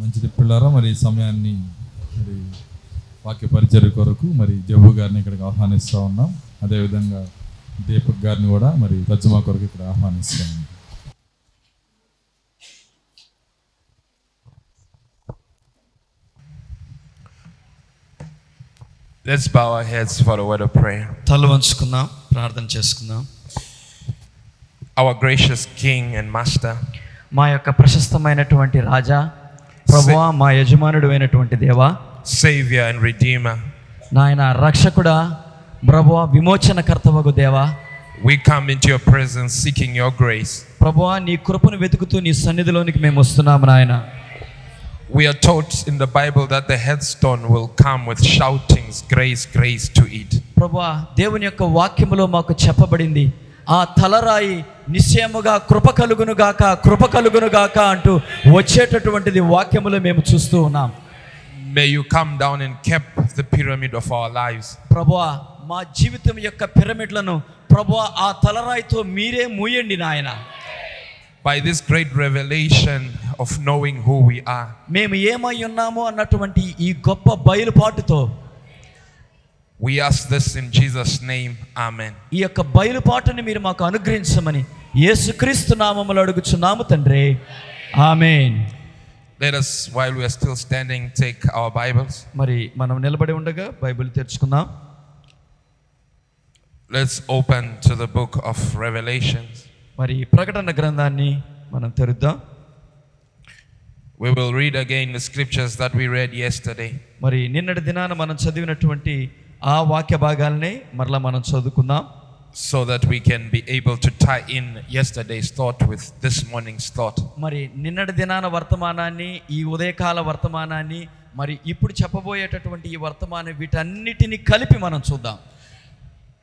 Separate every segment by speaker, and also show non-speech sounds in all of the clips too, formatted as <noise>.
Speaker 1: మంచిది పిల్లరా మరి ఈ సమయాన్ని మరి వాక్య పరిచర్య కొరకు మరి జబ్బు గారిని ఇక్కడికి ఆహ్వానిస్తూ ఉన్నాం అదేవిధంగా దీపక్ గారిని కూడా మరి తర్జుమా కొరకు ఇక్కడ ఆహ్వానిస్తాం
Speaker 2: Let's bow our heads for a word of prayer.
Speaker 3: తల వంచుకుందాం ప్రార్థన చేసుకుందాం
Speaker 2: Our gracious King and Master,
Speaker 4: మా యొక్క ప్రశస్తమైనటువంటి రాజా ప్రభువా మా యజమానుడు అయినటువంటి దేవా
Speaker 2: Savior and Redeemer,
Speaker 4: నాయన రక్షకుడా ప్రభువా విమోచనకర్తవగు దేవా
Speaker 2: we come into your presence seeking your grace.
Speaker 4: ప్రభువా నీ కృపను వెతుకుతూ నీ సన్నిధిలోనికి మేము వస్తున్నాము నాయన
Speaker 2: We are taught in the Bible that the headstone will come with shoutings, grace, grace to it.
Speaker 4: ప్రభువా దేవుని యొక్క వాక్యములో మాకు చెప్పబడింది ఆ తలరాయి నిశ్చయముగా కృప కలుగునుగాక కృప కలుగునుగాక అంటూ వచ్చేటటువంటిది వాక్యములో మేము చూస్తూ ఉన్నాం
Speaker 2: May you come down and keep the pyramid of our lives.
Speaker 4: ప్రభువా మా జీవితం యొక్క పిరమిడ్లను ప్రభువా ఆ తలరాయితో మీరే మూయండి నాయనా
Speaker 2: By this great revelation of knowing who we are,
Speaker 4: మేము ఏమై ఉన్నాము అన్నటువంటి ఈ గొప్ప బయలుపాటుతో
Speaker 2: we ask this in Jesus' name. Amen.
Speaker 4: ఈ యొక్క బయలుపాటుని మీరు మాకు అనుగ్రహించమని యేసుక్రీస్తు నామములు అడుగుచున్నాము తండ్రి ఆమేన్
Speaker 2: Let us, while we are still standing, take our Bibles.
Speaker 4: మరి మనం నిలబడి ఉండగా బైబిల్ తెరుచుకుందాం
Speaker 2: Let's open to the book of Revelations.
Speaker 4: మరి ప్రకటన గ్రంథాన్ని మనం తెరుద్దాం
Speaker 2: We will read again the scriptures that we read yesterday.
Speaker 4: మరి నిన్నటి దినాన మనం చదివినటువంటి ఆ వాక్య భాగాల్ని మరలా మనం చదువుకుందాం
Speaker 2: so that we can be able to tie in yesterday's thought with this morning's thought.
Speaker 4: మరి నిన్నటి దినాన వర్తమానాన్ని ఈ ఉదయకాల వర్తమానాన్ని మరి ఇప్పుడు చెప్పబోయేటటువంటి ఈ వర్తమానం వీటన్నిటిని కలిపి మనం చూద్దాం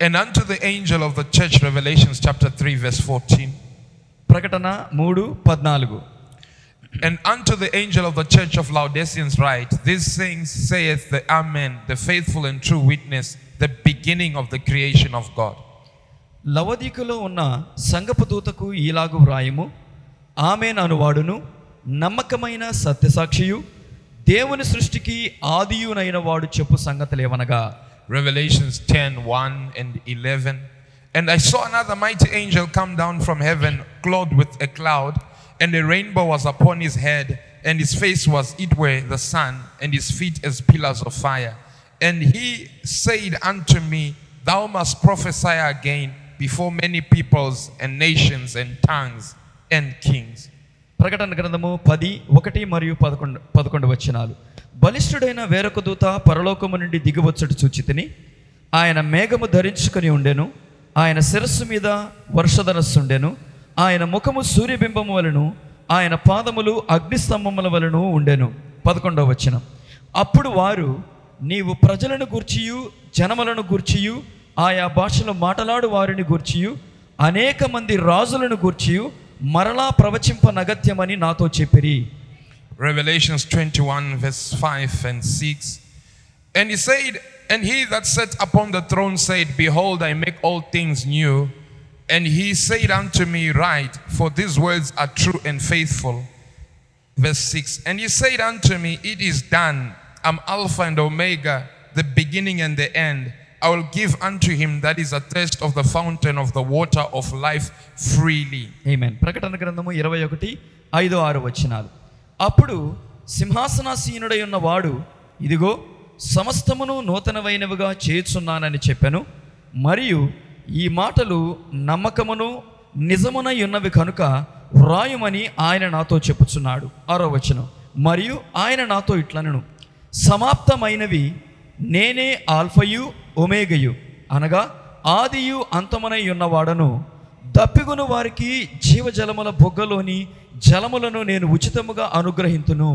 Speaker 2: And unto the angel of the church, Revelations chapter 3, verse 14.
Speaker 4: ప్రకటన మూడు పద్నాలుగు
Speaker 2: And unto the angel of the church of Laodiceans write, These things saith the Amen, the faithful and true witness, the beginning of the creation of God.
Speaker 4: లవదీకులో ఉన్న సంగపు దూతకు ఈలాగు వ్రాయము ఆమె అనువాడును నమ్మకమైన సత్యసాక్షియు దేవుని సృష్టికి ఆదియునైన వాడు చెప్పు సంగతులేవనగా
Speaker 2: Revelations 10 1 and 11. And I saw another mighty angel come down from heaven, clothed with a cloud, and a rainbow was upon his head, and his face was it were the sun, and his feet as pillars of fire. And he said unto me, Thou must prophesy again before many peoples and nations and tongues and kings.
Speaker 4: ప్రకటన గ్రంథము పది ఒకటి మరియు పదకొండు పదకొండు వచనాలు బలిష్ఠుడైన వేరొక దూత పరలోకము నుండి దిగివచ్చుట చూచితిని ఆయన మేఘము ధరించుకొని ఉండెను ఆయన శిరస్సు మీద వర్షధనస్సుండెను ఆయన ముఖము సూర్యబింబము వలను ఆయన పాదములు అగ్నిస్తంభముల వలను ఉండెను పదకొండవ వచనం అప్పుడు వారు నీవు ప్రజలను గూర్చియు జనములను గూర్చియు ఆయా భాషలో మాటలాడు వారిని గూర్చియు అనేక మంది రాజులను గూర్చియు మరలా ప్రవచింప నగత్యమని నాతో చెప్పిరి
Speaker 2: Revelations 21, verse 5 and 6. And he said, And he that sat upon the throne said, Behold, I make all things new. And he said unto me, Write, for these words are true and faithful. Verse 6. And he said unto me, It is done. I'm Alpha and Omega, the beginning and the end. I will give unto him that is athirst of the fountain of the water of life freely.
Speaker 4: Amen ప్రకటన గ్రంథము ఇరవై ఒకటి ఐదు ఆరు వచనాలు అప్పుడు సింహాసనాసీనుడై ఉన్న వాడు ఇదిగో సమస్తమును నూతనమైనవిగా చేయుచున్నానని చెప్పాను మరియు ఈ మాటలు నమ్మకమును నిజమునై ఉన్నవి కనుక వ్రాయుమని ఆయన నాతో చెప్పుచున్నాడు ఆరో వచనం మరియు ఆయన నాతో ఇట్లనను సమాప్తమైనవి నేనే ఆల్ఫయు ఒమేగయు అనగా ఆదియు అంతమునై ఉన్నవాడను దప్పిగొను వారికి జీవజలముల బొగ్గలోని జలములను నేను ఉచితముగా అనుగ్రహింతును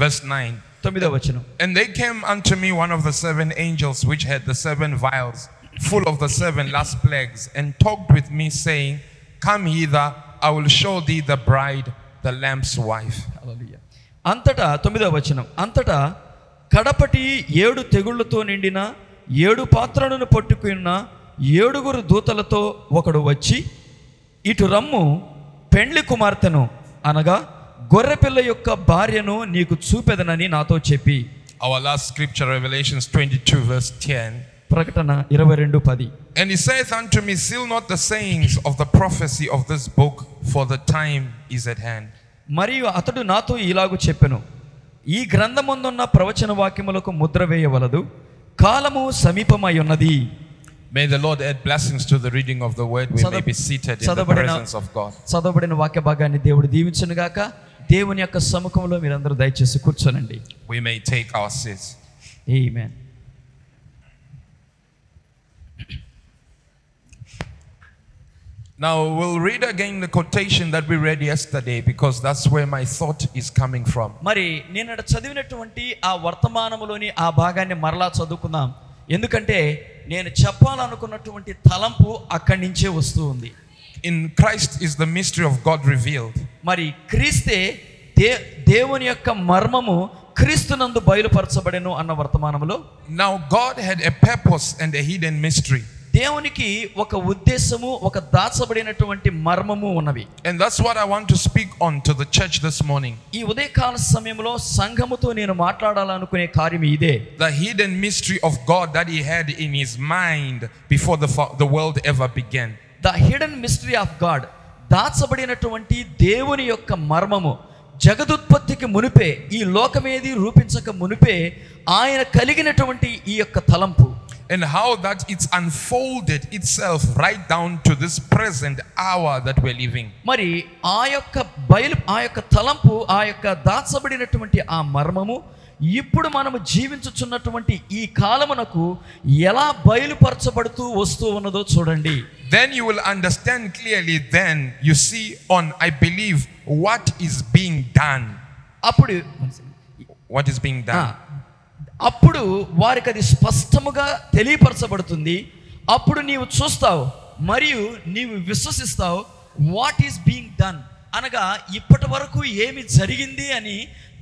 Speaker 2: Verse 9.
Speaker 4: తొమ్మిదవ వచనం
Speaker 2: And they came unto me one of the seven angels which had the seven vials, full of the seven last plagues, and talked with me, saying, Come hither, I will show thee the bride, the lamb's wife.
Speaker 4: హల్లెలూయా. అంతటా తొమ్మిదవ వచనం అంతటా కడపటి ఏడు తెగుళ్ళతో నిండిన ఏడు పాత్రలను పట్టుకున్న ఏడుగురు దూతలతో ఒకడు వచ్చి ఇటు రమ్ము పెండ్లి కుమార్తెను అనగా గొర్రెపిల్ల యొక్క భార్యను నీకు చూపెదనని నాతో చెప్పి
Speaker 2: Our last scripture, Revelations 22, verse 10.
Speaker 4: ప్రకటన ఇరవై రెండు పది
Speaker 2: And he saith unto me, Seal not the sayings of the prophecy of this book, for the time is at hand.
Speaker 4: మరియు అతడు నాతో ఇలాగు చెప్పెను ఈ గ్రంథమందున్న ప్రవచన వాక్యములకు ముద్ర వేయవలదు కాలము సమీపమై ఉన్నది
Speaker 2: May the Lord add blessings to the reading of the word. We may
Speaker 4: Sadab-
Speaker 2: be seated in the
Speaker 4: Sadabadina-
Speaker 2: presence of God.
Speaker 4: చదవబడిన వాక్య భాగాన్ని దేవుడు దీవించును గాక దేవుని యొక్క సముఖంలో మీరందరూ దయచేసి కూర్చోనండి
Speaker 2: We may take our seats.
Speaker 4: Amen
Speaker 2: Now we'll read again the quotation that we read yesterday because that's where my thought is coming from.
Speaker 4: మరి నేను అక్కడ చదివినటువంటి ఆ వర్తమానములోని ఆ భాగాన్ని మరలా చదువుకుందాం ఎందుకంటే నేను చెప్పాలనుకున్నటువంటి తలంపు అక్కడి నుంచే వస్తూ ఉంది
Speaker 2: In Christ is the mystery of God revealed.
Speaker 4: మరి క్రీస్తే దే దేవుని యొక్క మర్మము క్రీస్తునందు బయలుపరచబడెను అన్న వర్తమానములో
Speaker 2: Now God had a purpose and a hidden mystery.
Speaker 4: దేవునికి ఒక ఉద్దేశము ఒక దాచబడినటువంటి మర్మము ఉన్నవి
Speaker 2: And that's what I want to speak on to the church this morning.
Speaker 4: ఈ ఉదయకాల సమయంలో సంఘముతో నేను మాట్లాడాలనుకునే కార్యం ఇదే
Speaker 2: The hidden mystery of God that he had in his mind before the, fo- the world ever began.
Speaker 4: The hidden mystery of God దాచబడినటువంటి దేవుని యొక్క మర్మము జగదుత్పత్తికి మునిపే ఈ లోకమేది రూపించక మునిపే ఆయన కలిగినటువంటి ఈ యొక్క తలంపు
Speaker 2: And how that it's unfolded itself right down to this present hour that we're living.
Speaker 4: మరి ఆ యొక్క బయలు ఆ యొక్క తలంపు ఆ యొక్క దాచబడినటువంటి ఆ మర్మము ఇప్పుడు మనము జీవించుచున్నటువంటి ఈ కాలమునకు ఎలా బయలుపరచబడుతూ వస్తూ ఉన్నదో చూడండి
Speaker 2: Then you will understand clearly, then you see on, I believe, what is being done.
Speaker 4: అప్పుడు
Speaker 2: What is being
Speaker 4: ఆ,
Speaker 2: done.
Speaker 4: అప్పుడు వారికి అది స్పష్టముగా తెలియపరచబడుతుంది అప్పుడు నీవు చూస్తావు మరియు నీవు విశ్వసిస్తావు వాట్ ఈస్ బీయింగ్ డన్ అనగా ఇప్పటి వరకు ఏమి జరిగింది అని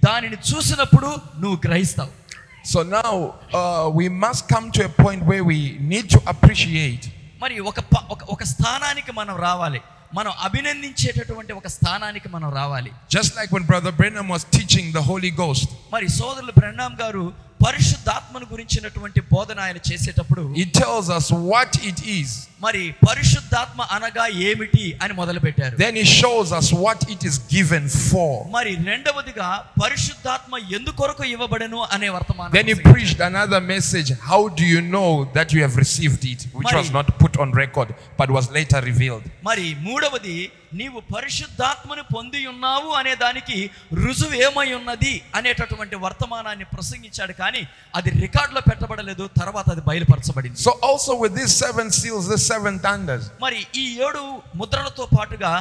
Speaker 4: దానిని చూసినప్పుడు నువ్వు గ్రహిస్తావు
Speaker 2: So now uh, we must come to a point where we need to appreciate
Speaker 4: మరి ఒక ప- ఒక- ఒక స్థానానికి మనం రావాలి మనం అభినందించేటటువంటి ఒక స్థానానికి మనం రావాలి
Speaker 2: Just like when Brother Brenham was teaching the Holy Ghost,
Speaker 4: మరి సోదరులు ప్రణామ్ గారు పరిశుద్ధాత్మను గురించినటువంటి బోధన ఆయన చేసేటప్పుడు
Speaker 2: he tells us what it is.
Speaker 4: మరి పరిశుద్ధాత్మ అనగా ఏమిటి అని మొదలుపెట్టారు
Speaker 2: Then he shows us what it is given for.
Speaker 4: మరి రెండవదిగా పరిశుద్ధాత్మ ఎందుకొరకు ఇవ్వబడెను అనే వర్తమానం
Speaker 2: Then he
Speaker 4: ప్రసంగించారు.
Speaker 2: preached another message. How do you know that you have received it? Which was
Speaker 4: Mari-
Speaker 2: not put on record, but was later revealed.
Speaker 4: మరి మూడవది నీవు పరిశుద్ధాత్మను పొంది ఉన్నావు అనే దానికి రుజువు ఏమై ఉన్నది అనేటటువంటి వర్తమానాన్ని ప్రసంగించాడు కానీ అది రికార్డులో పెట్టబడలేదు తర్వాత అది బయలుపరచబడింది
Speaker 2: So, also with these seven seals, the seven thunders,
Speaker 4: మరి ఈ ఏడు ముద్రలతో పాటుగా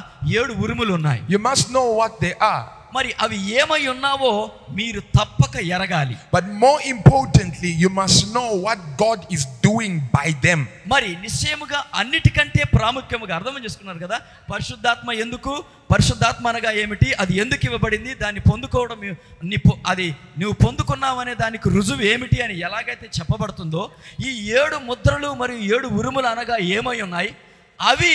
Speaker 4: ఏడు ఉరుములు ఉన్నాయి
Speaker 2: you must know what they are.
Speaker 4: మరి అవి ఏమై ఉన్నావో మీరు తప్పక ఎరగాలి
Speaker 2: But more importantly, you must know what God is doing by them.
Speaker 4: మరి నిశ్చయముగా అన్నిటికంటే ప్రాముఖ్యముగా అర్థం చేసుకున్నారు కదా పరిశుద్ధాత్మ ఎందుకు పరిశుద్ధాత్మ అనగా ఏమిటి అది ఎందుకు ఇవ్వబడింది దాన్ని పొందుకోవడం ఏ- నీ పొ- అది నువ్వు పొందుకున్నావనే దానికి రుజువు ఏమిటి అని ఎలాగైతే చెప్పబడుతుందో ఈ ఏడు ముద్రలు మరియు ఏడు ఉరుములు అనగా ఏమై ఉన్నాయి అవి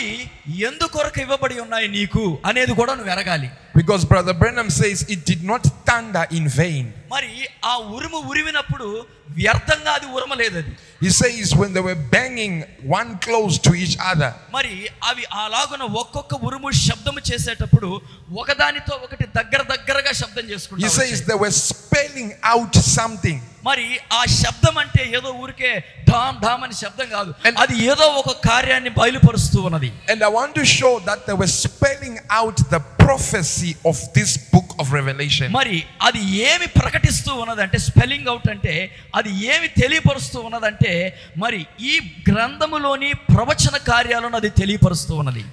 Speaker 4: ఎందుకొరకు ఇవ్వబడి ఉన్నాయి నీకు అనేది కూడా నువ్వు ఎరగాలి
Speaker 2: Because Brother Brenham says it did not thunder in vain.
Speaker 4: మరి ఆ ఉరుము ఉరిమినప్పుడు వ్యర్థంగా అది ఉరమలేదు అది
Speaker 2: He says when they were banging one close to each other,
Speaker 4: మరి అవి అలాగున ఒక్కొక్క ఉరుము శబ్దము చేసేటప్పుడు ఒకదానితో ఒకటి దగ్గర దగ్గరగా శబ్దం
Speaker 2: he says
Speaker 4: చేసుకుంటారు
Speaker 2: they were spelling out something.
Speaker 4: మరి ఆ శబ్దం అంటే ఏదో ఊరికే ఢామ్ ఢామ్ అని శబ్దం కాదు
Speaker 2: And-
Speaker 4: అది ఏదో ఒక కార్యాన్ని బయలుపరుస్తూ ఉన్నది
Speaker 2: And I want to show that they were spelling out the prophecy of this book of Revelation.
Speaker 4: మరి అది ఏమి ప్రకటిస్తూ ఉన్నదంటే స్పెల్లింగ్ అవుట్ అంటే అది ఏమి తెలియపరుస్తూ ఉన్నదంటే మరి ఈ గ్రంథములోని ప్రవచన కార్యాలను అది తెలియపరుస్తూ ఉన్నది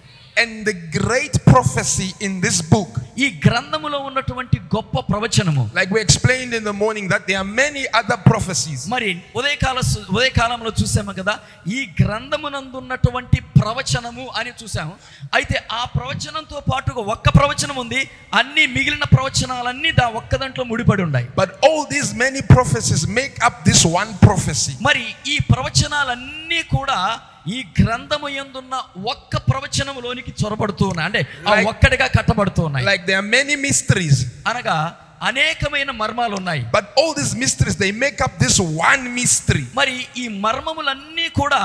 Speaker 2: And the great prophecy in this book,
Speaker 4: ఈ గ్రంథములో ఉన్నటువంటి గొప్ప ప్రవచనము
Speaker 2: like we explained in the morning, that there are many other prophecies.
Speaker 4: మరి ఉదయకాల సు- ఉదయకాలంలో చూసాము కదా ఈ గ్రంథమునందున్నటువంటి ప్రవచనము అని చూసాము అయితే ఆ ప్రవచనంతో పాటుగా ఒక్క ప్రవచనం ఉంది అన్ని మిగిలిన ప్రవచనాలన్నీ దా ఒక్క దాంట్లో ముడిపడి ఉన్నాయి
Speaker 2: But all these many prophecies make up this one prophecy.
Speaker 4: మరి ఈ ప్రవచనాలన్నీ కూడా ఈ గ్రంథము ఎందున్న ఒక్క ప్రవచనములోనికి చొరబడుతూ ఉన్నాయి అంటే ఆ
Speaker 2: Like-
Speaker 4: ఒక్కడిగా కట్టబడుతూ ఉన్నాయి
Speaker 2: Like like there are many mysteries,
Speaker 4: అనగా అనేకమైన మర్మాలు ఉన్నాయి
Speaker 2: but all these mysteries, they make up this one mystery.
Speaker 4: మరి ఈ మర్మములన్నీ కూడా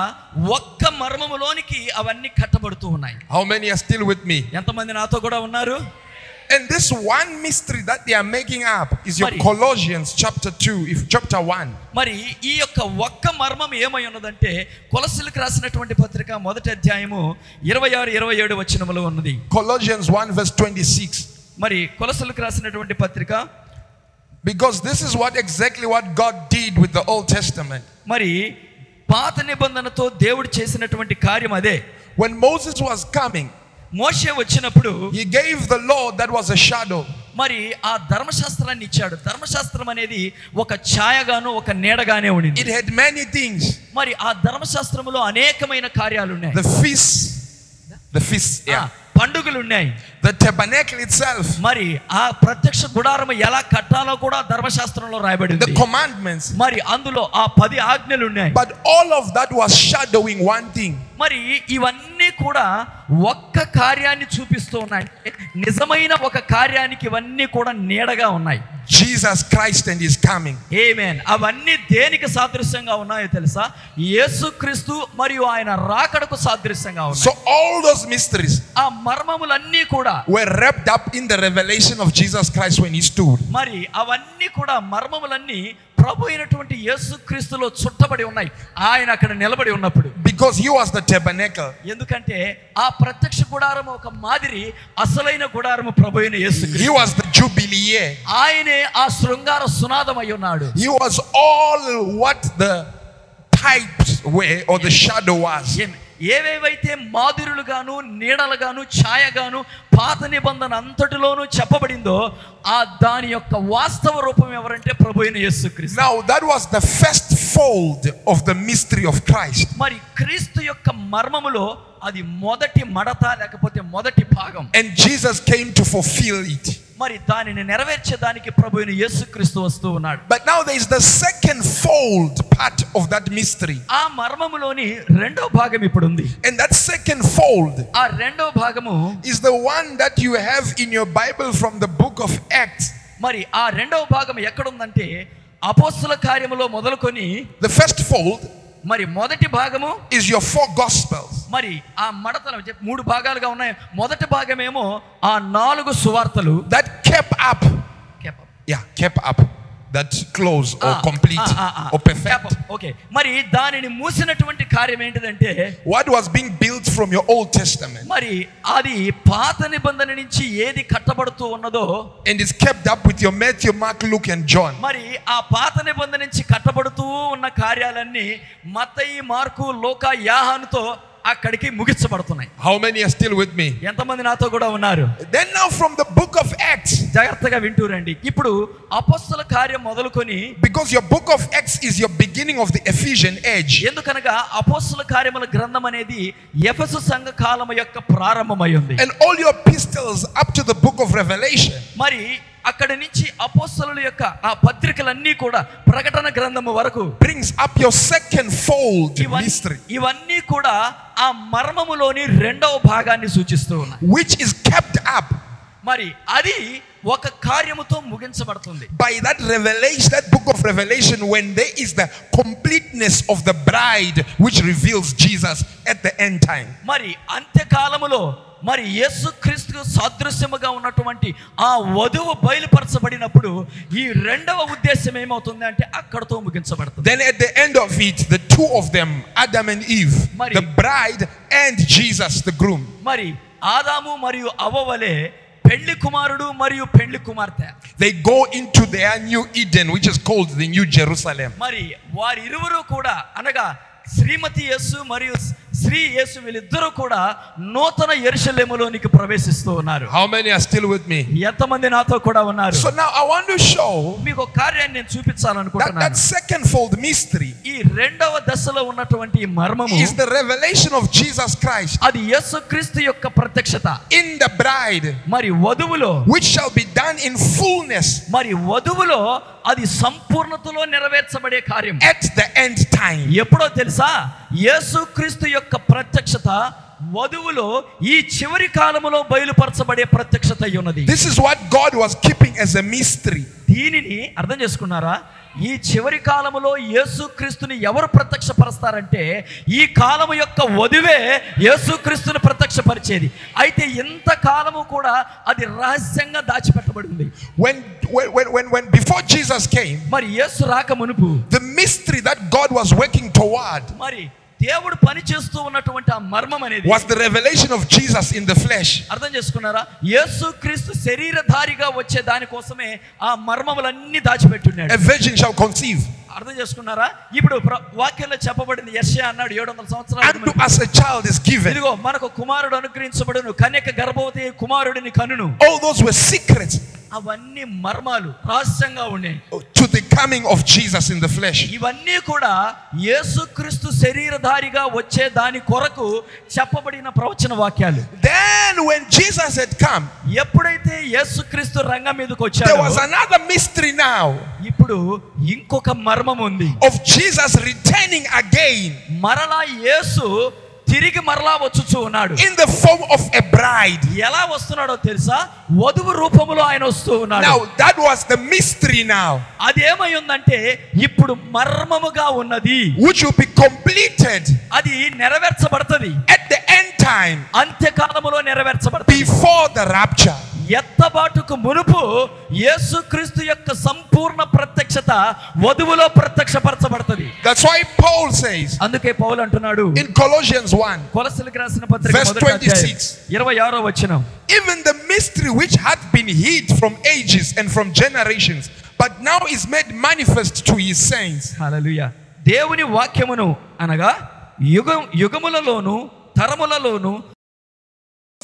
Speaker 4: ఒక్క మర్మములోనికి అవన్నీ కట్టబడుతూ ఉన్నాయి
Speaker 2: How many are still with me?
Speaker 4: ఎంతమంది నాతో కూడా ఉన్నారు
Speaker 2: And this one mystery that they are making up is your
Speaker 4: Mari.
Speaker 2: Colossians chapter 2, if chapter 1.
Speaker 4: మరి ఈ యొక్క ఒక్క మర్మం ఏమై ఉన్నదంటే కొలసలకు రాసినటువంటి పత్రిక మొదటి అధ్యాయము ఇరవై ఆరు ఇరవై ఏడు వచనములో ఉన్నది
Speaker 2: Colossians 1, verse 26.
Speaker 4: మరి కొలసలకు రాసినటువంటి పత్రిక
Speaker 2: Because this is what exactly what God did with the Old Testament.
Speaker 4: మరి పాత నిబంధనతో దేవుడు చేసినటువంటి కార్యం అదే
Speaker 2: When Moses was coming,
Speaker 4: మోషే వచ్చినప్పుడు
Speaker 2: he gave the law that was a shadow.
Speaker 4: మరి ఆ ధర్మశాస్త్రాన్ని ఇచ్చాడు ధర్మశాస్త్రం అనేది ఒక ఛాయగాను ఒక నీడగానే ఉండింది
Speaker 2: It had many things.
Speaker 4: మరి ఆ ధర్మశాస్త్రములో అనేకమైన కార్యాలు ఉన్నాయి
Speaker 2: The feasts, the feasts,
Speaker 4: ఆ,
Speaker 2: yeah.
Speaker 4: పండుగలు ఉన్నాయి
Speaker 2: The tabernacle itself,
Speaker 4: మరి ఆ ప్రత్యక్ష గుడారం ఎలా కట్టాలో కూడా ధర్మశాస్త్రంలో రాయబడి
Speaker 2: the
Speaker 4: ఉంది
Speaker 2: commandments.
Speaker 4: మరి అందులో ఆ పది ఆజ్ఞలు ఉన్నాయి
Speaker 2: But all of that was shadowing one thing.
Speaker 4: మరి ఇవన్నీ కూడా ఒక్క కార్యాన్ని చూపిస్తూ ఉన్నాయి అంటే నిజమైన ఒక కార్యానికి ఇవన్నీ కూడా నీడగా ఉన్నాయి
Speaker 2: Jesus Christ and his coming.
Speaker 4: Amen అవన్నీ దేనికి సాదృశ్యంగా ఉన్నాయో తెలుసా యేసుక్రీస్తు మరియు ఆయన రాకడకు సాదృశ్యంగా ఉన్నాయి
Speaker 2: So all those mysteries
Speaker 4: ఆ మర్మములన్నీ కూడా
Speaker 2: were wrapped up in the revelation of Jesus Christ when he stood.
Speaker 4: మరి అవన్నీ కూడా మర్మములన్నీ ప్రభు అయినటువంటి యేసుక్రీస్తులో చుట్టబడి ఉన్నాయి ఆయన అక్కడ నిలబడి ఉన్నప్పుడు
Speaker 2: Because he was the tabernacle.
Speaker 4: ఎందుకంటే ఆ ప్రత్యక్ష గుడారం ఒక మాదిరి అసలైన గుడారము ప్రభు అయిన
Speaker 2: He
Speaker 4: యేసుక్రీస్తు
Speaker 2: was the jubilee.
Speaker 4: ఆయనే ఆ శృంగార సునాదం అయి ఉన్నాడు
Speaker 2: He was all what the types were or the shadow was.
Speaker 4: ఏం- ఏవేవైతే మాదిరులుగాను నీడలుగాను ఛాయగాను పాత నిబంధన అంతటిలోనూ చెప్పబడిందో ఆ దాని యొక్క వాస్తవ రూపం ఎవరంటే ప్రభు అయిన యేసుక్రీస్తు
Speaker 2: Now that was the first fold of the mystery of Christ.
Speaker 4: మరి క్రీస్తు యొక్క మర్మములో అది మొదటి మడత లేకపోతే మొదటి భాగం
Speaker 2: And Jesus came to fulfill it.
Speaker 4: మరి దానిని నెరవేర్చేదానికి ప్రభు అయిన యేసుక్రీస్తు వస్తూ ఉన్నాడు
Speaker 2: But now there is the second fold part of that mystery.
Speaker 4: ఆ మర్మములోని రెండో భాగం ఇప్పుడు ఉంది
Speaker 2: And that second fold
Speaker 4: ఆ రెండో భాగము
Speaker 2: is the one that you have in your Bible from the book of Acts.
Speaker 4: మరి ఆ రెండవ భాగం ఎక్కడుందంటే అపోస్తుల కార్యములో మొదలుకొని
Speaker 2: The first fold
Speaker 4: మరి మొదటి భాగము
Speaker 2: is your four gospels.
Speaker 4: మరి ఆ మడతలు చెప్ప- మూడు భాగాలుగా ఉన్నాయి మొదటి భాగమేమో ఆ నాలుగు సువార్తలు
Speaker 2: that kept up,
Speaker 4: కేప-
Speaker 2: yeah, kept up that close or
Speaker 4: ఆ,
Speaker 2: complete
Speaker 4: ఆ, ఆ, ఆ,
Speaker 2: or perfect.
Speaker 4: కేప- ఓకే ah. మరి దానిని మూసినటువంటి కార్యం ఏంటిదంటే
Speaker 2: What was being built from your Old Testament
Speaker 4: మరి అది పాత నిబంధన నుంచి ఏది కట్టబడుతూ ఉన్నదో
Speaker 2: and it's kept up with your Matthew, Mark, Luke, and John.
Speaker 4: మరి ఆ పాత నిబంధన నుంచి కట్టబడుతూ ఉన్న కార్యాలన్నీ మతయి మార్కు లోక యాహానుతో అక్కడికి ముగించబడుతున్నాయి
Speaker 2: How many are still with me?
Speaker 4: ఎంతమంది నాతో కూడా ఉన్నారు
Speaker 2: Then now from the book of Acts,
Speaker 4: జాగ్రత్తగా వింటూరండి ఇప్పుడు అపస్సుల కార్యం మొదలుకొని
Speaker 2: because your book of Acts is your beginning of the Ephesian age.
Speaker 4: ఎందుకనగా అపోస్తుల కార్యముల గ్రంథం అనేది ఎఫసు సంఘ కాలము యొక్క ప్రారంభమై ఉంది
Speaker 2: And all your epistles up to the book of Revelation
Speaker 4: మరి అక్కడి నుంచి అపోస్తుల యొక్క ఆ పత్రికలన్నీ కూడా ప్రకటన గ్రంథము వరకు
Speaker 2: brings up your second fold
Speaker 4: ఇవన్-
Speaker 2: mystery,
Speaker 4: ఇవన్నీ కూడా ఆ మర్మములోని రెండవ భాగాన్ని సూచిస్తూ ఉన్నాయి
Speaker 2: which is kept up
Speaker 4: మరి అది ఒక కార్యముతో ముగించబడుతుంది
Speaker 2: by that revelation, that book of Revelation, when there is the completeness of the bride which reveals Jesus at the end time.
Speaker 4: మరి అంత్యకాలములో మరి యేసుక్రీస్తుకు సాదృశ్యముగా ఉన్నటువంటి ఆ వధువు బయలుపరచబడినప్పుడు ఈ రెండవ ఉద్దేశం ఏమవుతుంది అంటే అక్కడతో ముగించబడుతుంది
Speaker 2: Then at the end of it, the two of them, Adam and Eve,
Speaker 4: Mari.
Speaker 2: the bride and Jesus, the groom,
Speaker 4: మరి ఆదాము మరియు అవ్వవలే పెళ్లి కుమారుడు మరియు పెళ్లి కుమార్తె
Speaker 2: they go into their new Eden, which is called the New Jerusalem.
Speaker 4: మరి వారిరువురు కూడా అనగా శ్రీమతి యేసు మరియు శ్రీ యేసు వీళ్ళిద్దరూ కూడా నూతన ఎరుషలేములోనికి ప్రవేశిస్తూ ఉన్నారు
Speaker 2: How many are still with me?
Speaker 4: ఎంతమంది నాతో కూడా ఉన్నారు
Speaker 2: So now I want to show
Speaker 4: మీకు ఒక కార్యాన్ని నేను
Speaker 2: that
Speaker 4: చూపించాలనుకుంటున్నాను
Speaker 2: that second fold mystery
Speaker 4: ఈ రెండవ దశలో ఉన్నటువంటి ఈ మర్మము
Speaker 2: is the revelation of Jesus Christ
Speaker 4: అది యేసుక్రీస్తు యొక్క ప్రత్యక్షత
Speaker 2: in the bride,
Speaker 4: మరి వధువులో
Speaker 2: which shall be done in fullness
Speaker 4: మరి వధువులో అది సంపూర్ణతలో నెరవేర్చబడే కార్యం
Speaker 2: at the end time.
Speaker 4: ఎప్పుడో తెలుసా యేసుక్రీస్తు యొక్క ప్రత్యక్షత వధువులో ఈ చివరి కాలములో బయలుపరచబడే ప్రత్యక్షత అయి ఉన్నది
Speaker 2: This is what God was keeping as a mystery.
Speaker 4: దీనిని అర్థం చేసుకున్నారా ఈ చివరి కాలములో యేసుక్రీస్తుని ఎవరు ప్రత్యక్షపరుస్తారంటే ఈ కాలము యొక్క వధువే యేసుక్రీస్తుని ప్రత్యక్షపరిచేది అయితే ఇంత కాలము కూడా అది రహస్యంగా దాచిపెట్టబడింది
Speaker 2: When, when, when, when, when before Jesus came,
Speaker 4: మరి యేసు రాక మునుపు
Speaker 2: the mystery that God was working toward
Speaker 4: మరి దేవుడు పని చేస్తూ ఉన్నటువంటి ఆ మర్మం అనేది
Speaker 2: was the revelation of Jesus in the flesh.
Speaker 4: అర్థం చేసుకున్నారా యేసుక్రీస్తు శరీరధారిగా వచ్చే దానికోసమే ఆ మర్మములన్నీ దాచిపెట్టున్నాడు
Speaker 2: A virgin shall conceive
Speaker 4: అర్థం చేసుకున్నారా ఇప్పుడు ప్ర- వాక్యంలో చెప్పబడింది యెషయా అన్నాడు ఏడు వందల
Speaker 2: and
Speaker 4: సంవత్సరాలు
Speaker 2: to us a child is given.
Speaker 4: ఇదిగో మనకు కుమారుడు అనుగ్రహించబడును కన్యక గర్భవతి కుమారుడిని కనును
Speaker 2: All those were secrets
Speaker 4: అవన్నీ మర్మాలు రహస్యంగా ఉన్నాయి
Speaker 2: Oh, to the coming of Jesus in the flesh.
Speaker 4: ఇవన్నీ కూడా యేసుక్రీస్తు శరీరధారిగా వచ్చే దాని కొరకు చెప్పబడిన ప్రవచన వాక్యాలు
Speaker 2: Then, when Jesus had come,
Speaker 4: ఎప్పుడైతే యేసుక్రీస్తు రంగం మీదకి
Speaker 2: there was
Speaker 4: వచ్చాడో
Speaker 2: another mystery now
Speaker 4: ఇప్పుడు ఇంకొక మర్మం ఉంది
Speaker 2: of Jesus returning again
Speaker 4: మరలా యేసు తిరిగి మరలా వచ్చుచూ ఉన్నాడు
Speaker 2: in the form of a bride.
Speaker 4: ఎలా వస్తున్నాడో తెలుసా వధువు రూపములో ఆయన వస్తూ ఉన్నాడు
Speaker 2: Now, that was the mystery now,
Speaker 4: అదేమై ఉందంటే ఇప్పుడు మర్మముగా ఉన్నది
Speaker 2: which will be completed
Speaker 4: అది నెరవేర్చబడుతుంది
Speaker 2: at the end time
Speaker 4: అంత్యకాలములో నెరవేర్చబడుతుంది
Speaker 2: before the rapture.
Speaker 4: ఎత్తబాటుకు మునుపు యేసుక్రీస్తు యొక్క సంపూర్ణ ప్రత్యక్షత వధువులో ప్రత్యక్షపరచబడుతుంది
Speaker 2: That's why Paul says
Speaker 4: అందుకే పౌలు అంటున్నాడు
Speaker 2: in Colossians 1
Speaker 4: కొలసలకు రాసిన పత్రిక
Speaker 2: Verse
Speaker 4: మొదటి అధ్యాయం,
Speaker 2: 26.
Speaker 4: ఇరవై ఆరో వచ్చిన
Speaker 2: even the mystery which hath been hid from ages and from generations, but now is made manifest to his saints.
Speaker 4: హల్లెలూయా దేవుని వాక్యమును అనగా యుగం యుగములలోను తరములలోను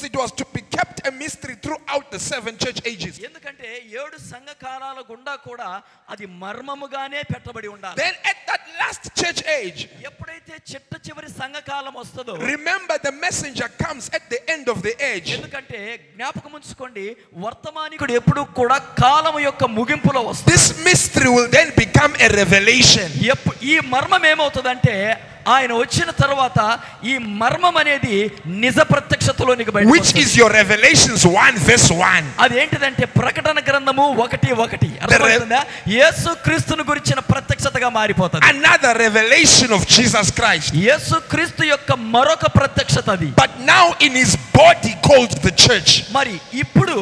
Speaker 2: It was to be kept a mystery throughout the seven church ages.
Speaker 4: ఎందుకంటే ఏడు సంఘకాలాల గుండా కూడా అది మర్మముగానే పెట్టబడి ఉండాలి
Speaker 2: Then at that last church age,
Speaker 4: ఎప్పుడైతే చిట్ట చివరి సంఘకాలం వస్తుందో
Speaker 2: remember the messenger comes at the end of the age.
Speaker 4: ఎందుకంటే జ్ఞాపకం ఉంచుకోండి వర్తమానికుడు ఎప్పుడు కూడా కాలం యొక్క ముగింపులో వస్తుంది
Speaker 2: This mystery will then become a revelation.
Speaker 4: ఎప్పు- ఈ మర్మం ఏమవుతుందంటే ఆయన వచ్చిన తర్వాత ఈ మర్మం అనేది నిజ ప్రత్యక్షతలోనికి బయటకు
Speaker 2: which
Speaker 4: వస్తుంది.
Speaker 2: is your revelations 1 verse 1
Speaker 4: అదేంటిదంటే ప్రకటన గ్రంథము ఒకటి ఒకటి అర్థమవుతుందా యేసు క్రీస్తును గురించిన ప్రత్యక్షతగా మారిపోతుంది
Speaker 2: another revelation of jesus christ
Speaker 4: యేసు క్రీస్తు యొక్క మరొక ప్రత్యక్షత అది
Speaker 2: but now in his body called the church
Speaker 4: మరి ఇప్పుడు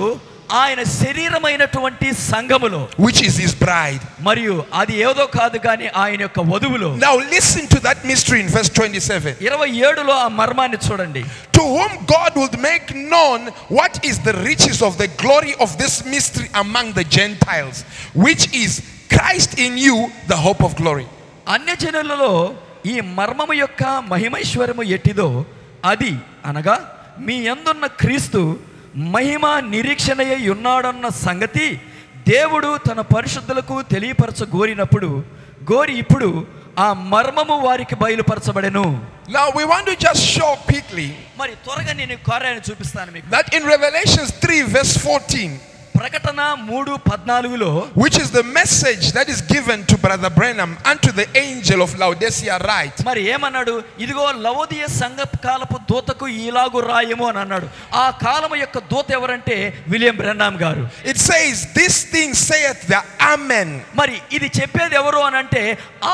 Speaker 4: ఆయన శరీరమైనటువంటి సంఘములో
Speaker 2: which is his bride
Speaker 4: మరియు అది ఏదో కాదు కానీ ఆయన యొక్క వధువులో
Speaker 2: now listen to that mystery in verse 27
Speaker 4: ఇరవై ఏడులో ఆ మర్మాన్ని చూడండి
Speaker 2: to whom god would make known what is the riches of the glory of this mystery among the gentiles which is christ in you the hope of glory
Speaker 4: అన్య జనులలో ఈ మర్మము యొక్క మహిమైశ్వర్యము ఎట్టిదో అది అనగా మీ యందున్న క్రీస్తు మహిమ నిరీక్షణయ్య ఉన్నాడన్న సంగతి దేవుడు తన పరిశుద్ధులకు తెలియపరచ గోరినప్పుడు గోరి ఇప్పుడు ఆ మర్మము వారికి బయలుపరచబడెను
Speaker 2: now we want to just show quickly
Speaker 4: మరి త్వరగా నేను కార్యాన్ని చూపిస్తాను మీకు
Speaker 2: that in revelations 3 verse 14
Speaker 4: ప్రకటన మూడు పద్నాలుగులో
Speaker 2: which is the message that is given to Brother Branham unto the angel of Laodicea, right?
Speaker 4: మరి ఏమన్నాడు ఇదిగో లవోదియ సంఘ కాలపు దూతకు ఇలాగు రాయము అని అన్నాడు ఆ కాలము యొక్క దూత ఎవరంటే విలియం బ్రెన్నాం గారు
Speaker 2: It says, This thing saith the Amen,
Speaker 4: మరి ఇది చెప్పేది ఎవరు అని అంటే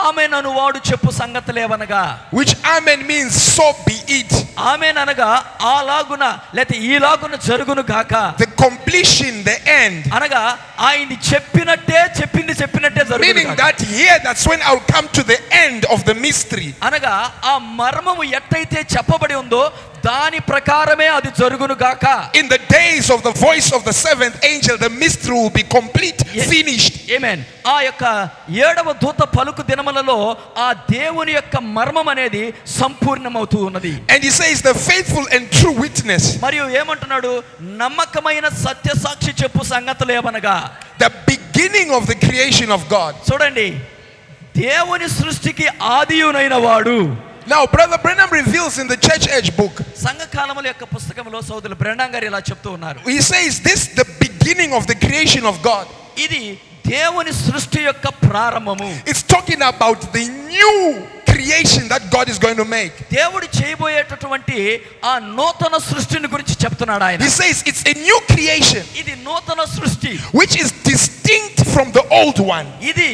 Speaker 4: ఆమె ననువాడు చెప్పు సంగతులేవనగా
Speaker 2: which Amen means so be it.
Speaker 4: ఆమెననగా అలాగున లేకపోతే ఈలాగున జరుగును గాక
Speaker 2: The completion, the end.
Speaker 4: అనగా ఆయన చెప్పినట్టే చెప్పింది చెప్పినట్టే జరుగును
Speaker 2: Meaning
Speaker 4: గాక.
Speaker 2: that here, that's when I'll come to the end of the mystery.
Speaker 4: అనగా ఆ మర్మము ఎట్టయితే చెప్పబడి ఉందో దాని ప్రకారమే అది జరుగును గాక
Speaker 2: In the days of the voice of the seventh angel, the mystery will be complete,
Speaker 4: Yes.
Speaker 2: finished.
Speaker 4: Amen ఆ యొక్క ఏడవ దూత పలుకు దినములలో ఆ దేవుని యొక్క మర్మం అనేది సంపూర్ణమవుతూ ఉన్నది
Speaker 2: And he says, The faithful and true witness,
Speaker 4: మరియు ఏమంటున్నాడు నమ్మకమైన సత్య సాక్షి చెప్పు సంగతులు ఏమనగా
Speaker 2: the beginning of the creation of God.
Speaker 4: చూడండి దేవుని సృష్టికి ఆదియునైన వాడు
Speaker 2: Now, Brother Branham reveals in the church age book,
Speaker 4: సంఘకాలముల యొక్క పుస్తకంలో సోదరులు బ్రెండాం గారు ఇలా చెప్తూ ఉన్నారు
Speaker 2: He says this the beginning of the creation of God.
Speaker 4: ఇది దేవుని సృష్టి యొక్క ప్రారంభము
Speaker 2: It's talking about the new creation that God is going to make.
Speaker 4: దేవుడు చేయబోయేటటువంటి ఆ నూతన సృష్టిని గురించి చెప్తున్నాడు ఆయన
Speaker 2: He says it's a new creation
Speaker 4: ఇది నూతన సృష్టి
Speaker 2: which is distinct from the old one.
Speaker 4: ఇది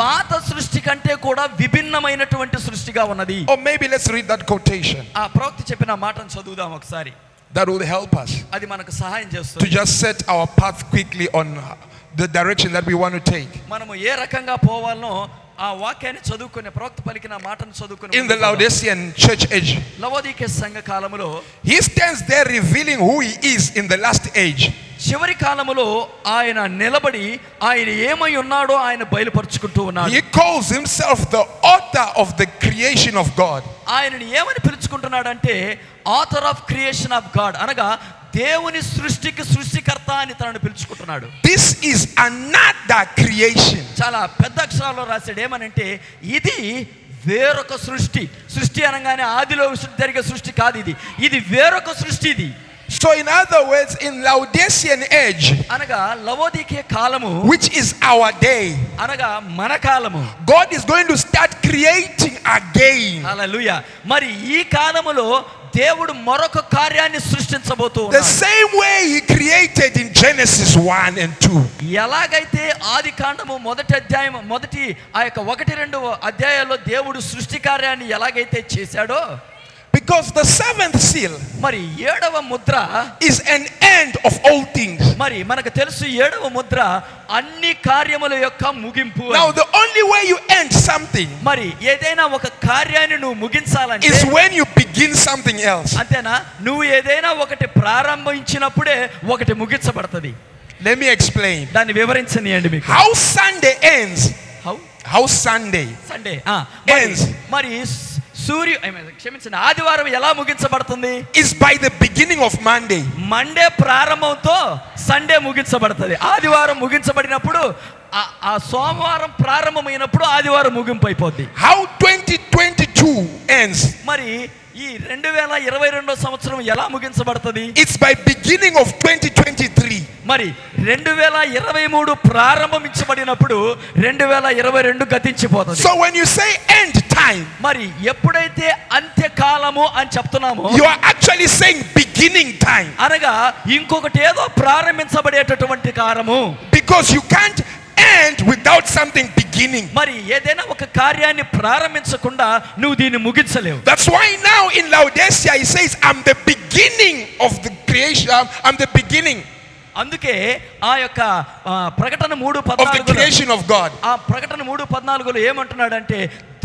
Speaker 4: పాత సృష్టి కంటే కూడా విభిన్నమైనటువంటి సృష్టిగా ఉన్నది
Speaker 2: Or maybe let's read that quotation.
Speaker 4: ఆ ప్రవక్త చెప్పిన మాటను చదువుదాం ఒకసారి
Speaker 2: That will help us
Speaker 4: అది మనకు సహాయం
Speaker 2: to
Speaker 4: చేస్తుంది
Speaker 2: just set our path quickly on the direction that we want to take.
Speaker 4: మనము ఏ రకంగా పోవాలనో ఆ వాక్యాన్ని చదువుకునే ప్రవక్త పలికిన మాటను చదువుకుని
Speaker 2: In the Laodicean church age,
Speaker 4: లవోదికే సంఘ కాలములో
Speaker 2: he stands there revealing who he is in the last age.
Speaker 4: చివరి కాలములో ఆయన నిలబడి ఆయన ఏమై ఉన్నాడో ఆయన బయలుపరుచుకుంటూ ఉన్నాడు
Speaker 2: He calls himself the author of the creation of God.
Speaker 4: ఆయనని ఏమని పిలుచుకుంటున్నాడంటే author of creation of God అనగా దేవుని సృష్టికి సృష్టికర్త అని తనను పిలుచుకుంటున్నాడు
Speaker 2: This is another creation.
Speaker 4: చాలా పెద్ద అక్షరాల్లో రాశాడు ఏమనంటే ఇది వేరొక సృష్టి సృష్టి అనగానే ఆదిలో జరిగే సృష్టి కాదు ఇది ఇది వేరొక సృష్టి ఇది
Speaker 2: So, in other words, in Laodicean age,
Speaker 4: అనగా లవోదికే కాలము
Speaker 2: which is our day,
Speaker 4: అనగా మన కాలము
Speaker 2: God is going to start creating again.
Speaker 4: హల్లెలూయా మరి ఈ కాలములో దేవుడు మరొక కార్యాన్ని సృష్టించబోతూ
Speaker 2: The
Speaker 4: ఉన్నాడు
Speaker 2: same way He created in Genesis 1 and 2.
Speaker 4: ఎలాగైతే ఆది కాండము మొదటి అధ్యాయం మొదటి ఆ యొక్క ఒకటి రెండు అధ్యాయాల్లో దేవుడు సృష్టి కార్యాన్ని ఎలాగైతే చేశాడో
Speaker 2: Because the seventh seal
Speaker 4: మరి ఏడవ Mudra
Speaker 2: is an end of all things.
Speaker 4: మరి మనకు తెలుసు ఏడవ ముద్ర అన్ని కార్యముల యొక్క ముగింపు అని.
Speaker 2: Now, the only way you end something
Speaker 4: మరి ఏదైనా ఒక కార్యాన్ని నువ్వు ముగించాలంటే
Speaker 2: is when you begin something else.
Speaker 4: అంతేనా నువ్వు ఏదైనా ఒకటి ప్రారంభించినప్పుడే ఒకటి ముగించబడుతుంది
Speaker 2: Let me explain.
Speaker 4: దాన్ని వివరించనియండి మీకు
Speaker 2: How Sunday ends,
Speaker 4: how
Speaker 2: how Sunday
Speaker 4: Sunday
Speaker 2: Ends.
Speaker 4: మరి స్- సూర్యు I mean, క్షమించండి ఆదివారం ఎలా ముగించబడుతుంది
Speaker 2: is by the beginning of Monday.
Speaker 4: Monday ప్రారంభంతో సండే ముగించబడుతుంది ఆదివారం ముగించబడినప్పుడు ఆ- ఆ సోమవారం ప్రారంభమైనప్పుడు ఆదివారం ముగింపు అయిపోద్ది
Speaker 2: How 2022 ends,
Speaker 4: మరి ఈ రెండు వేల ఇరవై రెండో సంవత్సరం ఎలా ముగించబడుతుంది
Speaker 2: it's by beginning of 2023.
Speaker 4: మరి రెండు వేల ఇరవై మూడు ప్రారంభించబడినప్పుడు రెండు వేల ఇరవై రెండు గతించిపోతుంది
Speaker 2: So when you say end time,
Speaker 4: మరి ఎప్పుడైతే అంత్యకాలము అని చెప్తున్నామో
Speaker 2: you are actually saying beginning time
Speaker 4: అనగా ఇంకొకటి ఏదో ప్రారంభించబడేటటువంటి కారము
Speaker 2: because you can't end without something beginning.
Speaker 4: మరి ఏదైనా ఒక కార్యాన్ని ప్రారంభించకుండా నువ్వు దీన్ని ముగించలేవు
Speaker 2: That's why now in Laodicea he says, I'm the beginning of the creation, I'm, I'm the beginning
Speaker 4: అందుకే ఆ యొక్క ఆ, ప్రకటన మూడు
Speaker 2: of the
Speaker 4: పద్నాలుగు
Speaker 2: creation of God.
Speaker 4: ఆ ప్రకటన మూడు పద్నాలుగులో ఏమంటున్నాడంటే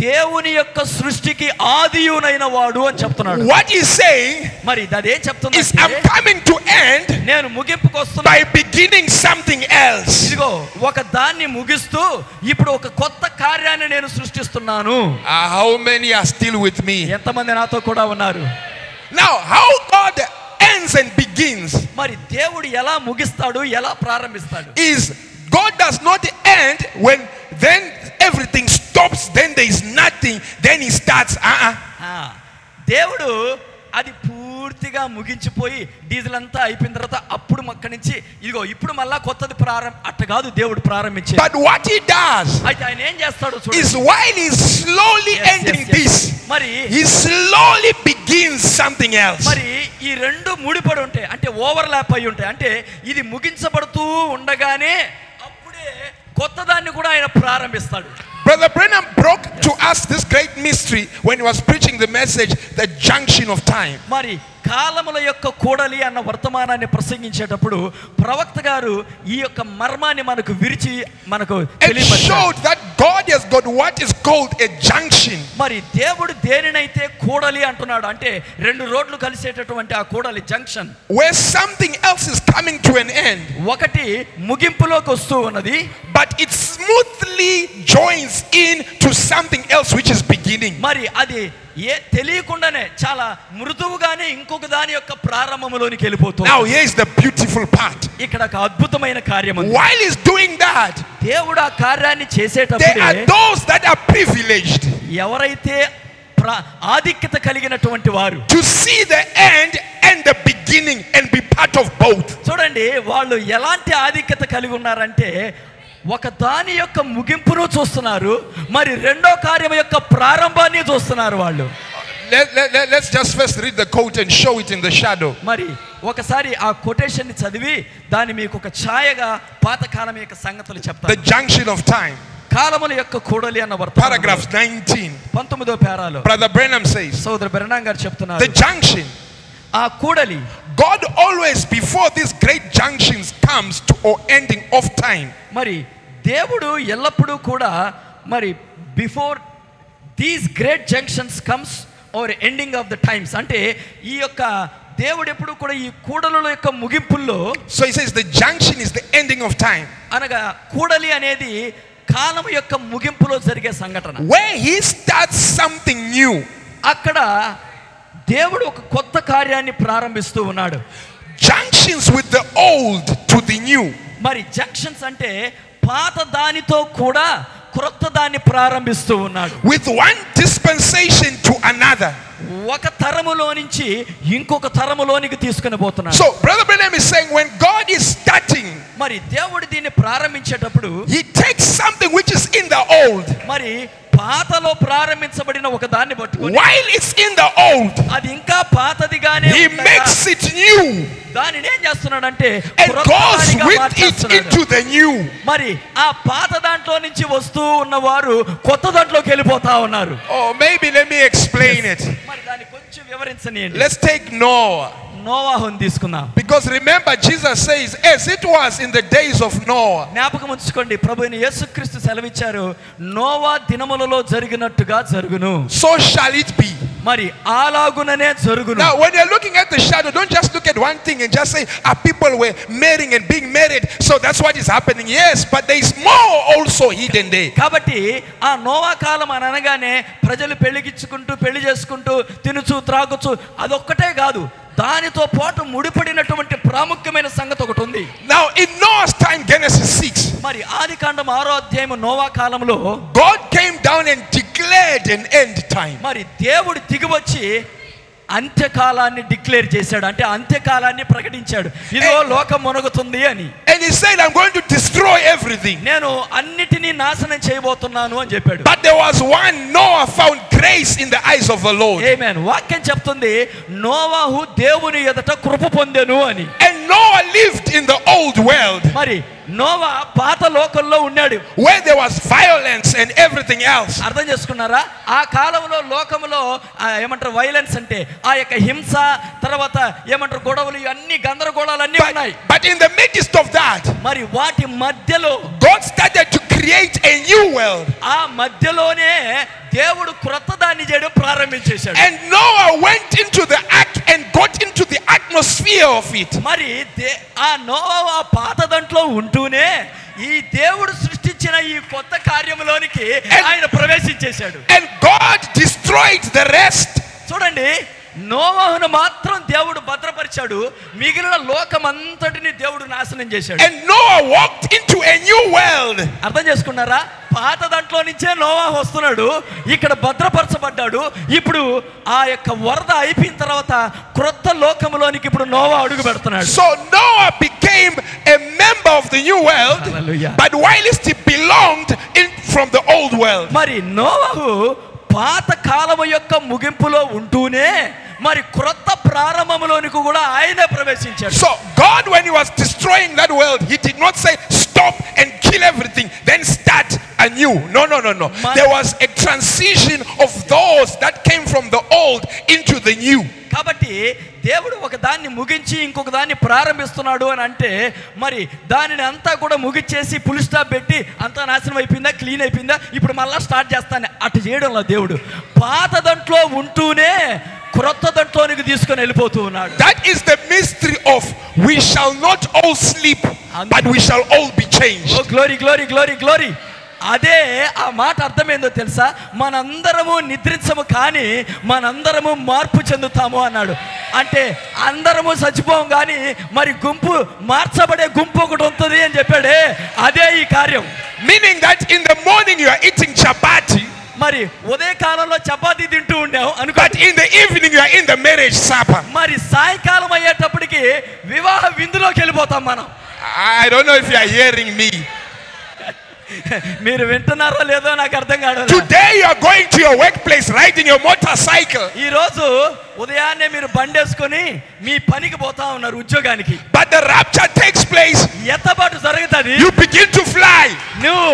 Speaker 4: దేవుని యొక్క సృష్టికి ఆదియునైన వాడు అని చెప్తున్నాడు
Speaker 2: What he's saying
Speaker 4: మరి అది ఏం
Speaker 2: is,
Speaker 4: చెప్తున్నా
Speaker 2: I'm coming to end
Speaker 4: నేను ముగింపుకు వస్తున్నా
Speaker 2: by beginning something else.
Speaker 4: ఇదిగో ఒక దాన్ని ముగిస్తూ ఇప్పుడు ఒక కొత్త కార్యాన్ని నేను సృష్టిస్తున్నాను
Speaker 2: Ah, how many are still with me?
Speaker 4: ఎంతమంది నాతో కూడా ఉన్నారు
Speaker 2: Now, how God ends and begins
Speaker 4: మరి దేవుడు ఎలా ముగిస్తాడు ఎలా ప్రారంభిస్తాడు
Speaker 2: is God does not end when then everything stops, then there is nothing, then He starts. Uh-uh.
Speaker 4: ఆ, దేవుడు అది పూర్తిగా ముగించిపోయి డీజిల్ అంతా అయిపోయిన తర్వాత అప్పుడు అక్కడి నుంచి ఇదిగో ఇప్పుడు మళ్ళా కొత్తది ప్రారంభ అట్ట కాదు దేవుడు ప్రారంభించే
Speaker 2: But what He does
Speaker 4: అయితే ఆయన ఏం చేస్తాడు చూడండి.
Speaker 2: is while He's slowly
Speaker 4: Yes, yes,
Speaker 2: ending
Speaker 4: yes.
Speaker 2: this,
Speaker 4: మరి
Speaker 2: He slowly begins something else.
Speaker 4: మరి ఈ రెండు ముడిపడి ఉంటాయి అంటే ఓవర్ ల్యాప్ అయి ఉంటాయి అంటే ఇది ముగించబడుతూ ఉండగానే అప్పుడే కొత్తదాన్ని కూడా ఆయన ప్రారంభిస్తాడు
Speaker 2: Brother Brenham broke to us this great mystery when he was preaching the message, the junction of time.
Speaker 4: మరి కాలముల యొక్క కూడలి అన్న వర్తమానాన్ని ప్రసంగించేటప్పుడు ప్రవక్త గారు ఈ యొక్క మర్మాన్ని మనకు విరిచి మనకు
Speaker 2: And
Speaker 4: తెలియపరిచారు
Speaker 2: showed that God has got what is called a junction.
Speaker 4: మరి దేవుడు దేనినైతే కూడలి అంటున్నాడు అంటే రెండు రోడ్లు కలిసేటటువంటి ఆ కూడలి junction
Speaker 2: where something else is coming to an end,
Speaker 4: ఒకటి ముగింపులోకి వస్తూ ఉన్నది
Speaker 2: but it smoothly joins in to something else which is beginning.
Speaker 4: మరి అది ఏ తెలియకుండానే చాలా మృదువుగానే ఇంకొక దాని యొక్క ప్రారంభంలోనికి
Speaker 2: Now,
Speaker 4: వెళ్ళిపోతుంది
Speaker 2: here is the beautiful part.
Speaker 4: ఇక్కడ ఒక అద్భుతమైన కార్యం ఉంది
Speaker 2: While he's doing that,
Speaker 4: దేవుడు ఆ కార్యాన్ని
Speaker 2: there are
Speaker 4: చేసేటప్పుడు
Speaker 2: those that are privileged
Speaker 4: ఎవరైతే ప్ర- ఆధిక్యత కలిగినటువంటి వారు
Speaker 2: to see the end and the beginning and be part of both.
Speaker 4: చూడండి వాళ్ళు ఎలాంటి ఆధిక్యత కలిగి ఉన్నారంటే ఒక దాని యొక్క ముగింపును చూస్తున్నారు మరి రెండో కార్యం యొక్క ప్రారంభాన్ని చూస్తున్నారు వాళ్ళు
Speaker 2: Let, let, let, let's just first read the quote and show it in the shadow.
Speaker 4: మరి ఒకసారి ఆ కొటేషన్ చదివి దాన్ని మీకు ఒక ఛాయగా పాతకాలం యొక్క సంగతులు
Speaker 2: The
Speaker 4: చెప్తాను
Speaker 2: junction of time,
Speaker 4: కాలముల యొక్క కూడలి అన్న వర్తమానం
Speaker 2: paragraph 19.
Speaker 4: పంతొమ్మిదో పేరాలో
Speaker 2: Brother Branham says,
Speaker 4: సోదరు బెరణాం గారు చెప్తున్నారు
Speaker 2: The junction.
Speaker 4: ఆ కూడలి
Speaker 2: God always, before these great junctions, comes to or ending of time.
Speaker 4: మరి దేవుడు ఎల్లప్పుడూ కూడా మరి before these great junctions comes or ending of the times అంటే ఈ యొక్క దేవుడు ఎప్పుడు కూడా ఈ కూడలుల యొక్క ముగింపుల్లో
Speaker 2: So he says, The junction is the ending of time.
Speaker 4: అనగా కూడలి అనేది కాలం యొక్క ముగింపులో జరిగే సంఘటన
Speaker 2: Where he starts something new,
Speaker 4: అక్కడ దేవుడు ఒక కొత్త కార్యాన్ని ప్రారంభిస్తూ ఉన్నాడు
Speaker 2: junctions with the old to the new.
Speaker 4: మరి జంక్షన్స్ అంటే పాత దానితో కూడా క్రొత్త దాన్ని ప్రారంభిస్తూ ఉన్నాడు
Speaker 2: with one dispensation to another.
Speaker 4: ఒక తరములో నుంచి ఇంకొక తరములోనికి తీసుకుని పోతున్నాడు
Speaker 2: So, Brother Branham is saying when God is starting,
Speaker 4: మరి దేవుడు దీన్ని ప్రారంభించేటప్పుడు
Speaker 2: He takes something which is in the old.
Speaker 4: మరి పాతలో ప్రారంభించబడిన ఒక దాన్ని పట్టుకొని
Speaker 2: While it's in the old,
Speaker 4: అది ఇంకా పాతదిగానే
Speaker 2: He
Speaker 4: ఉండగా
Speaker 2: makes it new
Speaker 4: దానిని ఏం చేస్తున్నాడంటే
Speaker 2: and
Speaker 4: క్రొత్త
Speaker 2: goes
Speaker 4: దానిగా
Speaker 2: with it
Speaker 4: మార్చేస్తున్నాడు.
Speaker 2: into the new.
Speaker 4: మరి ఆ పాత దాంట్లో నుంచి వస్తూ ఉన్నవారు కొత్త దాంట్లోకి వెళ్ళిపోతా ఉన్నారు
Speaker 2: Oh, maybe let me explain it.
Speaker 4: మరి దాన్ని కొంచెం వివరించనీయండి
Speaker 2: Let's take Noah.
Speaker 4: నోవాహుని తీసుకుందాం
Speaker 2: Because remember, Jesus says, as it was in the days of Noah.
Speaker 4: జ్ఞాపకం ఉంచుకోండి ప్రభు అయిన యేసుక్రీస్తు సెలవిచ్చారు నోవా దినములలో జరిగినట్టుగా జరుగును
Speaker 2: So shall it be.
Speaker 4: మరి అలాగుననే జరుగును
Speaker 2: Now, when you're looking at the shadow, don't just look at one thing and just say, "Our people were marrying and being married, so that's what is happening." Yes, but there is more also hidden there.
Speaker 4: కాబట్టి ఆ Noah కాలం అని అనగానే ప్రజలు పెళ్లికిచ్చుకుంటూ పెళ్లి చేసుకుంటూ తినుచు త్రాగుచు అదొక్కటే కాదు దానితో పాటు ముడిపడినటువంటి ప్రాముఖ్యమైన సంగతి ఒకటి ఉంది
Speaker 2: Now, in Noah's time, Genesis six,
Speaker 4: మరి ఆది కాండం ఆరో అధ్యాయం నోవా కాలంలో
Speaker 2: God came down and declared an end time.
Speaker 4: మరి దేవుడు దిగివచ్చి అంత్యకాలాన్ని డిక్లేర్ చేశాడు అంటే అంత్యకాలాన్ని ప్రకటించాడు ఇదిగో లోకం మునగుతుంది అని
Speaker 2: And He said, "I'm going to destroy everything."
Speaker 4: నేను అన్నిటినీ నాశనం చేయబోతున్నాను అని చెప్పాడు
Speaker 2: But there was one Noah found grace in the eyes of the Lord,
Speaker 4: amen వాక్యం చెప్తుంది నోవాహు దేవుని ఎదుట కృప పొందెను అని
Speaker 2: and Noah lived in the old world
Speaker 4: మరి నోవా పాత లోకంలో ఉన్నాడు
Speaker 2: where there was violence and everything else.
Speaker 4: అర్థం చేసుకున్నారా ఆ కాలంలో లోకంలో ఆ ఏమంటారు వైలెన్స్ అంటే ఆ యొక్క హింస తర్వాత ఏమంటారు గొడవలు ఇవన్నీ గందరగోళాలన్నీ ఉన్నాయి
Speaker 2: But, but in the midst of that,
Speaker 4: మరి వాటి మధ్యలో
Speaker 2: God started to create a new world.
Speaker 4: ఆ మధ్యలోనే దేవుడు క్రొత్త దాన్ని చేయడం ప్రారంభించేశాడు
Speaker 2: And Noah went into the ark and got into the atmosphere of it.
Speaker 4: మరి దే- ఆ నోవా ఆ పాత దాంట్లో ఉంటూనే ఈ దేవుడు సృష్టించిన ఈ కొత్త కార్యంలోనికి ఆయన ప్రవేశించేశాడు
Speaker 2: And God destroyed the rest.
Speaker 4: చూడండి నోవాహును మాత్రం దేవుడు భద్రపరిచాడు మిగిలిన లోకమంతటిని దేవుడు నాశనం చేశాడు
Speaker 2: And Noah walked into a new world.
Speaker 4: అర్థం చేసుకున్నారా పాత దాంట్లో నుంచే నోవా వస్తున్నాడు ఇక్కడ భద్రపరచబడ్డాడు ఇప్పుడు ఆ యొక్క వరద అయిపోయిన తర్వాత క్రొత్త లోకంలోనికి ఇప్పుడు నోవా అడుగు పెడుతున్నాడు
Speaker 2: So Noah became a member of the new world.
Speaker 4: Hallelujah.
Speaker 2: But whilst he belonged in from the old world.
Speaker 4: మరి నోవహు పాత కాలము యొక్క ముగింపులో ఉంటూనే మరి క్రొత్త ప్రారంభంలోనికి కూడా ఆయనే ప్రవేశించాడు
Speaker 2: So God, when he was destroying that world, he did not say stop and kill everything, then start anew. No, no, no, no.
Speaker 4: Man-
Speaker 2: There was a transition of those that came from the old into the new.
Speaker 4: కాబట్టి దేవుడు ఒక దాన్ని ముగించి ఇంకొక దాన్ని ప్రారంభిస్తున్నాడు అని అంటే మరి దానిని అంతా కూడా ముగిచ్చేసి పులి స్టాప్ పెట్టి అంతా నాశనం అయిపోయిందా క్లీన్ అయిపోయిందా ఇప్పుడు మళ్ళా స్టార్ట్ చేస్తాను అటు చేయడంలో దేవుడు పాత దాంట్లో ఉంటూనే క్రొత్త దాంట్లోనికి తీసుకొని వెళ్ళిపోతూ ఉన్నాడు
Speaker 2: That is the mystery of we shall not all sleep,
Speaker 4: Amen.
Speaker 2: but we shall all be changed.
Speaker 4: Oh glory glory glory glory అదే ఆ మాట అర్థమైందో తెలుసా మనందరము నిద్రించము కానీ మనందరము మార్పు చెందుతాము అన్నాడు అంటే అందరము చచ్చిపోం కానీ మరి గుంపు మార్చబడే గుంపు ఒకటి ఉంటుంది అని చెప్పాడే అదే ఈ కార్యం
Speaker 2: Meaning that in the morning you are eating chapati,
Speaker 4: మరి ఉదయ కాలంలో చపాతీ తింటూ ఉండాం అనుకో
Speaker 2: but in the evening you are in the marriage supper.
Speaker 4: మరి సాయంకాలం అయ్యేటప్పటికి వివాహ విందులోకి వెళ్ళిపోతాం మనం
Speaker 2: I I don't know if you are hearing me.
Speaker 4: మీరు వింటున్నారో లేదో నాకు అర్థం కాదు
Speaker 2: Today you are going to your workplace riding your motorcycle,
Speaker 4: ఈ రోజు ఉదయాన్నే మీరు బండేసుకొని మీ పనికి పోతా ఉన్నారు ఉద్యోగానికి
Speaker 2: but the rapture takes place.
Speaker 4: ఎత్తబాటు జరుగుతుంది
Speaker 2: You begin to fly.
Speaker 4: నువ్వు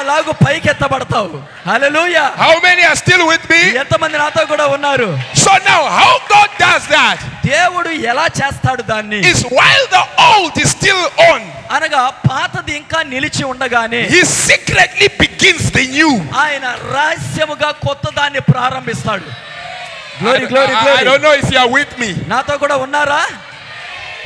Speaker 4: అలాగూ పైకి ఎత్తబడతావు హల్లెలూయా
Speaker 2: How many are still with me?
Speaker 4: ఎంతమంది నాతో కూడా ఉన్నారు
Speaker 2: So now, how God does that
Speaker 4: దేవుడు ఎలా చేస్తాడు దాన్ని
Speaker 2: is while the old is still on,
Speaker 4: అనగా పాతది ఇంకా నిలిచి ఉండగానే
Speaker 2: He secretly begins the new.
Speaker 4: ఆయన రహస్యముగా కొత్త దాన్ని ప్రారంభిస్తాడు
Speaker 2: I,
Speaker 4: Glory, glory,
Speaker 2: I- I
Speaker 4: glory.
Speaker 2: don't know if you are with me.
Speaker 4: నాతో కూడా ఉన్నారా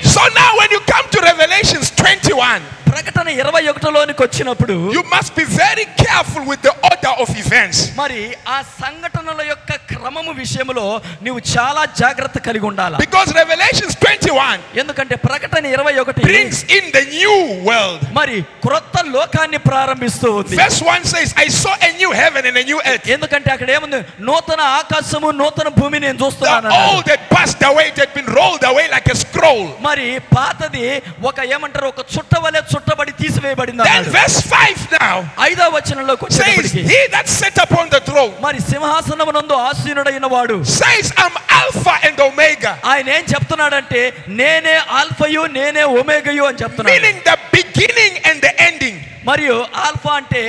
Speaker 2: So now, when you come to Revelations 21,
Speaker 4: ప్రకటన ఇరవై ఒకటిలోనికి వచ్చినప్పుడు
Speaker 2: you must be very careful with the order of events.
Speaker 4: మరి ఆ సంఘటనల యొక్క క్రమము విషయంలో నువ్వు చాలా జాగ్రత్త కలిగి ఉండాలి
Speaker 2: Because Revelations 21
Speaker 4: ఎందుకంటే ప్రకటన ఇరవై ఒకటి
Speaker 2: brings in the new world.
Speaker 4: మరి క్రొత్త లోకాన్ని ప్రారంభిస్తూ ఉంది
Speaker 2: Verse 1 says, I saw a new heaven and a new earth.
Speaker 4: ఎందుకంటే అక్కడ ఏముంది నూతన ఆకాశము నూతన భూమి నేను చూస్తున్నాను
Speaker 2: The
Speaker 4: అన్నాడు.
Speaker 2: old had passed away, it had been rolled away like a scroll.
Speaker 4: మరి పాతది ఒక ఏమంటారు ఒక చుట్ట వలె చుట్టబడి తీసివేయబడింది
Speaker 2: Then
Speaker 4: అన్నాడు.
Speaker 2: verse 5 now.
Speaker 4: ఐదవ వచనంలోకి
Speaker 2: says,
Speaker 4: వచ్చేటప్పటికి
Speaker 2: He that sat upon the throne
Speaker 4: మరి సింహాసనమునందు ఆసీనుడైన వాడు
Speaker 2: says, I'm Alpha and Omega,
Speaker 4: ఆయన ఏం చెప్తున్నాడంటే నేనే ఆల్ఫయు నేనే ఒమేగయు అని చెప్తున్నాడు
Speaker 2: meaning the beginning and the ending.
Speaker 4: మరియు ఆల్ఫా అంటే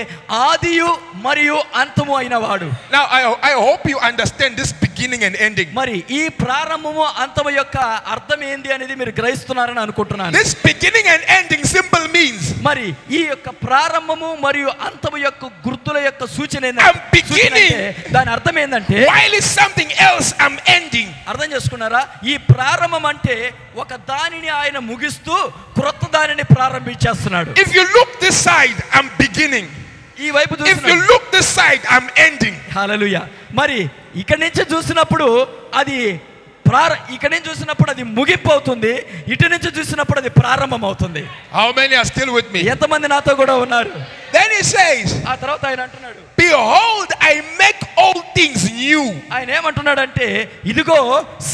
Speaker 4: ఆదియు మరియు అంతము అయిన వాడు
Speaker 2: Now, I, I hope you understand this beginning and ending.
Speaker 4: మరి ఈ ప్రారంభము అంతము యొక్క అర్థం ఏంది అనేది మీరు గ్రహిస్తున్నారని అనుకుంటున్నాను
Speaker 2: This beginning and ending symbol means
Speaker 4: మరి ఈ యొక్క ప్రారంభము మరియు అంతము యొక్క గుర్తుల యొక్క సూచన ఏంది-
Speaker 2: I'm beginning.
Speaker 4: సూచన అంటే దాని అర్థం ఏంటంటే
Speaker 2: while it's something else, I'm ending.
Speaker 4: అర్థం చేసుకున్నారా ఈ ప్రారంభం అంటే ఒక దానిని ఆయన ముగిస్తూ క్రొత్త దానిని ప్రారంభించేస్తున్నాడు
Speaker 2: If you look this side, I'm beginning.
Speaker 4: ఈ వైపు
Speaker 2: If you
Speaker 4: చూస్తున్నాడు
Speaker 2: look this side, I'm ending.
Speaker 4: హల్లెలూయా మరి ఇక్కడి నుంచి చూసినప్పుడు అది ప్రార ఇక్కడి నుంచి చూసినప్పుడు అది ముగింపు అవుతుంది ఇటు నుంచి చూసినప్పుడు అది ప్రారంభం అవుతుంది
Speaker 2: How many are still with me?
Speaker 4: ఎంతమంది నాతో కూడా ఉన్నారు
Speaker 2: Then he says,
Speaker 4: ఆ తర్వాత ఆయన అంటున్నాడు
Speaker 2: Behold, I make all things new.
Speaker 4: ఆయన ఏమంటున్నాడంటే ఇదిగో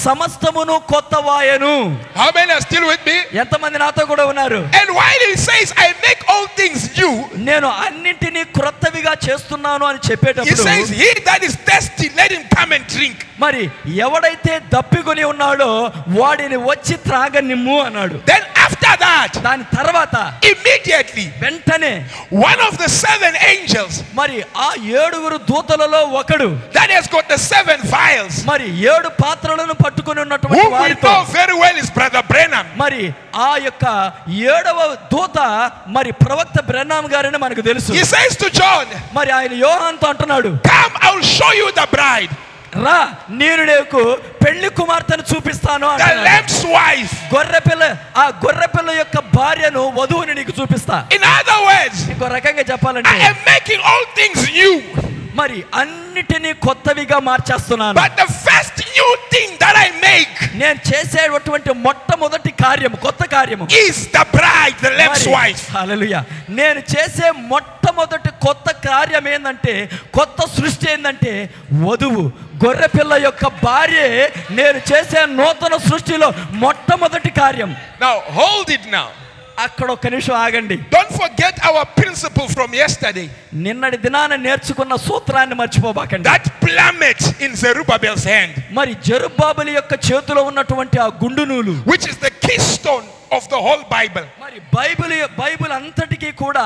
Speaker 4: సమస్తమును కొత్త వాయను
Speaker 2: How many are still with me?
Speaker 4: ఎంతమంది నాతో కూడా ఉన్నారు
Speaker 2: And while he says, I make all things new,
Speaker 4: నేను అన్నింటినీ క్రొత్తవిగా చేస్తున్నాను అని
Speaker 2: He says,
Speaker 4: చెప్పేటప్పుడు
Speaker 2: He that is thirsty, let him come and drink.
Speaker 4: మరి ఎవడైతే దప్పికొని ఉన్నాడో వాడిని వచ్చి త్రాగనిమ్ము అన్నాడు
Speaker 2: Then after that,
Speaker 4: దాని తర్వాత
Speaker 2: immediately,
Speaker 4: వెంటనే
Speaker 2: one of the seven angels
Speaker 4: మరి ఆ ఏడుగురు దూతలలో ఒకడు
Speaker 2: that has got the seven vials,
Speaker 4: మరి ఏడు పాత్రలను పట్టుకొని ఉన్నటువంటి
Speaker 2: whom we
Speaker 4: వారితో
Speaker 2: know very well is Brother Brenham,
Speaker 4: మరి ఆ యొక్క ఏడవ దూత మరి ప్రవక్త బ్రహ్నాం గారని మనకు తెలుసు
Speaker 2: he says to John,
Speaker 4: మరి ఆయన యోహాన్తో అంటున్నాడు
Speaker 2: Come, I'll show you the bride,
Speaker 4: రా నేను నీకు పెళ్లి కుమార్తెను చూపిస్తాను
Speaker 2: the
Speaker 4: అంటున్నాడు.
Speaker 2: lamb's wife.
Speaker 4: గొర్రె పిల్ల ఆ గొర్రె పిల్ల యొక్క భార్యను వధువుని నీకు చూపిస్తా
Speaker 2: In other words,
Speaker 4: ఇంకో రకంగా చెప్పాలంటే
Speaker 2: I am making all things new.
Speaker 4: మరి అన్నిటినీ కొత్తవిగా మార్చేస్తున్నాను
Speaker 2: But the first new thing that I make
Speaker 4: నేను చేసేటువంటి మొట్టమొదటి కార్యము కొత్త కార్యము
Speaker 2: is the bride, the lamb's
Speaker 4: మరి,
Speaker 2: wife.
Speaker 4: హల్లెలూయా. నేను చేసే మొట్టమొదటి కొత్త కార్యం ఏంటంటే కొత్త సృష్టి ఏంటంటే వధువు గొర్రె పిల్ల యొక్క భార్య నేను చేసే నూతన సృష్టిలో మొట్టమొదటి కార్యం
Speaker 2: Now, hold it now.
Speaker 4: అక్కడ ఒక్క నిమిషం ఆగండి
Speaker 2: Don't forget our principle from yesterday.
Speaker 4: నిన్నటి దినాన నేర్చుకున్న సూత్రాన్ని మర్చిపోబాకండి
Speaker 2: That plummet in Zerubbabel's hand,
Speaker 4: మరి జరుబాబుల యొక్క చేతిలో ఉన్నటువంటి ఆ గుండు నూలు
Speaker 2: which is the keystone of the whole Bible.
Speaker 4: మరి బైబిల్ బైబిల్ అంతటికీ కూడా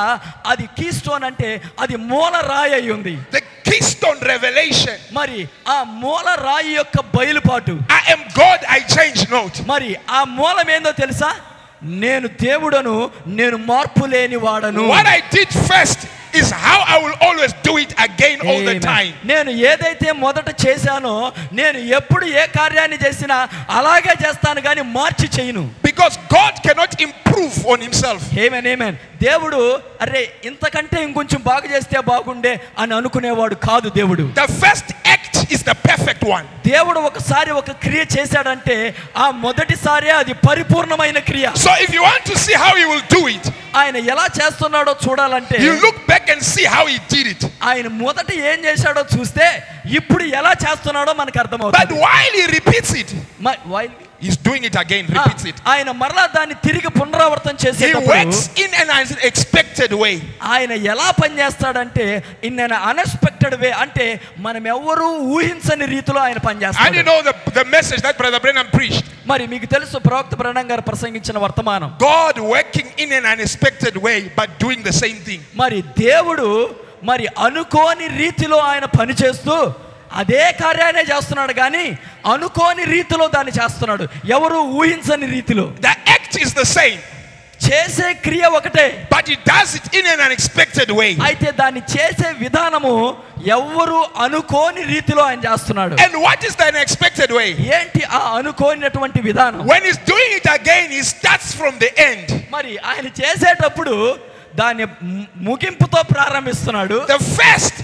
Speaker 4: అది కీ స్టోన్ అంటే అది మూల రాయి అయి ఉంది
Speaker 2: The keystone revelation.
Speaker 4: మరి ఆ మూల రాయి యొక్క బయలుపాటు
Speaker 2: I am God, I change not.
Speaker 4: మరి ఆ మూలం ఏందో తెలుసా నేను దేవుడను నేను మార్పు లేని వాడను
Speaker 2: What I did first is how I will always do it again all the time.
Speaker 4: నేను ఏదైతే మొదట చేశానో నేను ఎప్పుడు ఏ కార్యాన్ని చేసినా అలాగే చేస్తాను కానీ మార్చి చేయను
Speaker 2: Because God cannot improve on himself.
Speaker 4: Amen amen దేవుడు అరే ఇంతకంటే ఇంకొంచెం బాగు చేస్తే బాగుండే అని అనుకునేవాడు కాదు దేవుడు
Speaker 2: The first act is the perfect one.
Speaker 4: దేవుడు ఒకసారి ఒక క్రియ చేశాడంటే ఆ మొదటిసారే అది పరిపూర్ణమైన క్రియ
Speaker 2: So if you want to see how he will do it,
Speaker 4: ఆయన ఎలా చేస్తున్నాడో చూడాలంటే
Speaker 2: you look back and see how how he did it.
Speaker 4: ఆయన మొదట ఏం చేశాడో చూస్తే ఇప్పుడు ఎలా చేస్తున్నాడో మనకు
Speaker 2: But
Speaker 4: అర్థమవుతుంది
Speaker 2: while he repeats it,
Speaker 4: మ- while-
Speaker 2: he's doing it again,
Speaker 4: Ah.
Speaker 2: repeats it.
Speaker 4: ఆయన మరలా దాన్ని తిరిగి పునరావృతం
Speaker 2: He
Speaker 4: చేసేటప్పుడు
Speaker 2: works in an unexpected way.
Speaker 4: ఆయన ఎలా పనిచేస్తాడంటే ఇన్ అన్ఎక్స్పెక్టెడ్ వే అంటే మనం ఎవరూ ఊహించని రీతిలో ఆయన
Speaker 2: And you
Speaker 4: పనిచేస్తాడు
Speaker 2: know the, the message that Brother Brennan preached
Speaker 4: మరి మీకు తెలుసు ప్రవక్త ప్రణం గారు ప్రసంగించిన వర్తమానం
Speaker 2: God working in an unexpected way, but doing the same thing.
Speaker 4: మరి దేవుడు మరి అనుకోని రీతిలో ఆయన పనిచేస్తూ అదే కార్యాన్నే చేస్తున్నాడు కానీ అనుకోని రీతిలో దాన్ని చేస్తున్నాడు ఎవరు ఊహించని రీతిలో
Speaker 2: The act is the same,
Speaker 4: చేసే క్రియ ఒకటే
Speaker 2: but he does it in an unexpected way.
Speaker 4: అయితే దాన్ని చేసే విధానము ఎవరు అనుకోని రీతిలో ఆయన చేస్తున్నాడు
Speaker 2: And what is the unexpected way?
Speaker 4: ఏంటి ఆ అనుకోనటువంటి విధానం
Speaker 2: When he's doing it again, he starts from the end.
Speaker 4: మరి ఆయన చేసేటప్పుడు దాన్ని ము- ముగింపుతో ప్రారంభిస్తున్నాడు
Speaker 2: The first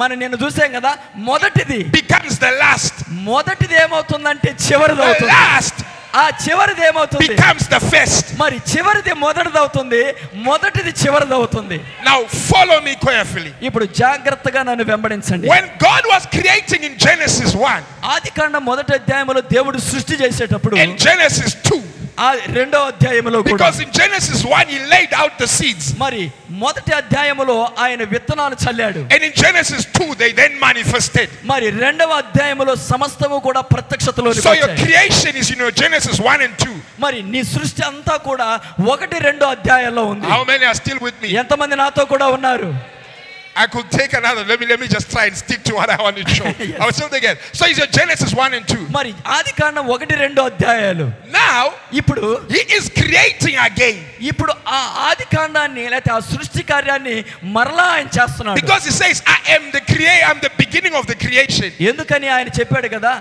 Speaker 4: మనం నేను చూసాం కదా మొదటిది
Speaker 2: becomes the last.
Speaker 4: మొదటిది ఏమవుతుందంటే చివరిది
Speaker 2: The
Speaker 4: అవుతుంది
Speaker 2: last
Speaker 4: ఆ చివరిది ఏమవుతుంది
Speaker 2: becomes the first.
Speaker 4: మరి చివరిది మొదటిది అవుతుంది మొదటిది చివరిది అవుతుంది
Speaker 2: Now follow me carefully.
Speaker 4: ఇప్పుడు జాగ్రత్తగా నన్ను వెంబడించండి
Speaker 2: When God was creating in Genesis 1
Speaker 4: ఆది మొదటి అధ్యాయంలో దేవుడు సృష్టి చేసేటప్పుడు
Speaker 2: and Genesis 2,
Speaker 4: ఆ రెండో అధ్యాయంలో కూడా
Speaker 2: because in Genesis 1 he laid out the seeds.
Speaker 4: మరి మొదటి అధ్యాయములో ఆయన విత్తనాలు చల్లాడు
Speaker 2: And in Genesis 2 they then manifested.
Speaker 4: మరి రెండవ అధ్యాయములో సమస్తము కూడా ప్రత్యక్షతలో
Speaker 2: So your creation is in your Genesis 1 and 2.
Speaker 4: మరి నీ సృష్టి అంతా కూడా ఒకటి రెండో అధ్యాయంలో ఉంది
Speaker 2: How many are still with me?
Speaker 4: ఎంతమంది నాతో కూడా ఉన్నారు
Speaker 2: I could take another. Let me let me just try and stick to what I wanted
Speaker 4: <laughs>
Speaker 2: to show. I was still again. So it's your Genesis 1 and 2.
Speaker 4: మరి ఆది కాండం ఒకటి రెండో అధ్యాయాలు
Speaker 2: Now
Speaker 4: ఇప్పుడు
Speaker 2: he is creating again.
Speaker 4: ఇప్పుడు ఆ ఆది కాండాన్ని లేకపోతే ఆ సృష్టి కార్యాన్ని మరలా ఆయన చేస్తున్నాడు
Speaker 2: Because he says, I am the creator, I'm the beginning of the creation.
Speaker 4: ఎందుకని ఆయన చెప్పాడు కదా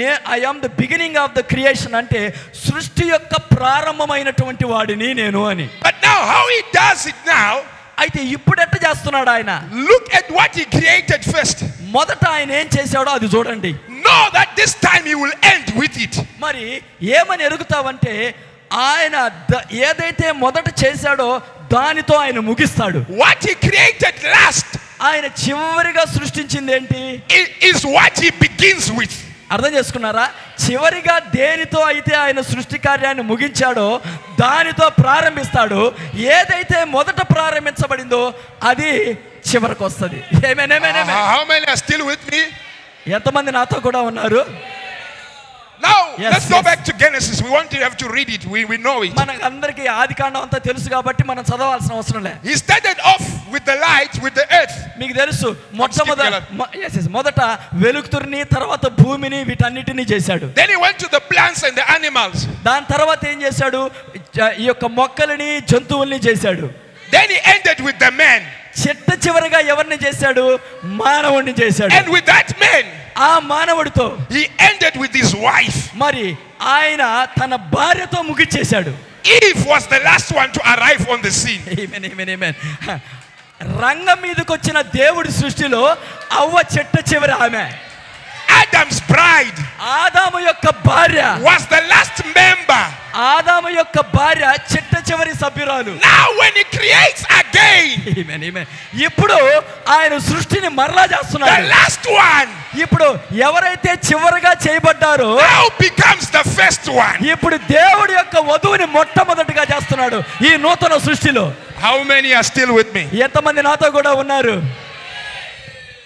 Speaker 4: నే I am the beginning of the creation అంటే సృష్టి యొక్క ప్రారంభమైనటువంటి వాడిని నేను అని
Speaker 2: But now how he does it now,
Speaker 4: అయితే ఇప్పుడు ఎట్ట చేస్తున్నాడు ఆయన
Speaker 2: look at what he created first.
Speaker 4: మొదట ఆయన ఏం చేశాడో అది చూడండి
Speaker 2: Know that this time he will end with it.
Speaker 4: మరి ఏమని ఎరుగుతావంటే ఆయన ద- ఏదైతే మొదట చేశాడో దానితో ఆయన ముగిస్తాడు
Speaker 2: What he created last
Speaker 4: ఆయన చివరిగా సృష్టించింది ఏంటి
Speaker 2: i- is what he begins with.
Speaker 4: అర్థం చేసుకున్నారా చివరిగా దేనితో అయితే ఆయన సృష్టి కార్యాన్ని ముగించాడో దానితో ప్రారంభిస్తాడు ఏదైతే మొదట ప్రారంభించబడిందో అది చివరికి వస్తుంది
Speaker 2: Uh, how many are still with me?
Speaker 4: ఎంతమంది నాతో కూడా ఉన్నారు
Speaker 2: Now
Speaker 4: Yes,
Speaker 2: let's go
Speaker 4: yes.
Speaker 2: back to Genesis. We won't have to read it. We, we know it.
Speaker 4: మనకు అందరికీ ఆది కాండం అంతా తెలుసు కాబట్టి మనం చదవాల్సిన అవసరం లే
Speaker 2: He started off with the light, with the earth.
Speaker 4: మీకు తెలుసు మొట్టమొద
Speaker 2: Skip
Speaker 4: మొ- yes, yes. మొదట వెలుగుతురిని తర్వాత భూమిని వీటన్నిటిని చేశాడు
Speaker 2: Then he went to the plants and the animals.
Speaker 4: దాని తర్వాత ఏం చేశాడు జ- ఈ యొక్క మొక్కలని జంతువుల్ని చేశాడు
Speaker 2: Then he ended with the man.
Speaker 4: చిట్ట చివరిగా ఎవరిని చేశాడు మానవుడిని చేశాడు
Speaker 2: And with that man,
Speaker 4: ఆ మానవుడితో
Speaker 2: he ended with his wife.
Speaker 4: మరి ఆయన తన భార్యతో ముగిచ్చేశాడు
Speaker 2: Eve was the last one to arrive on the scene.
Speaker 4: Amen, amen, amen. రంగం మీదకి వచ్చిన దేవుడి సృష్టిలో అవ్వ చెట్ట చివరి ఆమె
Speaker 2: Adam's bride
Speaker 4: ఆదాము యొక్క భార్య
Speaker 2: was the last member.
Speaker 4: ఆదాము యొక్క భార్య చిట్ట చివరి సభ్యురాలు
Speaker 2: Now, when he creates again,
Speaker 4: Amen, amen. ఇప్పుడు ఆయన సృష్టిని మరలా
Speaker 2: the
Speaker 4: చేస్తున్నాడు
Speaker 2: last one
Speaker 4: ఇప్పుడు ఎవరైతే చివరిగా చేయబడ్డారో
Speaker 2: now becomes the first one.
Speaker 4: ఇప్పుడు దేవుడి యొక్క వధువుని మొట్టమొదటిగా చేస్తున్నాడు ఈ నూతన సృష్టిలో
Speaker 2: How many are still with me?
Speaker 4: ఎంతమంది నాతో కూడా ఉన్నారు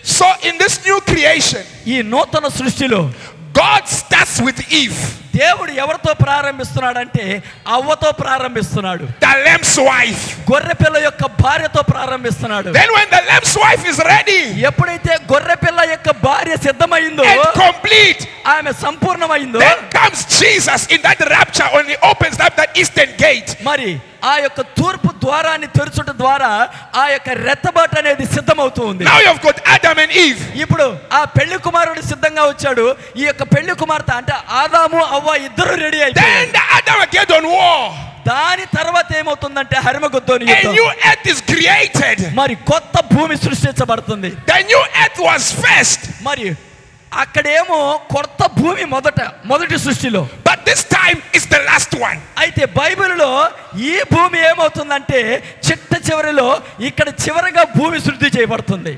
Speaker 2: So, in this new creation,
Speaker 4: ఈ నూతన సృష్టిలో
Speaker 2: God starts with Eve,
Speaker 4: దేవుడు ఎవరితో ప్రారంభిస్తున్నాడంటే అవ్వతో ప్రారంభిస్తున్నాడు
Speaker 2: the lamb's wife.
Speaker 4: గొర్రెపిల్ల యొక్క భార్యతో ప్రారంభిస్తున్నాడు
Speaker 2: Then, when the lamb's wife is ready
Speaker 4: ఎప్పుడైతే గొర్రెపిల్ల యొక్క భార్య సిద్ధమైందో
Speaker 2: and complete,
Speaker 4: ఆమె సంపూర్ణమైందో
Speaker 2: then comes Jesus in that rapture when he opens up that eastern gate.
Speaker 4: మరి ఆ యొక్క తూర్పు ద్వారాన్ని తెరచుట ద్వారా ఆ యొక్క రెత్తబాటు అనేది సిద్ధమవుతూ ఉంది
Speaker 2: Now, you've got Adam and Eve.
Speaker 4: ఇప్పుడు ఆ పెళ్లి కుమారుడు సిద్ధంగా వచ్చాడు ఈ యొక్క పెళ్లి కుమార్తె అంటే ఆదాము అవ్వ ఇద్దరు రెడీ అయిపోయారు
Speaker 2: Then, the Armageddon war.
Speaker 4: దాని తర్వాత ఏమవుతుందంటే హరిమగుద్దోని
Speaker 2: A
Speaker 4: యుద్ధం
Speaker 2: new earth is created.
Speaker 4: మరి కొత్త భూమి సృష్టించబడుతుంది
Speaker 2: The new earth was first.
Speaker 4: మరి అక్కడేమో కొత్త భూమి మొదట మొదటి సృష్టిలో
Speaker 2: But this time is the last one.
Speaker 4: అయితే బైబిల్లో ఈ భూమి ఏమవుతుందంటే చిట్ట చివరిలో ఇక్కడ చివరిగా భూమి శుద్ధి చేయబడుతుంది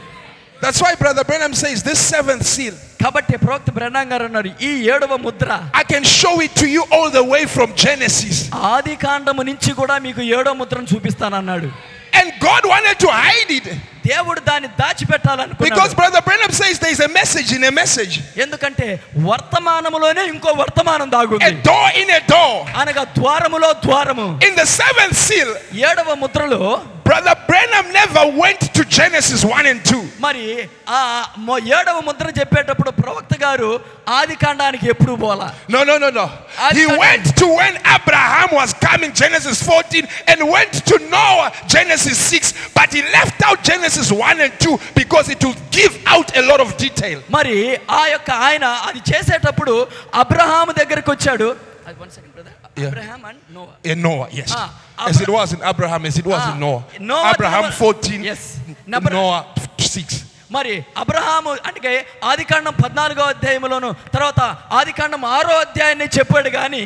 Speaker 2: That's why Brother Branham says this seventh seal,
Speaker 4: కాబట్టి ప్రవక్త బ్రహ్నాం గారు అన్నారు ఈ ఏడవ Mudra
Speaker 2: I can show it to you all the way from Genesis.
Speaker 4: ఆది కాండము నుంచి కూడా మీకు ఏడో ముద్రను చూపిస్తానన్నాడు
Speaker 2: And God wanted to hide it
Speaker 4: దేవుడు దాన్ని
Speaker 2: because
Speaker 4: దాచిపెట్టాలనుకున్నాడు
Speaker 2: Brother Branham says there's a message in a message,
Speaker 4: ఎందుకంటే వర్తమానములోనే ఇంకో వర్తమానం దాగుంది
Speaker 2: a door in a door.
Speaker 4: అనగా ద్వారములో ద్వారము
Speaker 2: In the seventh seal,
Speaker 4: ఏడవ ముద్రలో
Speaker 2: Brother Branham never went to Genesis 1 and 2.
Speaker 4: మరి ఆ మొ- ఏడవ ముద్ర చెప్పేటప్పుడు ప్రవక్త గారు ఆది కాండానికి ఎప్పుడు పోలా
Speaker 2: No, no, no, no.
Speaker 4: I
Speaker 2: He
Speaker 4: thought-
Speaker 2: went to when Abraham was coming, Genesis 14, and went to Noah, Genesis 6, but he left out Genesis 1 and 2 because it would give out a lot of detail.
Speaker 4: మరి ఆ యొక్క ఆయన అది చేసేటప్పుడు అబ్రహాము దగ్గరికి వచ్చాడు అది one second, brother.
Speaker 2: Yeah.
Speaker 4: Abraham and Noah.
Speaker 2: In Noah, yes.
Speaker 4: Ah,
Speaker 2: as it
Speaker 4: Abra-
Speaker 2: was in Abraham, as it was
Speaker 4: Ah,
Speaker 2: in Noah.
Speaker 4: Noah,
Speaker 2: Abraham
Speaker 4: Noah-
Speaker 2: 14,
Speaker 4: Yes. Number-
Speaker 2: Noah 6.
Speaker 4: మరి అబ్రహాము అంటే ఆదికాండం పద్నాలుగో అధ్యాయంలోను తర్వాత ఆదికాండం ఆరో అధ్యాయాన్ని చెప్పాడు కానీ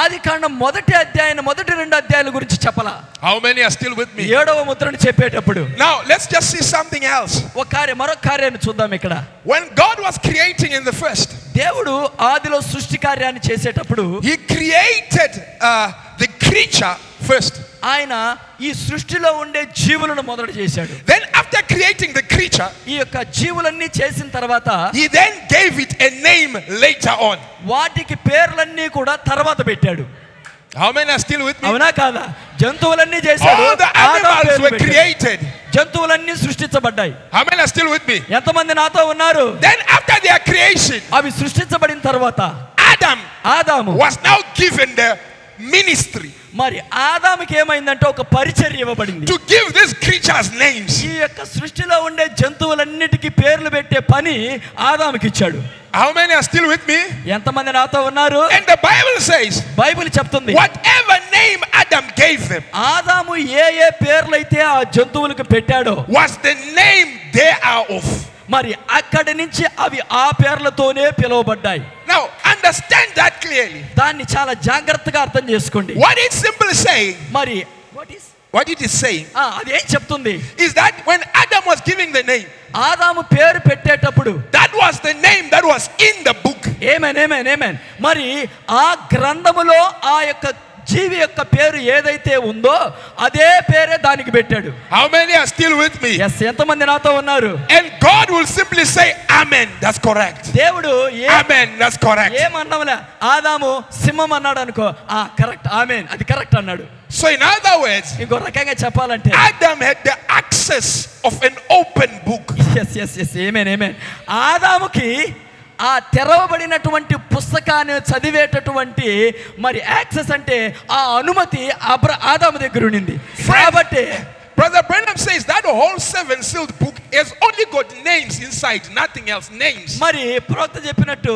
Speaker 4: ఆదికాండం మొదటి అధ్యాయం మొదటి రెండు అధ్యాయాల గురించి చెప్పలా
Speaker 2: How many are still with me?
Speaker 4: ఏడవ ముద్రను చెప్పేటప్పుడు
Speaker 2: Now, let's just see something else.
Speaker 4: ఒక కార్యం మరొక కార్యాన్ని చూద్దాం ఇక్కడ
Speaker 2: When God was creating in the first,
Speaker 4: దేవుడు ఆదిలో సృష్టి కార్యాన్ని చేసేటప్పుడు
Speaker 2: He created uh, the creature first.
Speaker 4: ఆయన ఈ సృష్టిలో ఉండే జీవులను మొదట చేశాడు
Speaker 2: Then, after creating the creature,
Speaker 4: ఈ యొక్క జీవులన్నీ చేసిన తర్వాత
Speaker 2: He then gave it a name later on.
Speaker 4: వాటికి పేర్లన్నీ కూడా తర్వాత పెట్టాడు
Speaker 2: How many are still with me?
Speaker 4: అవునా కాదా జంతువులన్నీ చేశాడు
Speaker 2: All the
Speaker 4: ఆదాం
Speaker 2: animals
Speaker 4: పేరు
Speaker 2: were
Speaker 4: పెట్టాడు.
Speaker 2: created.
Speaker 4: జంతువులన్నీ సృష్టించబడ్డాయి
Speaker 2: How many are still with me?
Speaker 4: ఎంతమంది నాతో ఉన్నారు
Speaker 2: Then, after their creation,
Speaker 4: అవి సృష్టించబడిన తర్వాత
Speaker 2: Adam
Speaker 4: ఆదాము
Speaker 2: was now given the ministry
Speaker 4: మరి ఆదాముకి ఏమైందంటే ఒక పరిచర్య ఇవ్వబడింది
Speaker 2: to give these creatures names.
Speaker 4: ఈ యొక్క సృష్టిలో ఉండే జంతువులన్నిటికీ పేర్లు పెట్టే పని ఆదాముకి ఇచ్చాడు
Speaker 2: How many are still with me?
Speaker 4: ఎంతమంది నాతో ఉన్నారు
Speaker 2: And the Bible says,
Speaker 4: Bible చెప్తుంది
Speaker 2: whatever name Adam gave them
Speaker 4: ఆదాము ఏ ఏ పేర్లైతే ఆ జంతువులకు పెట్టాడో
Speaker 2: was the name they are of.
Speaker 4: మరి అక్కడి నుంచి అవి ఆ పేర్లతోనే పిలువబడ్డాయి
Speaker 2: Now, understand that clearly.
Speaker 4: దాన్ని చాలా జాగ్రత్తగా అర్థం చేసుకోండి
Speaker 2: What it's simply saying,
Speaker 4: మరి
Speaker 2: what it is saying,
Speaker 4: ఆ, అది ఏం చెప్తుంది
Speaker 2: is that when Adam was giving the name,
Speaker 4: ఆదాము పేరు పెట్టేటప్పుడు
Speaker 2: That was the name that was in the book.
Speaker 4: Amen amen amen మరి ఆ గ్రంథములో ఆ యొక్క జీవి యొక్క పేరు ఏదైతే ఉందో అదే పేరే దానికి పెట్టాడు
Speaker 2: How many are still with me?
Speaker 4: Yes ఎంతమంది నాతో ఉన్నారు
Speaker 2: And God will simply say, Amen. That's correct.
Speaker 4: దేవుడు ఏ
Speaker 2: Amen. That's correct.
Speaker 4: ఏమన్నావులే ఆదాము సింహం అన్నాడు అనుకో ఆ కరెక్ట్ ఆమెన్ అది కరెక్ట్ అన్నాడు
Speaker 2: So, in other words,
Speaker 4: ఇంకో రకంగా చెప్పాలంటే
Speaker 2: Adam had the access of an open book.
Speaker 4: <laughs> Yes yes yes amen amen ఆదాముకి ఆ తెరవబడినటువంటి పుస్తకాన్ని చదివేటటువంటి మరి యాక్సెస్ అంటే ఆ అనుమతి అబ్ర ఆదాము దగ్గర ఉండింది
Speaker 2: Friend.
Speaker 4: కాబట్టి
Speaker 2: Brother Branham says that the whole seven sealed book has only got names inside, nothing else. Names.
Speaker 4: మరి ప్రవక్త చెప్పినట్టు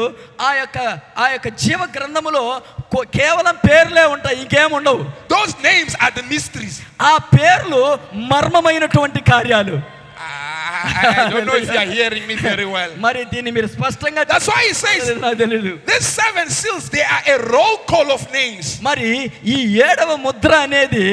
Speaker 4: ఆ యొక్క ఆ యొక్క జీవ గ్రంథములో కో- కేవలం పేర్లే ఉంటాయి ఇంకేం ఉండవు
Speaker 2: Those names are the mysteries.
Speaker 4: ఆ పేర్లు మర్మమైనటువంటి కార్యాలు
Speaker 2: Ah, I, I- I don't know if you are hearing me very well.
Speaker 4: మరి దీన్ని మీరు స్పష్టంగా
Speaker 2: That's why he says
Speaker 4: తెలియదు, నాకు తెలియదు
Speaker 2: these seven seals, they are a roll call of names.
Speaker 4: మరి ఈ ఏడవ ముద్ర అనేది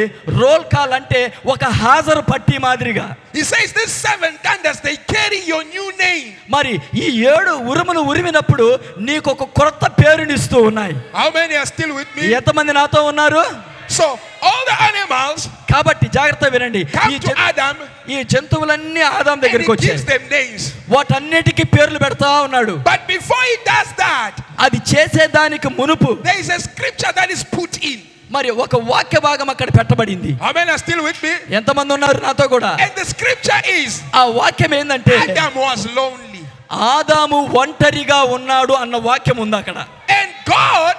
Speaker 4: రోల్ కాల్ అంటే ఒక హాజరు పట్టి మాదిరిగా
Speaker 2: He says these seven thunders, they carry your new name.
Speaker 4: మరి ఈ ఏడు ఉరుములు ఉరిమినప్పుడు నీకు ఒక కొత్త పేరునిస్తూ ఉన్నాయి
Speaker 2: How many are still with me?
Speaker 4: ఎంతమంది నాతో ఉన్నారు
Speaker 2: So all the animals
Speaker 4: కాబట్టి జాగ్రత్త వినండి ఈ
Speaker 2: come to
Speaker 4: జన్-
Speaker 2: Adam
Speaker 4: ఈ జంతువులన్నీ ఆదాం
Speaker 2: and
Speaker 4: దగ్గరికి
Speaker 2: he
Speaker 4: వచ్చాయి
Speaker 2: gives them names.
Speaker 4: వాటన్నిటికీ పేర్లు పెడతా ఉన్నాడు
Speaker 2: But before he does that,
Speaker 4: అది చేసేదానికి మునుపు
Speaker 2: there is a scripture that is put in.
Speaker 4: మరి ఒక వాక్య భాగం అక్కడ పెట్టబడింది
Speaker 2: How many are still with me?
Speaker 4: ఎంతమంది ఉన్నారు నాతో కూడా
Speaker 2: And the scripture is
Speaker 4: ఆ వాక్యం ఏంటంటే
Speaker 2: Adam was lonely.
Speaker 4: ఆదాము ఒంటరిగా ఉన్నాడు అన్న వాక్యం ఉంది అక్కడ
Speaker 2: And God,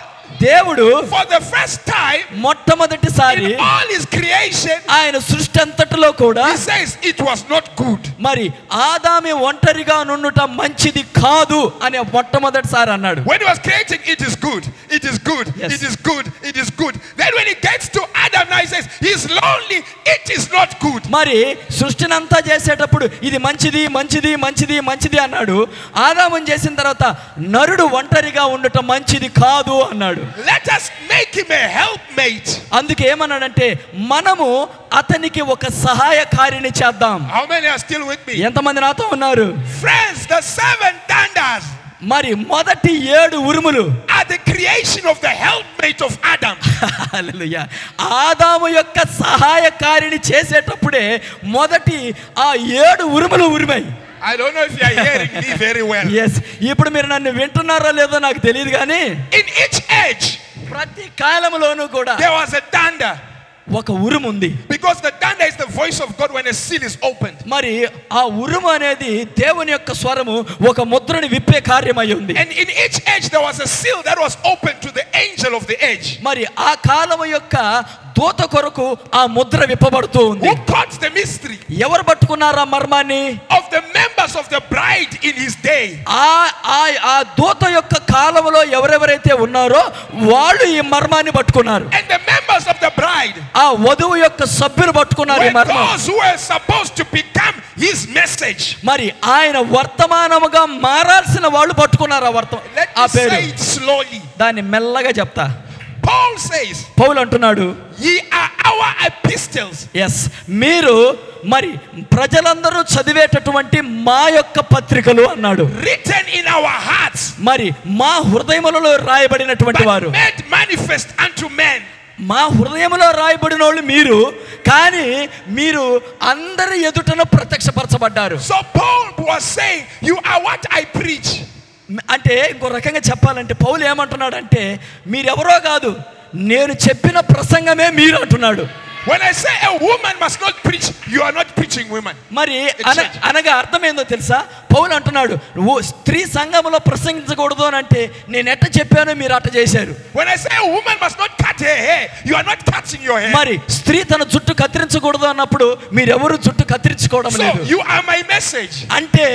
Speaker 4: దేవుడు
Speaker 2: for the first time
Speaker 4: మొట్టమొదటిసారి
Speaker 2: in all his creation,
Speaker 4: ఆయన సృష్టి అంతటిలో కూడా
Speaker 2: he says it was not good.
Speaker 4: మరి ఆదామి ఒంటరిగా నుండుట మంచిది కాదు అనే మొట్టమొదటిసారి అన్నాడు
Speaker 2: When he was creating, it is good, it is good,
Speaker 4: Yes.
Speaker 2: it is good, it is good. Then when he gets to Adam, now he says, he's lonely, it is not good.
Speaker 4: మరి సృష్టినంతా చేసేటప్పుడు ఇది మంచిది మంచిది మంచిది మంచిది అన్నాడు ఆదామం చేసిన తర్వాత నరుడు ఒంటరిగా ఉండటం మంచిది కాదు అన్నాడు
Speaker 2: Let us make him a helpmate.
Speaker 4: అందుకే ఏమన్నాడంటే మనము అతనికి ఒక సహాయకారిని చేద్దాం
Speaker 2: How many are still with me?
Speaker 4: ఎంతమంది నాతో ఉన్నారు
Speaker 2: Friends, the seven thunders
Speaker 4: మరి మొదటి ఏడు ఉరుములు
Speaker 2: are the creation of the helpmate of Adam.
Speaker 4: హల్లెలూయా. ఆదాము యొక్క సహాయకారిని చేసేటప్పుడే మొదటి ఆ ఏడు ఉరుములు ఉరిమాయి
Speaker 2: I don't know if you are hearing me very well.
Speaker 4: Yes ఇప్పుడు మీరు నన్ను వింటున్నారో లేదో నాకు తెలియదు కానీ
Speaker 2: In each age,
Speaker 4: ప్రతి కాలంలోనూ కూడా
Speaker 2: there was a thunder
Speaker 4: ఒక ఉరుము ఉంది
Speaker 2: because the thunder is the voice of God when a seal is opened.
Speaker 4: మరి ఆ ఉరుము అనేది దేవుని యొక్క స్వరము ఒక ముద్రని విప్పే కార్యమై ఉంది
Speaker 2: And in each age, there was a seal that was opened to the angel of the age
Speaker 4: మరి ఆ కాలము యొక్క దూత కొరకు ఆ ముద్ర విప్పబడుతూ ఉంది
Speaker 2: who caught the mystery
Speaker 4: ఎవరు పట్టుకున్నారా మర్మాన్ని
Speaker 2: of the members of the bride in his day.
Speaker 4: ఆ ఆ- ఆ దూత యొక్క కాలంలో ఎవరెవరైతే ఉన్నారో వాళ్ళు ఈ మర్మాన్ని పట్టుకున్నారు
Speaker 2: And the members of the bride
Speaker 4: ఆ వధువు యొక్క సభ్యులు పట్టుకున్నారు ఈ
Speaker 2: were
Speaker 4: మర్మం
Speaker 2: those who were supposed to become his message.
Speaker 4: మరి ఆయన వర్తమానముగా మారాల్సిన వాళ్ళు పట్టుకున్నారు ఆ వర్తం
Speaker 2: Let
Speaker 4: ఆ
Speaker 2: me
Speaker 4: పేరు
Speaker 2: say it slowly.
Speaker 4: దాన్ని మెల్లగా చెప్తా
Speaker 2: Paul says,
Speaker 4: పౌలు అంటున్నాడు
Speaker 2: Ye are our epistles,
Speaker 4: yes మీరు మరి ప్రజలందరూ చదివేటటువంటి మా యొక్క పత్రికలు అన్నాడు
Speaker 2: written in our hearts,
Speaker 4: మరి మా హృదయములలో రాయబడినటువంటి
Speaker 2: but
Speaker 4: వారు
Speaker 2: made manifest unto men.
Speaker 4: మా హృదయంలో రాయబడిన వాళ్ళు మీరు కానీ మీరు అందరి ఎదుటను ప్రత్యక్షపరచబడ్డారు
Speaker 2: So Paul was saying, You are what I preach.
Speaker 4: అంటే ఇంకో రకంగా చెప్పాలంటే పౌలు ఏమంటున్నాడంటే మీరెవరో కాదు నేను చెప్పిన ప్రసంగమే మీరు అంటున్నాడు
Speaker 2: When I say a woman must not preach, you are not preaching women.
Speaker 4: మరి అన అనగా అర్థమైందో తెలుసా పౌలు అంటున్నాడు నువ్వు స్త్రీ సంఘంలో ప్రసంగించకూడదు అని అంటే నేను ఎట్ట చెప్పానో మీరు అట్ట చేశారు
Speaker 2: When I say a woman must not cut her hair, you are not cutting your hair.
Speaker 4: మరి స్త్రీ తన జుట్టు కత్తిరించకూడదు అన్నప్పుడు మీరెవరు జుట్టు కత్తిరించుకోవడం
Speaker 2: So
Speaker 4: లేదు
Speaker 2: you are my message.
Speaker 4: అంటే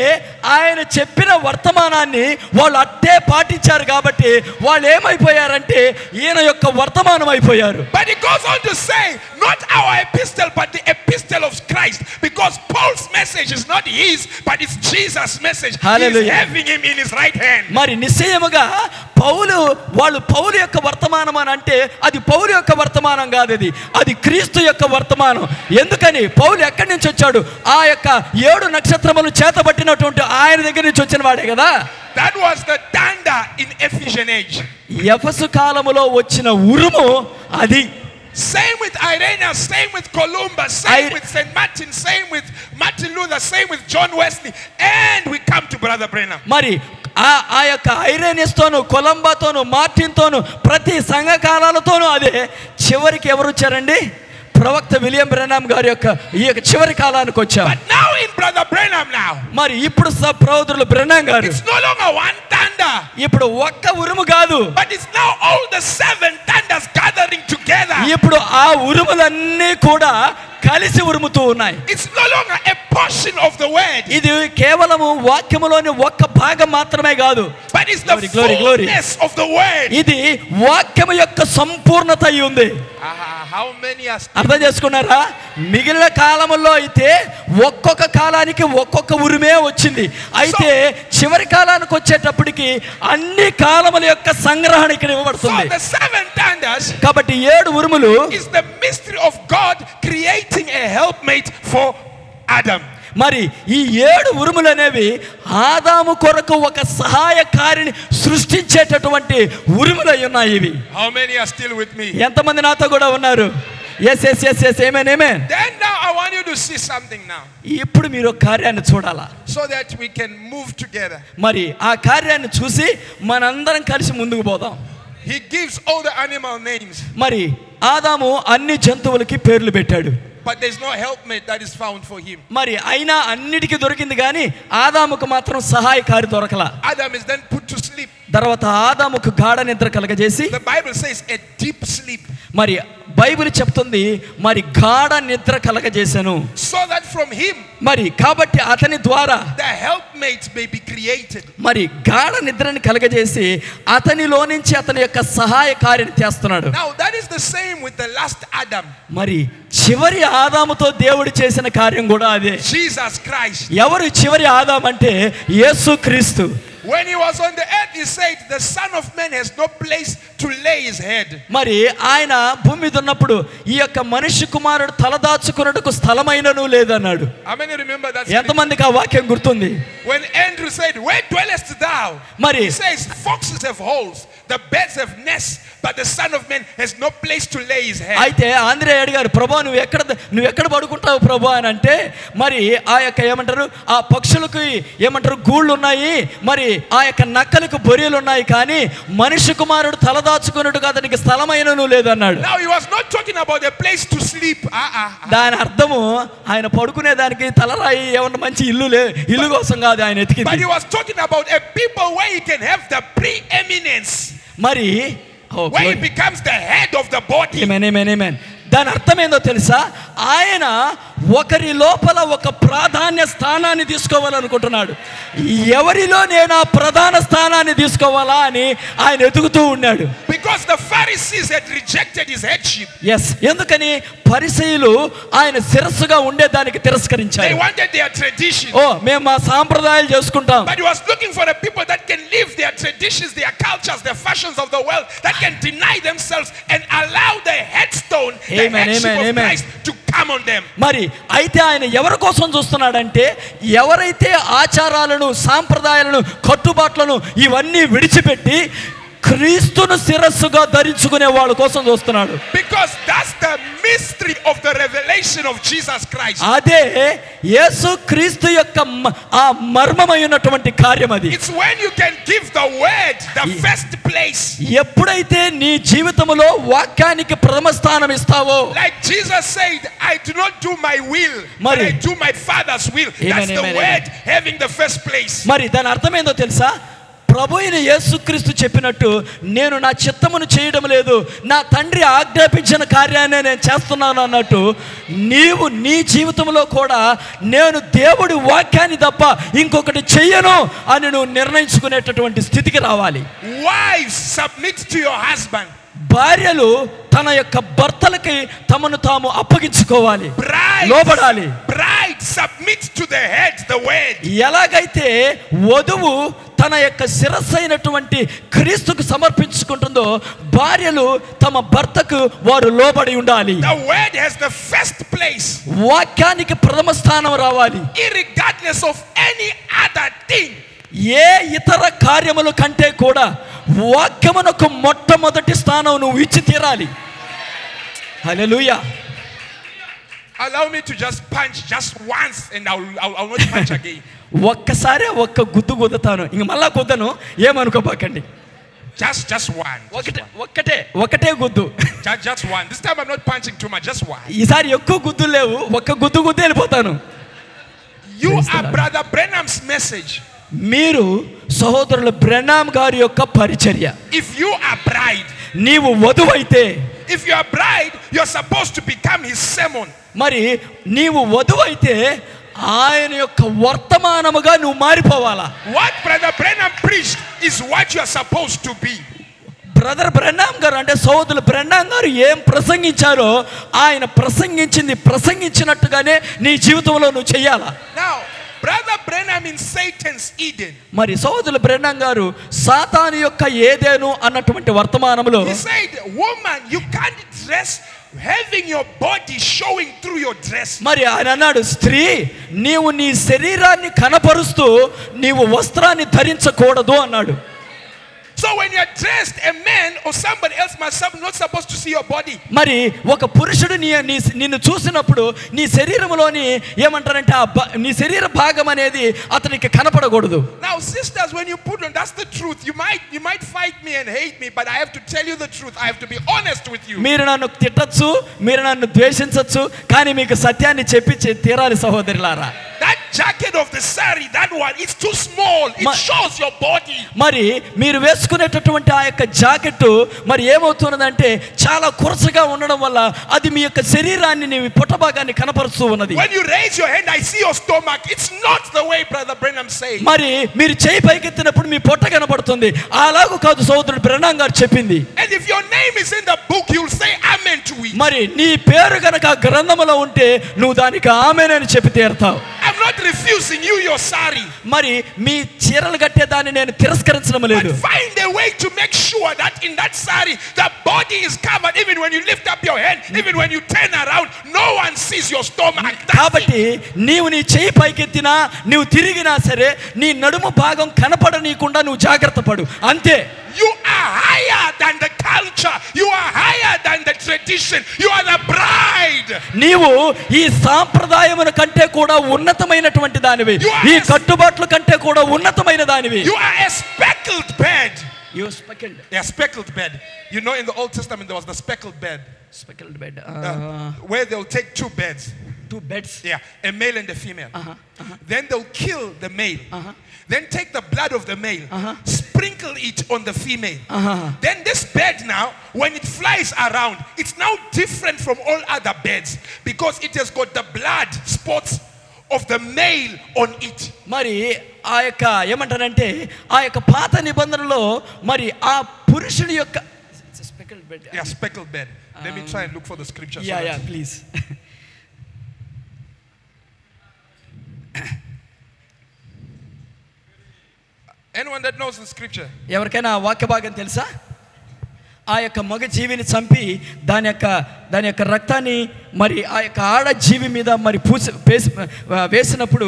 Speaker 4: ఆయన చెప్పిన వర్తమానాన్ని వాళ్ళు అట్టే పాటించారు కాబట్టి వాళ్ళు ఏమైపోయారంటే ఈయన యొక్క వర్తమానం అయిపోయారు
Speaker 2: But he goes on to say, not our epistle, but the epistle of Christ. Because Paul's message is not his, but it's Jesus' message. He's
Speaker 4: Hallelujah.
Speaker 2: having him in his right hand.
Speaker 4: మరి నిశ్చయముగా పౌలు వాళ్ళు పౌలు యొక్క వర్తమానం అని అంటే అది పౌలు యొక్క వర్తమానం కాదు అది అది క్రీస్తు యొక్క వర్తమానం ఎందుకని పౌలు ఎక్కడి నుంచి వచ్చాడు ఆ యొక్క ఏడు నక్షత్రములు చేతబట్టినటువంటి ఆయన దగ్గర నుంచి వచ్చిన వాడే కదా
Speaker 2: That was the thunder in Ephesian age.
Speaker 4: ఎఫసు కాలములో వచ్చిన ఉరుము అది
Speaker 2: Same with Irena, same with Columbus, same
Speaker 4: I-
Speaker 2: with St. Martin, same with Martin Luther, same with John Wesley. And we come to Brother Brenham.
Speaker 4: మరి ఆ ఆ యొక్క ఐరేనిస్తోను కొలంబాతోను మార్టిన్తోను ప్రతి సంఘకాలాలతోనూ అదే చివరికి ఎవరు వచ్చారండి ప్రవక్త విలియం బ్రెనామ్ గారి యొక్క ఈ యొక్క చివరి కాలానికి వచ్చారు
Speaker 2: But now in Brother Brenham now,
Speaker 4: మరి ఇప్పుడు స- ప్రవోదరులు బ్రెనామ్ గారు
Speaker 2: it's no longer one thunder,
Speaker 4: ఇప్పుడు ఒక్క ఉరుము కాదు
Speaker 2: but it's now all the seven thunders gathering together.
Speaker 4: ఇప్పుడు ఆ ఉరుములన్నీ కూడా కలిసి ఉరుముతూ ఉన్నాయి
Speaker 2: It's no longer a portion of the word,
Speaker 4: ఇది కేవలము వాక్యములోని ఒక్క భాగం మాత్రమే కాదు
Speaker 2: but it's the
Speaker 4: Glory, glory, glory.
Speaker 2: fullness of the word.
Speaker 4: ఇది వాక్యము యొక్క సంపూర్ణత అయి ఉంది
Speaker 2: Ah, how many are still?
Speaker 4: అర్థం చేసుకున్నారా మిగిలిన కాలంలో అయితే ఒక్కొక్క కాలానికి ఒక్కొక్క ఉరిమే వచ్చింది అయితే చివరి కాలానికి వచ్చేటప్పటికి అన్ని కాలముల యొక్క సంగ్రహణ ఇక్కడ
Speaker 2: So
Speaker 4: ఇవ్వబడుతుంది
Speaker 2: the seven thunders
Speaker 4: కాబట్టి ఏడు ఉరుములు
Speaker 2: is the mystery of God creating a helpmate for Adam.
Speaker 4: మరి ఈ ఏడు ఉరుములు అనేవి ఆదాము కొరకు ఒక సహాయకారిని సృష్టించేటటువంటి ఉరుములై ఉన్నాయి ఇవి
Speaker 2: How many are still with me?
Speaker 4: ఎంతమంది నాతో కూడా ఉన్నారు yes yes yes yes amen amen
Speaker 2: Then now I want you to see something now
Speaker 4: ఇప్పుడు మీరు ఒక కార్యాన్ని చూడాలా
Speaker 2: so that we can move together.
Speaker 4: మరి ఆ కార్యాన్ని చూసి మనందరం కలిసి ముందుకు పోదాం
Speaker 2: He gives all the animal names,
Speaker 4: మరి ఆదాము అన్ని జంతువులకి పేర్లు పెట్టాడు
Speaker 2: but there's no helpmate that is found for him.
Speaker 4: మరి అయినా అన్నిటికీ దొరికింది కానీ ఆదాముకు మాత్రం సహాయకారి దొరకలా
Speaker 2: Adam is then put to sleep.
Speaker 4: తర్వాత ఆదాముకు గాఢ నిద్ర కలగజేసి
Speaker 2: The Bible says a deep sleep.
Speaker 4: మరి బైబిల్ చెప్తుంది మరి గాఢ నిద్ర కలగజేశాను
Speaker 2: so that from him
Speaker 4: మరి కాబట్టి అతని ద్వారా
Speaker 2: the helpmate may be created.
Speaker 4: మరి గాఢ నిద్రని కలగజేసి అతనిలో నుంచి అతని యొక్క సహాయకారిని చేస్తున్నాడు
Speaker 2: Now, that is the same with the last Adam,
Speaker 4: మరి చివరి ఆదాముతో దేవుడు చేసిన కార్యం కూడా అదే
Speaker 2: Jesus Christ.
Speaker 4: ఎవరు చివరి ఆదాం అంటే యేసు క్రీస్తు
Speaker 2: When he was on the earth, he said, The Son of Man has no place to lay his head.
Speaker 4: మరి ఆయన భూమి మీద ఉన్నప్పుడు ఈ యొక్క మనిషి కుమారుడు తలదాచుకున్నట్టుకు స్థలమైనను లేదన్నాడు
Speaker 2: How many remember that?
Speaker 4: ఎంతమందికి ఆ వాక్యం గుర్తుంది
Speaker 2: scripture? When Andrew said, Where dwellest thou?
Speaker 4: మరి
Speaker 2: He says, Foxes have holes, the birds have nests, but the Son of Man has no place to lay his head.
Speaker 4: అయితే ఆంధ్రేయ అడిగారు ప్రభా నువ్వు ఎక్కడ నువ్వు ఎక్కడ పడుకుంటావు ప్రభా అని అంటే మరి ఆ యొక్క ఏమంటారు ఆ పక్షులకు ఏమంటారు గూళ్ళు ఉన్నాయి మరి ఆ యొక్క నక్కలకు బొరియలు ఉన్నాయి కానీ మనిషి కుమారుడు తలదాచుకున్నట్టుగా అతనికి స్థలమైనను లేదన్నాడు
Speaker 2: Now, he was not talking about a place to sleep. Uh-uh.
Speaker 4: దాని అర్థము ఆయన పడుకునే దానికి తలరాయి ఏమన్నా మంచి ఇల్లు లే ఇల్లు కోసం కాదు ఆయన
Speaker 2: But he
Speaker 4: ఎతికింది
Speaker 2: was talking about a people where he can have the preeminence,
Speaker 4: మరి ఓ,
Speaker 2: where he
Speaker 4: glory.
Speaker 2: becomes the head of the body.
Speaker 4: Amen, amen, amen. దాని అర్థమేందో తెలుసా ఆయన ఒకరి లోపల ఒక ప్రాధాన్య స్థానాన్ని తీసుకోవాలనుకుంటున్నాడు ఎవరిలో నేను ఆ ప్రధాన స్థానాన్ని తీసుకోవాలా అని ఆయన ఎదుగుతూ ఉన్నాడు
Speaker 2: Because the Pharisees had rejected his headship.
Speaker 4: Yes ఎందుకని పరిసయులు ఆయన శిరస్సుగా ఉండేదానికి
Speaker 2: They
Speaker 4: తిరస్కరించారు
Speaker 2: wanted their tradition.
Speaker 4: ఓ మేము మా సాంప్రదాయాలు చేసుకుంటాం
Speaker 2: But he was looking for a people that can live their traditions, their cultures, their fashions of the world, that can deny themselves and allow the headstone, the
Speaker 4: Amen,
Speaker 2: headship
Speaker 4: amen,
Speaker 2: of
Speaker 4: amen.
Speaker 2: Christ to come on them.
Speaker 4: మరి అయితే ఆయన ఎవరి కోసం చూస్తున్నాడంటే ఎవరైతే ఆచారాలను సాంప్రదాయాలను కట్టుబాట్లను ఇవన్నీ విడిచిపెట్టి క్రీస్తును శిరస్సుగా ధరించుకునే వాళ్ళ కోసం చూస్తున్నాడు
Speaker 2: Because that's the mystery of the revelation of Jesus Christ.
Speaker 4: అదే యేసు క్రీస్తు యొక్క మ- ఆ మర్మమైనటువంటి కార్యం అది
Speaker 2: It's when you can give the word the first place.
Speaker 4: ఎప్పుడైతే నీ జీవితంలో వాక్యానికి ప్రథమ స్థానం ఇస్తావో
Speaker 2: Like Jesus said, I do not do my will, but
Speaker 4: Mari.
Speaker 2: I do my Father's will. That's the
Speaker 4: amen,
Speaker 2: word having the first place.
Speaker 4: మరి దాని అర్థమేందో తెలుసా ప్రభు అయిన యేసుక్రీస్తు చెప్పినట్టు నేను నా చిత్తమును చేయడం లేదు నా తండ్రి ఆజ్ఞాపించిన కార్యాన్ని నేను చేస్తున్నాను అన్నట్టు నీవు నీ జీవితంలో కూడా నేను దేవుడి వాక్యాన్ని తప్ప ఇంకొకటి చెయ్యను అని నువ్వు నిర్ణయించుకునేటటువంటి స్థితికి రావాలి
Speaker 2: Wives, submit to your husband.
Speaker 4: భార్యలు తన యొక్క భర్తలకి తమను తాము అప్పగించుకోవాలి
Speaker 2: Brides,
Speaker 4: లోబడాలి
Speaker 2: bride, submit to the head, the word.
Speaker 4: ఎలాగైతే వధువు తన యొక్క శిరస్సు అయినటువంటి క్రీస్తుకు సమర్పించుకుంటుందో భార్యలు తమ భర్తకు వారు లోబడి ఉండాలి
Speaker 2: The word has the first place,
Speaker 4: వాక్యానికి ప్రథమ స్థానం రావాలి
Speaker 2: irregardless of any other thing.
Speaker 4: ఏ ఇతర కార్యముల కంటే కూడా వాక్యమునకు మొట్టమొదటి స్థానం నువ్వు ఇచ్చి తీరాలి హల్లెలూయా
Speaker 2: Allow me to just punch just once and I'll, I'll, I'll not
Speaker 4: <laughs>
Speaker 2: punch again.
Speaker 4: ఒక్కసారే ఒక్క గుద్దు గుద్దుతాను ఇంక మళ్ళా గుద్దను ఏమనుకోబాకండి
Speaker 2: Just, just one. Just
Speaker 4: ఒకటే
Speaker 2: one.
Speaker 4: ఒక్కటే ఒకటే గుద్దు
Speaker 2: Just, just one. This time I'm not punching too much, just one.
Speaker 4: ఈసారి ఎక్కువ గుద్దులు లేవు ఒక్క గుద్దు గుద్దు వెళ్ళిపోతాను
Speaker 2: You
Speaker 4: Praise the
Speaker 2: are
Speaker 4: Lord.
Speaker 2: Brother Brenham's message.
Speaker 4: మీరు సహోదరుల బ్రెనామ్ గారి యొక్క పరిచర్య
Speaker 2: If you are bride,
Speaker 4: నీవు వధువైతే
Speaker 2: if you are bride, you're supposed to become his sermon.
Speaker 4: మరి నీవు వధువైతే ఆయన యొక్క వర్తమానముగా నువ్వు మారిపోవాలా
Speaker 2: What Brother Brenham preached is what you are supposed to be.
Speaker 4: Brother Branham గారు అంటే సోదరులు బ్రెన్నామ్ గారు ఏం ప్రసంగించారో ఆయన ప్రసంగించింది ప్రసంగించినట్టుగానే నీ జీవితంలో నువ్వు చేయాలా
Speaker 2: Now, Brother Brenham in Satan's Eden,
Speaker 4: మరి సోదరులు బ్రెన్నామ్ గారు సాతాను యొక్క ఏదేను అన్నటువంటి వర్తమానంలో
Speaker 2: he said, Woman, you can't dress having your body showing through your dress.
Speaker 4: మరి ఆయన అన్నాడు స్త్రీ నీవు నీ శరీరాన్ని కనపరుస్తూ నీవు వస్త్రాన్ని ధరించకూడదు అన్నాడు
Speaker 2: So when you're dressed, a man or somebody else must some- not supposed to see your body.
Speaker 4: మరి ఒక పురుషుడు నీ నీ నిన్ను చూసినప్పుడు నీ శరీరంలోని ఏమంటారంటే ఆ భా- నీ శరీర భాగం అనేది అతనికి కనపడకూడదు
Speaker 2: Now, sisters, when you put on, that's the truth. You might you might fight me and hate me, but I have to tell you the truth. I have to be honest with you.
Speaker 4: మీరు నన్ను తిట్టచ్చు మీరు నన్ను ద్వేషించవచ్చు కానీ మీకు సత్యాన్ని చెప్పి చే- తీరాలి సహోదరులారా
Speaker 2: That jacket of the sari, that one, it's too small. It
Speaker 4: Ma-
Speaker 2: shows your body.
Speaker 4: మరి మీరు వేసుకునేటటువంటి ఆ యొక్క జాకెట్ మరి ఏమవుతున్నదంటే చాలా కురసగా ఉండడం వల్ల అది మీ యొక్క శరీరాన్ని నీ పొట్టభాగాన్ని కనపరుస్తూ ఉన్నది
Speaker 2: When you raise your hand, I see your stomach. It's not the way Brother Brenham says.
Speaker 4: మరి మీరు చేయి పైకెత్తినప్పుడు మీ పొట్ట కనబడుతుంది అలాగూ కాదు సోదరుడు ప్రణాం గారు చెప్పింది
Speaker 2: and if your name is in the book, you'll say amen to it.
Speaker 4: మరి నీ పేరు గనక ఆ గ్రంథములో ఉంటే నువ్వు దానికి ఆమెనని చెప్పి తీరుతావు
Speaker 2: I'm not refusing you your sari.
Speaker 4: మరి మీ చీరలు కట్టే దాన్ని నేను తిరస్కరించడం
Speaker 2: But
Speaker 4: లేదు
Speaker 2: find a way to make sure that in that sari, the body is covered. Even when you lift up your hand, even when you turn around, no one sees your stomach. That's it.
Speaker 4: కాబట్టి నీవు నీ చేయి పైకెత్తినా నీవు తిరిగినా సరే నీ నడుము భాగం కనపడనీయకుండా నువ్వు జాగ్రత్త పడు అంతే
Speaker 2: You are higher than the culture. You are higher than the tradition. You are the bride.
Speaker 4: నీవు ఈ సాంప్రదాయమును కంటే కూడా ఉన్నతమైనటువంటి దానివి ఈ కట్టుబాట్ల కంటే కూడా ఉన్నతమైన దానివి
Speaker 2: You are a speckled bed.
Speaker 4: You speckled-
Speaker 2: A speckled bed. You know, in the Old Testament, there was the speckled bed
Speaker 4: speckled bed.
Speaker 2: uh,
Speaker 4: Uh,
Speaker 2: where they'll take two beds.
Speaker 4: two beds.
Speaker 2: Yeah, a male and a female. Then they'll kill the male. Then take the blood of the male, sprinkle it on the female. Then this bed now, when it flies around, it's now different from all other beds because it has got the blood spots of the male on it.
Speaker 4: మరి ఆ యొక్క ఏమంటారంటే ఆ యొక్క పాత నిబంధనలో మరి ఆ పురుషుని యొక్క
Speaker 2: Yeah, speckled bed. Let me try and look for the scripture. so
Speaker 4: yeah
Speaker 2: that-
Speaker 4: yeah please
Speaker 2: Anyone that knows the scripture?
Speaker 4: ఎవరికైనా ఆ వాక్య భాగం తెలుసా ఆ యొక్క మగ జీవిని చంపి దాని యొక్క దాని యొక్క రక్తాన్ని మరి ఆ యొక్క ఆడ జీవి మీద మరి పూసి వేసి వేసినప్పుడు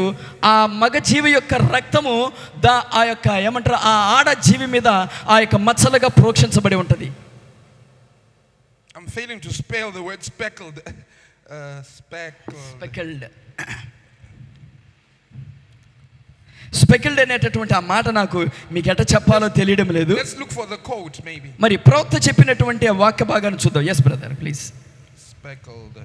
Speaker 4: ఆ మగ జీవి యొక్క రక్తము దా ఆ యొక్క ఏమంటారు ఆ ఆడ జీవి మీద ఆ యొక్క మచ్చలుగా ప్రోక్షించబడి ఉంటుంది
Speaker 2: I'm failing to spell the word speckled. <laughs> Uh, speckled.
Speaker 4: స్పెకల్డ్ స్పెకల్డ్ అనేటటువంటి ఆ మాట నాకు మీకు ఎట చెప్పాలో తెలియడం లేదు
Speaker 2: Let's look for the code, maybe.
Speaker 4: మరి ప్రవక్త చెప్పినటువంటి ఆ వాక్య భాగాన్ని చూద్దాం yes brother please
Speaker 2: Speckled.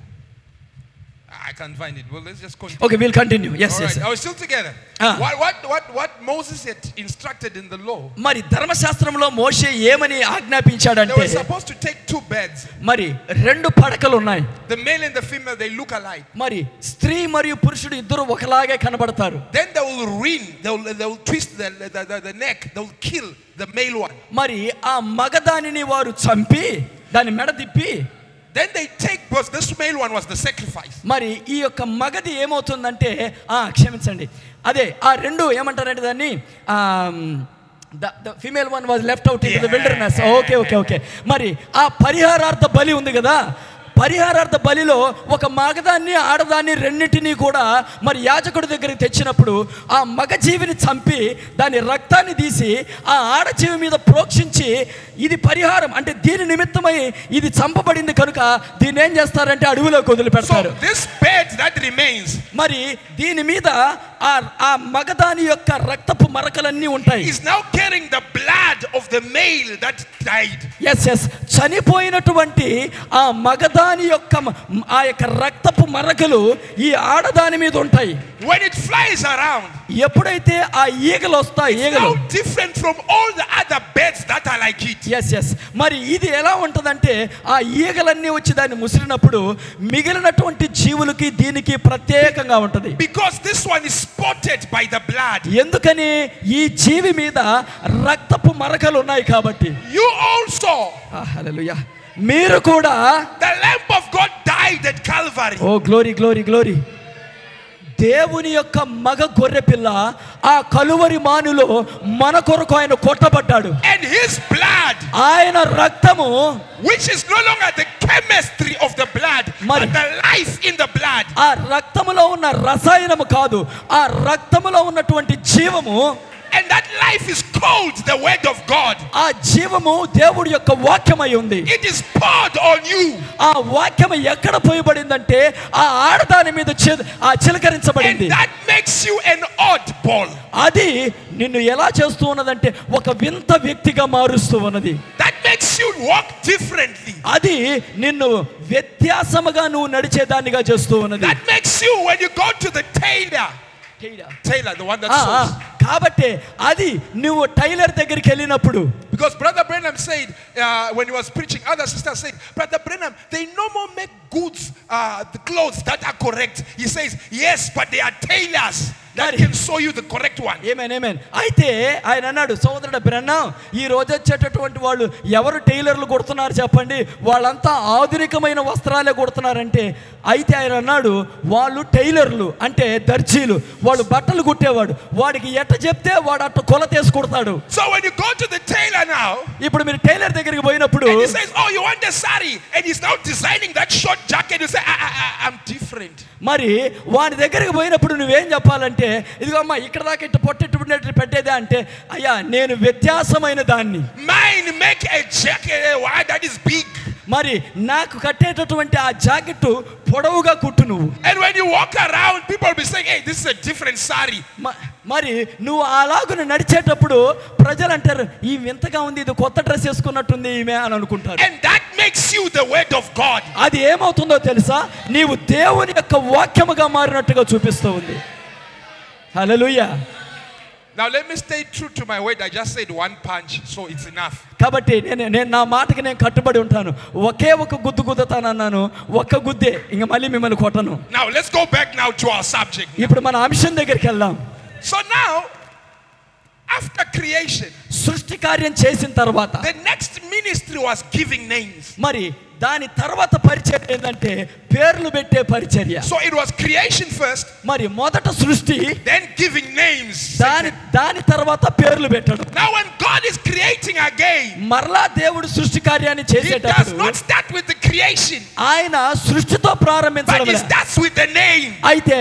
Speaker 2: I can't find it. Well, let's just continue.
Speaker 4: Okay will continue yes
Speaker 2: All right.
Speaker 4: Yes
Speaker 2: Are we still together?
Speaker 4: Ah.
Speaker 2: What, what, what, what Moses had instructed in the law,
Speaker 4: మరి ధర్మశాస్త్రంలో మోషే ఏమని
Speaker 2: they
Speaker 4: ఆజ్ఞాపించాడంటే
Speaker 2: were supposed to take two beds.
Speaker 4: మరి రెండు పడకలు ఉన్నాయి
Speaker 2: The male and the female, they look alike.
Speaker 4: మరి స్త్రీ మరియు పురుషుడు ఇద్దరు ఒకలాగే కనబడతారు
Speaker 2: Then they will ring, they will, they will twist the, the, the, the neck, they will kill the male one.
Speaker 4: మరి ఆ మగదానిని వారు చంపి దాని మెడ తిప్పి
Speaker 2: Then they take, because this male one was the sacrifice.
Speaker 4: మరి ఈ యొక్క మగది ఏమవుతుందంటే ఆ, క్షమించండి అదే ఆ రెండు ఏమంటారంటే దాన్ని the female one was left out in the wilderness okay okay okay మరి ఆ పరిహారార్థ బలి ఉంది కదా పరిహారార్థ బలిలో ఒక మగదాన్ని ఆడదాన్ని రెండింటినీ కూడా మరి యాజకుడి దగ్గరికి తెచ్చినప్పుడు ఆ మగ జీవిని చంపి దాని రక్తాన్ని తీసి ఆ ఆడజీవి మీద ప్రోక్షించి ఇది పరిహారం అంటే దీని నిమిత్తమై ఇది చంపబడింది కనుక దీన్ని ఏం చేస్తారంటే అడవిలోకి
Speaker 2: So
Speaker 4: వదిలిపెడతారు
Speaker 2: this bed that remains
Speaker 4: మరి దీని మీద ఆ ఆ మగదాని యొక్క రక్తపు మరకలన్నీ ఉంటాయి
Speaker 2: is now carrying the blood of the male that died.
Speaker 4: Yes yes చనిపోయినటువంటి ఆ మగదాని యొక్క మ- ఆ యొక్క రక్తపు మరకలు ఈ ఆడదాని మీద ఉంటాయి
Speaker 2: When it flies around,
Speaker 4: ఎప్పుడైతే ఆ ఈగలు వస్తాయి ఈగలు
Speaker 2: how different from all the other beds that are like it.
Speaker 4: Yes yes మరి ఇది ఎలా ఉంటుందంటే ఆ ఈగలన్నీ వచ్చి దాన్ని ముసిరినప్పుడు మిగిలినటువంటి జీవులకి దీనికి ప్రత్యేకంగా ఉంటుంది
Speaker 2: Because this one is spotted by the blood.
Speaker 4: ఎందుకని ఈ జీవి మీద రక్తపు మరకలు ఉన్నాయి కాబట్టి
Speaker 2: You also,
Speaker 4: ఆ, హల్లెలూయా మీరు కూడా
Speaker 2: the Lamb of God died at Calvary.
Speaker 4: Oh glory glory glory దేవుని యొక్క మగ గొర్రెపిల్ల ఆ కలువరి మానులో మన కొరకు ఆయన కొట్టబడ్డాడు
Speaker 2: And his blood,
Speaker 4: ఆయన రక్తము
Speaker 2: which is no longer the chemistry of the blood,
Speaker 4: Mari.
Speaker 2: but the life in the blood,
Speaker 4: ఆ రక్తములో ఉన్న రసాయనము కాదు ఆ రక్తములో ఉన్నటువంటి జీవము
Speaker 2: and that life is called the Word of God.
Speaker 4: ఆ జీవము దేవుడి యొక్క వాక్యమై ఉంది
Speaker 2: It is poured on you.
Speaker 4: ఆ వాక్యం ఎక్కడ పోయబడిందంటే ఆ ఆడదాని మీద చి- ఆ
Speaker 2: And
Speaker 4: చిలకరించబడింది
Speaker 2: that makes you an oddball.
Speaker 4: అది నిన్ను ఎలా చేస్తూ ఉన్నదంటే ఒక వింత వ్యక్తిగా మారుస్తూ ఉన్నది
Speaker 2: That makes you walk differently.
Speaker 4: అది నిన్ను వ్యత్యాసముగా నువ్వు నడిచేదానిగా చేస్తూ ఉన్నది
Speaker 2: That makes you, when you go to the tailor,
Speaker 4: Keira.
Speaker 2: Taylor, the one that
Speaker 4: ఆ, ఆ,
Speaker 2: sows.
Speaker 4: కాబట్టి అది నువ్వు టైలర్ దగ్గరికి వెళ్ళినప్పుడు
Speaker 2: Because Brother Brenham said, uh, when he was preaching, other sisters said, Brother Brenham, they no more make goods, uh, the clothes that are correct. He says, yes, but they are tailors that
Speaker 4: Daddy.
Speaker 2: can sew you the correct one.
Speaker 4: Amen amen అయితే ఆయన అన్నాడు సోదరుడు బ్రన్నా ఈ రోజు వచ్చేటటువంటి వాళ్ళు ఎవరు టైలర్లు కుడుతున్నారు చెప్పండి వాళ్ళంతా ఆధునికమైన వస్త్రాలే కుడుతున్నారంటే అయితే ఆయన అన్నాడు వాళ్ళు టైలర్లు అంటే దర్జీలు వాళ్ళు బట్టలు కుట్టేవాడు వాడికి ఎట్ట చెప్తే వాడు అట్ట కొలతేసి కుడతాడు
Speaker 2: So when you go to the tailor now,
Speaker 4: ఇప్పుడు మీరు టైలర్ దగ్గరికి పోయినప్పుడు
Speaker 2: and he says, oh, you want a sari, and he's now designing that short jacket, you say, I, I, I, I'm different.
Speaker 4: మరి వాడి దగ్గరికి పోయినప్పుడు నువ్వేం చెప్పాలంటే ఇదిగో అమ్మా ఇక్కడ దాకా ఇట్ట పొట్టెట్టు పెట్టేదే అంటే అయ్యా నేను వ్యత్యాసమైన దాన్ని
Speaker 2: Mine make a jacket eh, why that is big.
Speaker 4: మరి నాకు కట్టేటటువంటి ఆ జాకెట్ పొడవుగా కుట్టు నువ్వు
Speaker 2: And when you walk around, people will be saying, hey, this is a different sari.
Speaker 4: మ- మరి నువ్వు అలాగున నడిచేటప్పుడు ప్రజలు అంటారు ఈ వింతగా ఉంది ఇది కొత్త డ్రెస్ వేసుకున్నట్టుంది ఈమె అని అనుకుంటారు
Speaker 2: And that makes you the word of God.
Speaker 4: అది ఏమవుతుందో తెలుసా నీవు దేవుని యొక్క వాక్యముగా మారినట్టుగా చూపిస్తూ ఉంది హల్లెలూయా
Speaker 2: Now let me stay true to my word. I just said one punch, so it's enough.
Speaker 4: కాబట్టి నేను నేను నా మాటకి నేను కట్టుబడి ఉంటాను ఒకే ఒక గుద్దు గుద్దుతానన్నాను ఒక్క గుద్దే ఇంక మళ్ళీ మిమ్మల్ని కొట్టను
Speaker 2: Now let's go back now to our subject.
Speaker 4: ఇప్పుడు మన అంశం దగ్గరికి వెళ్దాం
Speaker 2: So now, after creation,
Speaker 4: సృష్టి కార్యం చేసిన తర్వాత
Speaker 2: the next ministry was giving names.
Speaker 4: మరి దాని తర్వాత పరిచర్య ఏంటంటే పేర్లు పెట్టే పరిచర్య
Speaker 2: So it was creation first,
Speaker 4: మరి మొదట సృష్టి
Speaker 2: then giving names.
Speaker 4: దాని దాని తర్వాత పేర్లు పెట్టడం
Speaker 2: Now when God is creating again,
Speaker 4: మరలా దేవుడు సృష్టి కార్యాన్ని
Speaker 2: He does
Speaker 4: చేసేటప్పుడు
Speaker 2: not start with the creation,
Speaker 4: ఆయన సృష్టితో
Speaker 2: but
Speaker 4: ప్రారంభించడం
Speaker 2: He
Speaker 4: లే.
Speaker 2: starts with the name.
Speaker 4: అయితే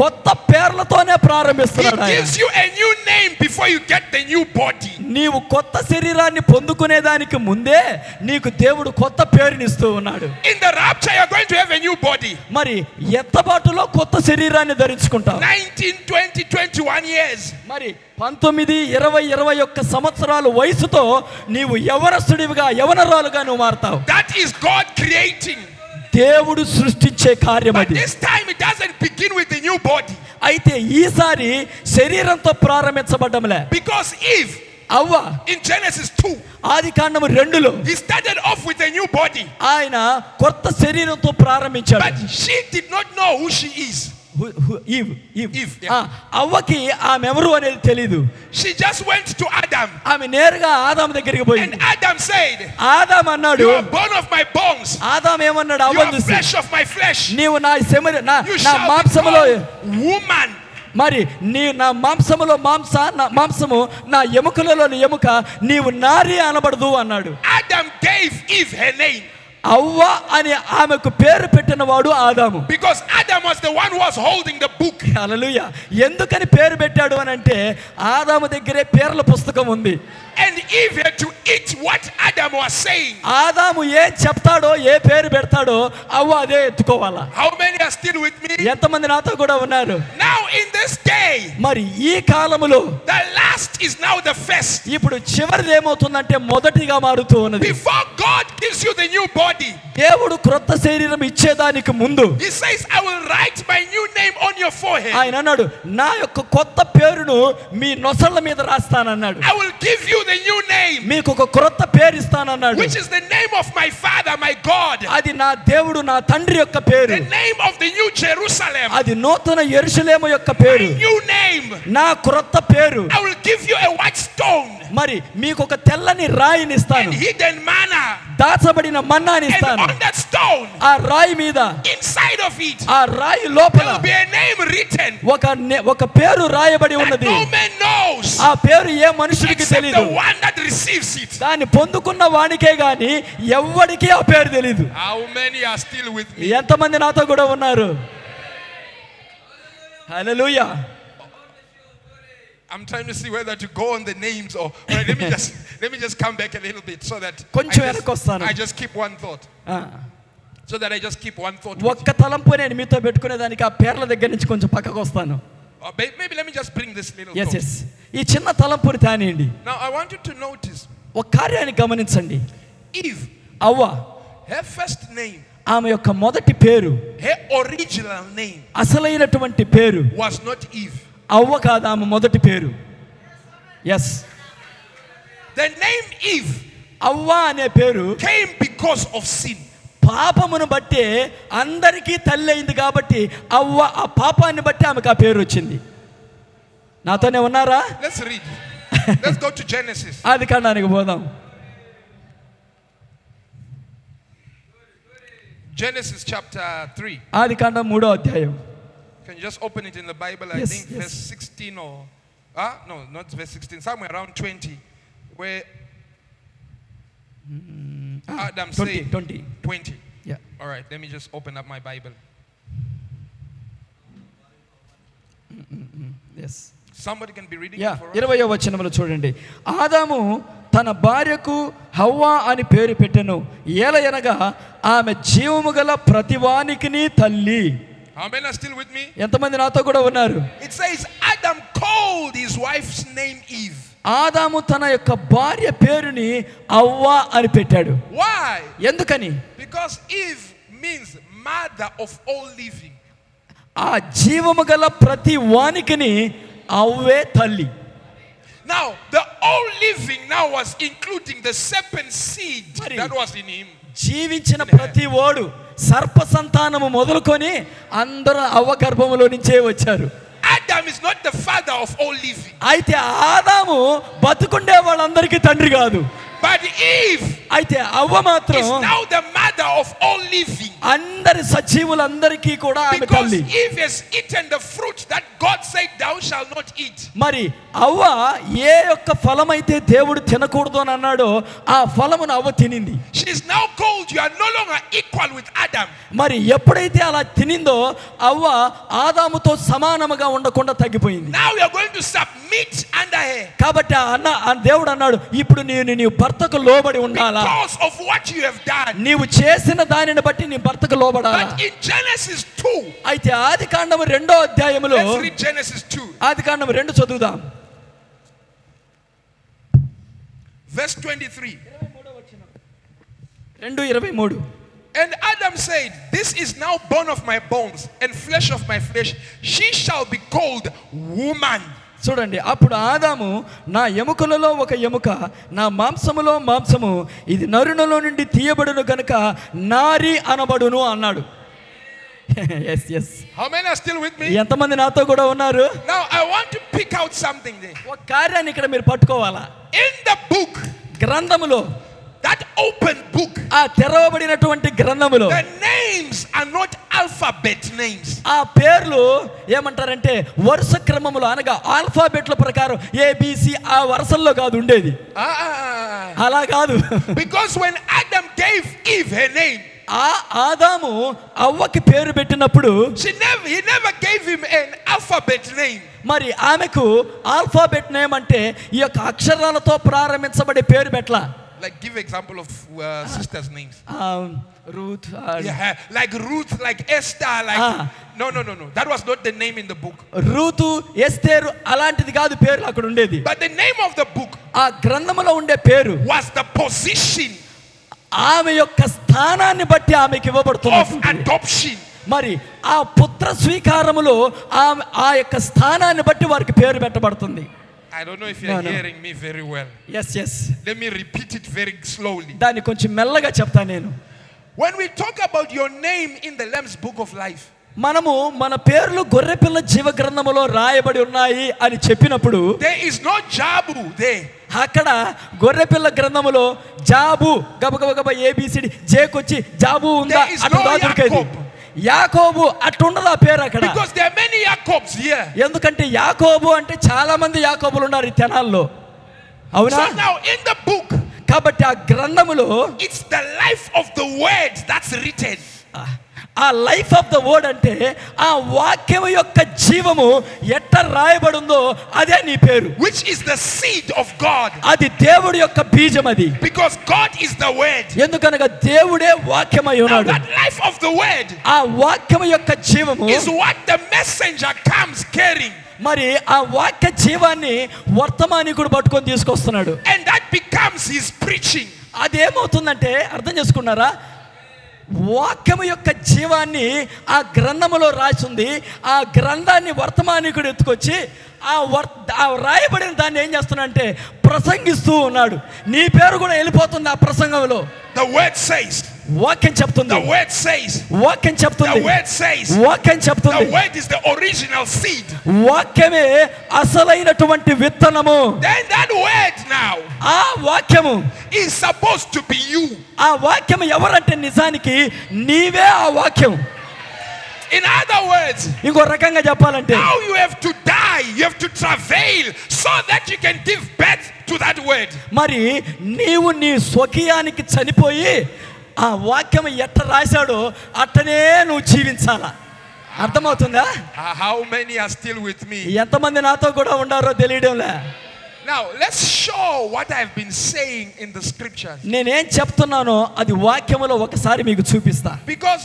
Speaker 4: కొత్త పేర్లతోనే
Speaker 2: He
Speaker 4: ప్రారంభిస్తున్నాడు ఆయన.
Speaker 2: gives you a new name before you get the new body.
Speaker 4: నీవు కొత్త శరీరాన్ని పొందుకునేదానికి ముందే నీకు దేవుడు కొత్త పేరునిస్తూ ఉన్నాడు
Speaker 2: In the rapture, you're going to have a new body.
Speaker 4: మరి ఎత్తబాటులో కొత్త శరీరాన్ని ధరించుకుంటావు
Speaker 2: 19, 20, 21 years.
Speaker 4: మరి పంతొమ్మిది ఇరవై ఇరవై ఒక్క సంవత్సరాలు వయసుతో నీవు యవనస్తుడివిగా యవనరాలుగా నువ్వు మారుతావు
Speaker 2: That is God creating.
Speaker 4: దేవుడు సృష్టించే కార్యం
Speaker 2: But
Speaker 4: అది
Speaker 2: this time it doesn't begin with the new body.
Speaker 4: అయితే ఈసారి శరీరంతో ప్రారంభించబడ్డంలే
Speaker 2: Because Eve,
Speaker 4: అవ్వ
Speaker 2: in Genesis 2,
Speaker 4: ఆది కాండము రెండులో
Speaker 2: he started off with a new body.
Speaker 4: ఆయన కొత్త శరీరంతో
Speaker 2: But
Speaker 4: ప్రారంభించాడు
Speaker 2: she did not know who she is.
Speaker 4: హు- హు- ఈవ్, ఈవ్.
Speaker 2: ఈవ్,
Speaker 4: ఆ, అవ్వకి ఆమె ఎవరు అనేది తెలీదు
Speaker 2: She just went to Adam.
Speaker 4: ఆమె నేరుగా ఆదాము దగ్గరికి
Speaker 2: And
Speaker 4: పోయింది
Speaker 2: Adam said,
Speaker 4: ఆదాం అన్నాడు
Speaker 2: You are bone of my bones.
Speaker 4: Adam ఏమన్నాడు
Speaker 2: You
Speaker 4: అవ్వను
Speaker 2: are
Speaker 4: చూసి
Speaker 2: flesh of my flesh.
Speaker 4: నీవు నా శమరి నా
Speaker 2: You
Speaker 4: నా
Speaker 2: shall be
Speaker 4: మాంసములో
Speaker 2: called woman.
Speaker 4: మరి నీ నా మాంసములో మాంస నా మాంసము నా ఎముకలలోని ఎముక నీవు నారి అనబడదు అన్నాడు
Speaker 2: Adam gave Eve her name
Speaker 4: అవ్వ అని ఆమెకు పేరు పెట్టిన వాడు ఆదాము
Speaker 2: because Adam was the one who was holding the book.
Speaker 4: హల్లెలూయా ఎందుకని పేరు పెట్టాడు అని అంటే ఆదాము దగ్గరే పేర్ల పుస్తకం ఉంది
Speaker 2: And Eve had to eat what Adam was saying.
Speaker 4: ఆదాము ఏం చెప్తాడో ఏ పేరు పెడతాడో అవ్వ అదే ఎత్తుకోవాలా
Speaker 2: How many are still with me?
Speaker 4: ఎంతమంది నాతో కూడా ఉన్నారు
Speaker 2: Now, in this day,
Speaker 4: మరి ఈ కాలములో
Speaker 2: the last is now the first.
Speaker 4: ఇప్పుడు చివరిది ఏమవుతుందంటే మొదటిగా మారుతూ ఉన్నది
Speaker 2: Before God gives you the new body,
Speaker 4: దేవుడు క్రొత్త శరీరం ఇచ్చేదానికి ముందు
Speaker 2: He says, I will write my new name on your forehead.
Speaker 4: ఆయన అన్నాడు నా యొక్క కొత్త పేరును మీ నొసళ్ళ మీద రాస్తానన్నాడు
Speaker 2: I will give you the new name,
Speaker 4: మీకు ఒక క్రొత్త పేరు ఇస్తానన్నాడు
Speaker 2: which is the name of my Father, my God,
Speaker 4: అది నా దేవుడు నా తండ్రి యొక్క
Speaker 2: the
Speaker 4: పేరు
Speaker 2: name of the new Jerusalem,
Speaker 4: అది నూతన ఎరుసలేము యొక్క
Speaker 2: my
Speaker 4: పేరు
Speaker 2: new name.
Speaker 4: నా క్రొత్త పేరు
Speaker 2: I will give you a white stone
Speaker 4: మరి మీకు ఒక తెల్లని రాయిని
Speaker 2: and
Speaker 4: ఇస్తాను
Speaker 2: hidden manna.
Speaker 4: దాచబడిన మన్నాని
Speaker 2: And
Speaker 4: ఇస్తాను
Speaker 2: on that stone,
Speaker 4: ఆ రాయి మీద
Speaker 2: inside of it,
Speaker 4: ఆ రాయి
Speaker 2: there
Speaker 4: లోపల
Speaker 2: will be a name written
Speaker 4: ఒక నే- ఒక పేరు రాయబడి
Speaker 2: that
Speaker 4: ఉన్నది
Speaker 2: no man knows
Speaker 4: ఆ పేరు ఏ మనుషుడికి
Speaker 2: except the
Speaker 4: తెలియదు
Speaker 2: one that receives it.
Speaker 4: దాన్ని పొందుకున్న వానికే గాని ఎవ్వడికి ఆ పేరు తెలియదు
Speaker 2: How many are still with me?
Speaker 4: ఎంతమంది నాతో కూడా ఉన్నారు హల్లెలూయా
Speaker 2: I'm trying to see whether to go on the names or all right, let me just let me just come back a little bit so that I
Speaker 4: కొంచెం
Speaker 2: just,
Speaker 4: వెనకొస్తాను.
Speaker 2: I just keep one thought.
Speaker 4: ఆ,
Speaker 2: So that I just keep one thought. with
Speaker 4: ఒక్క తలంపు నేను మీతో పెట్టుకునేదానికి ఆ పేర్ల దగ్గర నుంచి కొంచెం పక్కకు వస్తాను
Speaker 2: you. Or may- uh, maybe let me just bring this little
Speaker 4: yes
Speaker 2: thought.
Speaker 4: Yes ఈ చిన్న తలంపుని తానేయండి
Speaker 2: Now I want you to notice
Speaker 4: ఒక కార్యాన్ని గమనించండి
Speaker 2: Eve,
Speaker 4: అవ్వ
Speaker 2: her first name,
Speaker 4: ఆమె యొక్క మొదటి పేరు
Speaker 2: her original name
Speaker 4: అసలైనటువంటి పేరు
Speaker 2: was not Eve.
Speaker 4: అవ్వ కాదు ఆమె మొదటి పేరు ఎస్
Speaker 2: The name Eve
Speaker 4: అవ్వ అనే పేరు
Speaker 2: came because of sin.
Speaker 4: పాపమును బట్టి అందరికీ తల్లి అయింది కాబట్టి అవ్వ ఆ పాపాన్ని బట్టి ఆమెకు ఆ పేరు వచ్చింది నాతోనే ఉన్నారా
Speaker 2: Let's read. Let's go to Genesis.
Speaker 4: ఆది కాండానికి పోదాం
Speaker 2: Genesis chapter 3.
Speaker 4: ఆది కాండం మూడో అధ్యాయం
Speaker 2: Can you just open it in the Bible? I
Speaker 4: Yes,
Speaker 2: think
Speaker 4: yes.
Speaker 2: verse 16 or. Ah, no, not verse 16, somewhere around 20. Where Ah, Adam
Speaker 4: twenty
Speaker 2: said.
Speaker 4: Twenty
Speaker 2: 20.
Speaker 4: Ah, Yeah.
Speaker 2: All right, let me just open up my Bible.
Speaker 4: Yes
Speaker 2: Somebody can be reading
Speaker 4: yeah
Speaker 2: it for us.
Speaker 4: ఇరవయో వచనములు చూడండి ఆదాము తన భార్యకు హవ్వ అని పేరు పెట్టెను ఏలయనగా ఆమె జీవము గల ప్రతివానికిని తల్లి
Speaker 2: How many are still with me?
Speaker 4: ఎంతమంది నాతో కూడా ఉన్నారు
Speaker 2: It says Adam called his wife's name Eve.
Speaker 4: ఆదాము తన యొక్క భార్య పేరుని అవ్వ అని పెట్టాడు
Speaker 2: Why?
Speaker 4: ఎందుకని
Speaker 2: Because Eve means mother of all living.
Speaker 4: ఆ జీవము గల ప్రతి వానికిని అవ్వే తల్లి
Speaker 2: Now, the all living now was including the serpent seed
Speaker 4: Mary.
Speaker 2: that was in him.
Speaker 4: జీవించిన ప్రతి ఓడు సర్ప సంతానము మొదలుకొని అందరూ అవ్వ గర్భములో నుంచే వచ్చారు
Speaker 2: Adam is not the father of all living,
Speaker 4: అయితే ఆదాము బతుకుండే వాళ్ళందరికీ తండ్రి కాదు
Speaker 2: but Eve
Speaker 4: అయితే అవ్వ మాత్రం
Speaker 2: is now the mother of all living.
Speaker 4: అందరి సజీవులందరికీ కూడా ఆమె
Speaker 2: Because
Speaker 4: తల్లి
Speaker 2: Eve has eaten the fruit that God said, Thou shalt not eat.
Speaker 4: మరి అవ్వ ఏ యొక్క ఫలమైతే దేవుడు తినకూడదు అని అన్నాడో ఆ ఫలమును అవ్వ తినింది
Speaker 2: She is now called, You are no longer equal with Adam.
Speaker 4: మరి ఎప్పుడైతే అలా తినిందో అవ్వ ఆదాముతో సమానముగా ఉండకుండా తగ్గిపోయింది
Speaker 2: Now you are going to submit under her
Speaker 4: కాబట్టి ఆ అన్న ఆ దేవుడు అన్నాడు ఇప్పుడు నేను నీ భర్తకు లోబడి ఉండాలా
Speaker 2: because of what you have done.
Speaker 4: నీవు చేసిన దానిని బట్టి నీ భర్తకు లోబడాలా
Speaker 2: But in Genesis 2,
Speaker 4: అయితే ఆది కాండము రెండో అధ్యాయములో
Speaker 2: let's read Genesis 2,
Speaker 4: ఆది కాండం రెండు చదువుదాం
Speaker 2: verse 23.
Speaker 4: రెండు ఇరవై మూడు
Speaker 2: And Adam said, This is now bone of my bones and flesh of my flesh. She shall be called woman.
Speaker 4: చూడండి అప్పుడు ఆదాము నా ఎముకలలో ఒక ఎముక నా మాంసములో మాంసము ఇది నరుణలో నుండి తీయబడును గనుక నారి అనబడును అన్నాడు <laughs> yes yes
Speaker 2: How many are still with me?
Speaker 4: ఎంతమంది నాతో కూడా ఉన్నారు
Speaker 2: Now I want to pick out something there.
Speaker 4: ఒక కార్యాన్ని ఇక్కడ మీరు పట్టుకోవాలా
Speaker 2: In the book,
Speaker 4: గ్రంథములో
Speaker 2: that open book,
Speaker 4: ఆ తెరవబడినటువంటి గ్రంథములో
Speaker 2: the names are not alphabet names.
Speaker 4: ఆ పేర్లు ఏమంటారంటే వరుస క్రమములో అనగా ఆల్ఫాబెట్ల ప్రకారం ఏబిసి ఆ వరుసల్లో కాదు ఉండేది
Speaker 2: Ah,
Speaker 4: అలా కాదు
Speaker 2: because when Adam gave Eve her name,
Speaker 4: ఆ ఆదాము అవ్వకి పేరు పెట్టినప్పుడు
Speaker 2: she never, he never gave him an alphabet name.
Speaker 4: మరి ఆమెకు ఆల్ఫాబెట్ నేమ్ అంటే ఈ యొక్క అక్షరాలతో ప్రారంభించబడే పేరు పెట్టలా
Speaker 2: Like give example of uh, sisters' names.
Speaker 4: ఆ, రూత్ ఆ,
Speaker 2: Yeah, like Ruth, like Esther, like
Speaker 4: Ah.
Speaker 2: no, no, no, no. That was not the name in the book.
Speaker 4: Ruth Esther అలాంటిది కాదు పేర్లు అక్కడ ఉండేది
Speaker 2: But the name of the book
Speaker 4: ఆ గ్రంథములో ఉండే పేరు
Speaker 2: was the position
Speaker 4: ఆమె యొక్క స్థానాన్ని బట్టి ఆమెకి
Speaker 2: of
Speaker 4: ఇవ్వబడుతుంది
Speaker 2: adoption.
Speaker 4: మరి ఆ పుత్ర స్వీకారములో ఆమె ఆ యొక్క స్థానాన్ని బట్టి వారికి పేరు పెట్టబడుతుంది
Speaker 2: I don't know if you're
Speaker 4: No, no.
Speaker 2: hearing me very well.
Speaker 4: Yes yes
Speaker 2: Let me repeat it very slowly.
Speaker 4: దాన్ని కొంచెం మెల్లగా చెప్తాను నేను
Speaker 2: When we talk about your name in the Lamb's Book of Life,
Speaker 4: మనము మన పేర్లు గొర్రెపిల్ల జీవ గ్రంథములో రాయబడి ఉన్నాయి అని చెప్పినప్పుడు
Speaker 2: there is no Jabu there.
Speaker 4: అక్కడ గొర్రెపిల్ల గ్రంథములో జాబు గబగబ గబ ఏబిసిడి జేకొచ్చి జాబు ఉందా
Speaker 2: There is
Speaker 4: అటు
Speaker 2: no
Speaker 4: దాకా దొరికేది.
Speaker 2: Jacob.
Speaker 4: యాకోబు అట్టుండదు ఆ పేరు అక్కడ
Speaker 2: Because there are many Jacobs here.
Speaker 4: ఎందుకంటే యాకోబు అంటే చాలా మంది యాకోబులు ఉన్నారు ఈ తెనాల్లో అవునా
Speaker 2: So now in the book,
Speaker 4: కాబట్టి ఆ గ్రంథములో
Speaker 2: it's the life of the word that's written.
Speaker 4: ఆ లైఫ్ ఆఫ్ ద వర్డ్ అంటే ఆ వాక్యం యొక్క జీవము ఎట్ట రాయబడిందో అదే నీ పేరు
Speaker 2: which is the seed of God.
Speaker 4: అది దేవుడి యొక్క బీజం అది
Speaker 2: Because God is the Word.
Speaker 4: ఎందుకనగా దేవుడే వాక్యమై
Speaker 2: Now,
Speaker 4: ఉన్నాడు
Speaker 2: that life of the Word
Speaker 4: ఆ వాక్యం యొక్క జీవము
Speaker 2: is what the messenger comes carrying.
Speaker 4: మరి ఆ వాక్య జీవాన్ని వర్తమానికుడు పట్టుకొని తీసుకొస్తున్నాడు
Speaker 2: And that becomes his preaching.
Speaker 4: అదేమవుతుందంటే అర్థం చేసుకున్నారా వాక్యము యొక్క జీవాన్ని ఆ గ్రంథములో రాసింది ఆ గ్రంథాన్ని వర్తమానికుడు ఎత్తుకొచ్చి ఆ వర్ ఆ రాయబడిన దాన్ని ఏం చేస్తున్నాడంటే ప్రసంగిస్తూ ఉన్నాడు నీ పేరు కూడా వెళ్ళిపోతుంది ఆ ప్రసంగంలో
Speaker 2: The word says,
Speaker 4: వాక్యం చెప్తుంది
Speaker 2: the word says,
Speaker 4: వాక్యం
Speaker 2: the
Speaker 4: చెప్తుంది
Speaker 2: word says,
Speaker 4: వాక్యం చెప్తుంది
Speaker 2: the word is the original seed.
Speaker 4: వాక్యమే అసలైనటువంటి విత్తనము
Speaker 2: Then that word now
Speaker 4: ఆ వాక్యము
Speaker 2: is supposed to be you.
Speaker 4: ఆ వాక్యం ఎవరంటే నిజానికి నీవే ఆ వాక్యం
Speaker 2: In other words,
Speaker 4: ఇంకో రకంగా చెప్పాలంటే
Speaker 2: now you have to die, you have to travail so that you can give birth to that word.
Speaker 4: మరి నీవు నీ స్వకీయానికి చనిపోయి ఆ వాక్యం ఎట్ట రాశాడో అట్టనే నువ్వు జీవించాలా అర్థమవుతుందా
Speaker 2: Uh, how many are still with me?
Speaker 4: ఎంతమంది నాతో కూడా ఉండారో తెలియడంలే
Speaker 2: Now, let's show what I've been saying in the scriptures.
Speaker 4: నేనేం చెప్తున్నానో అది వాక్యములో ఒకసారి మీకు చూపిస్తా
Speaker 2: Because,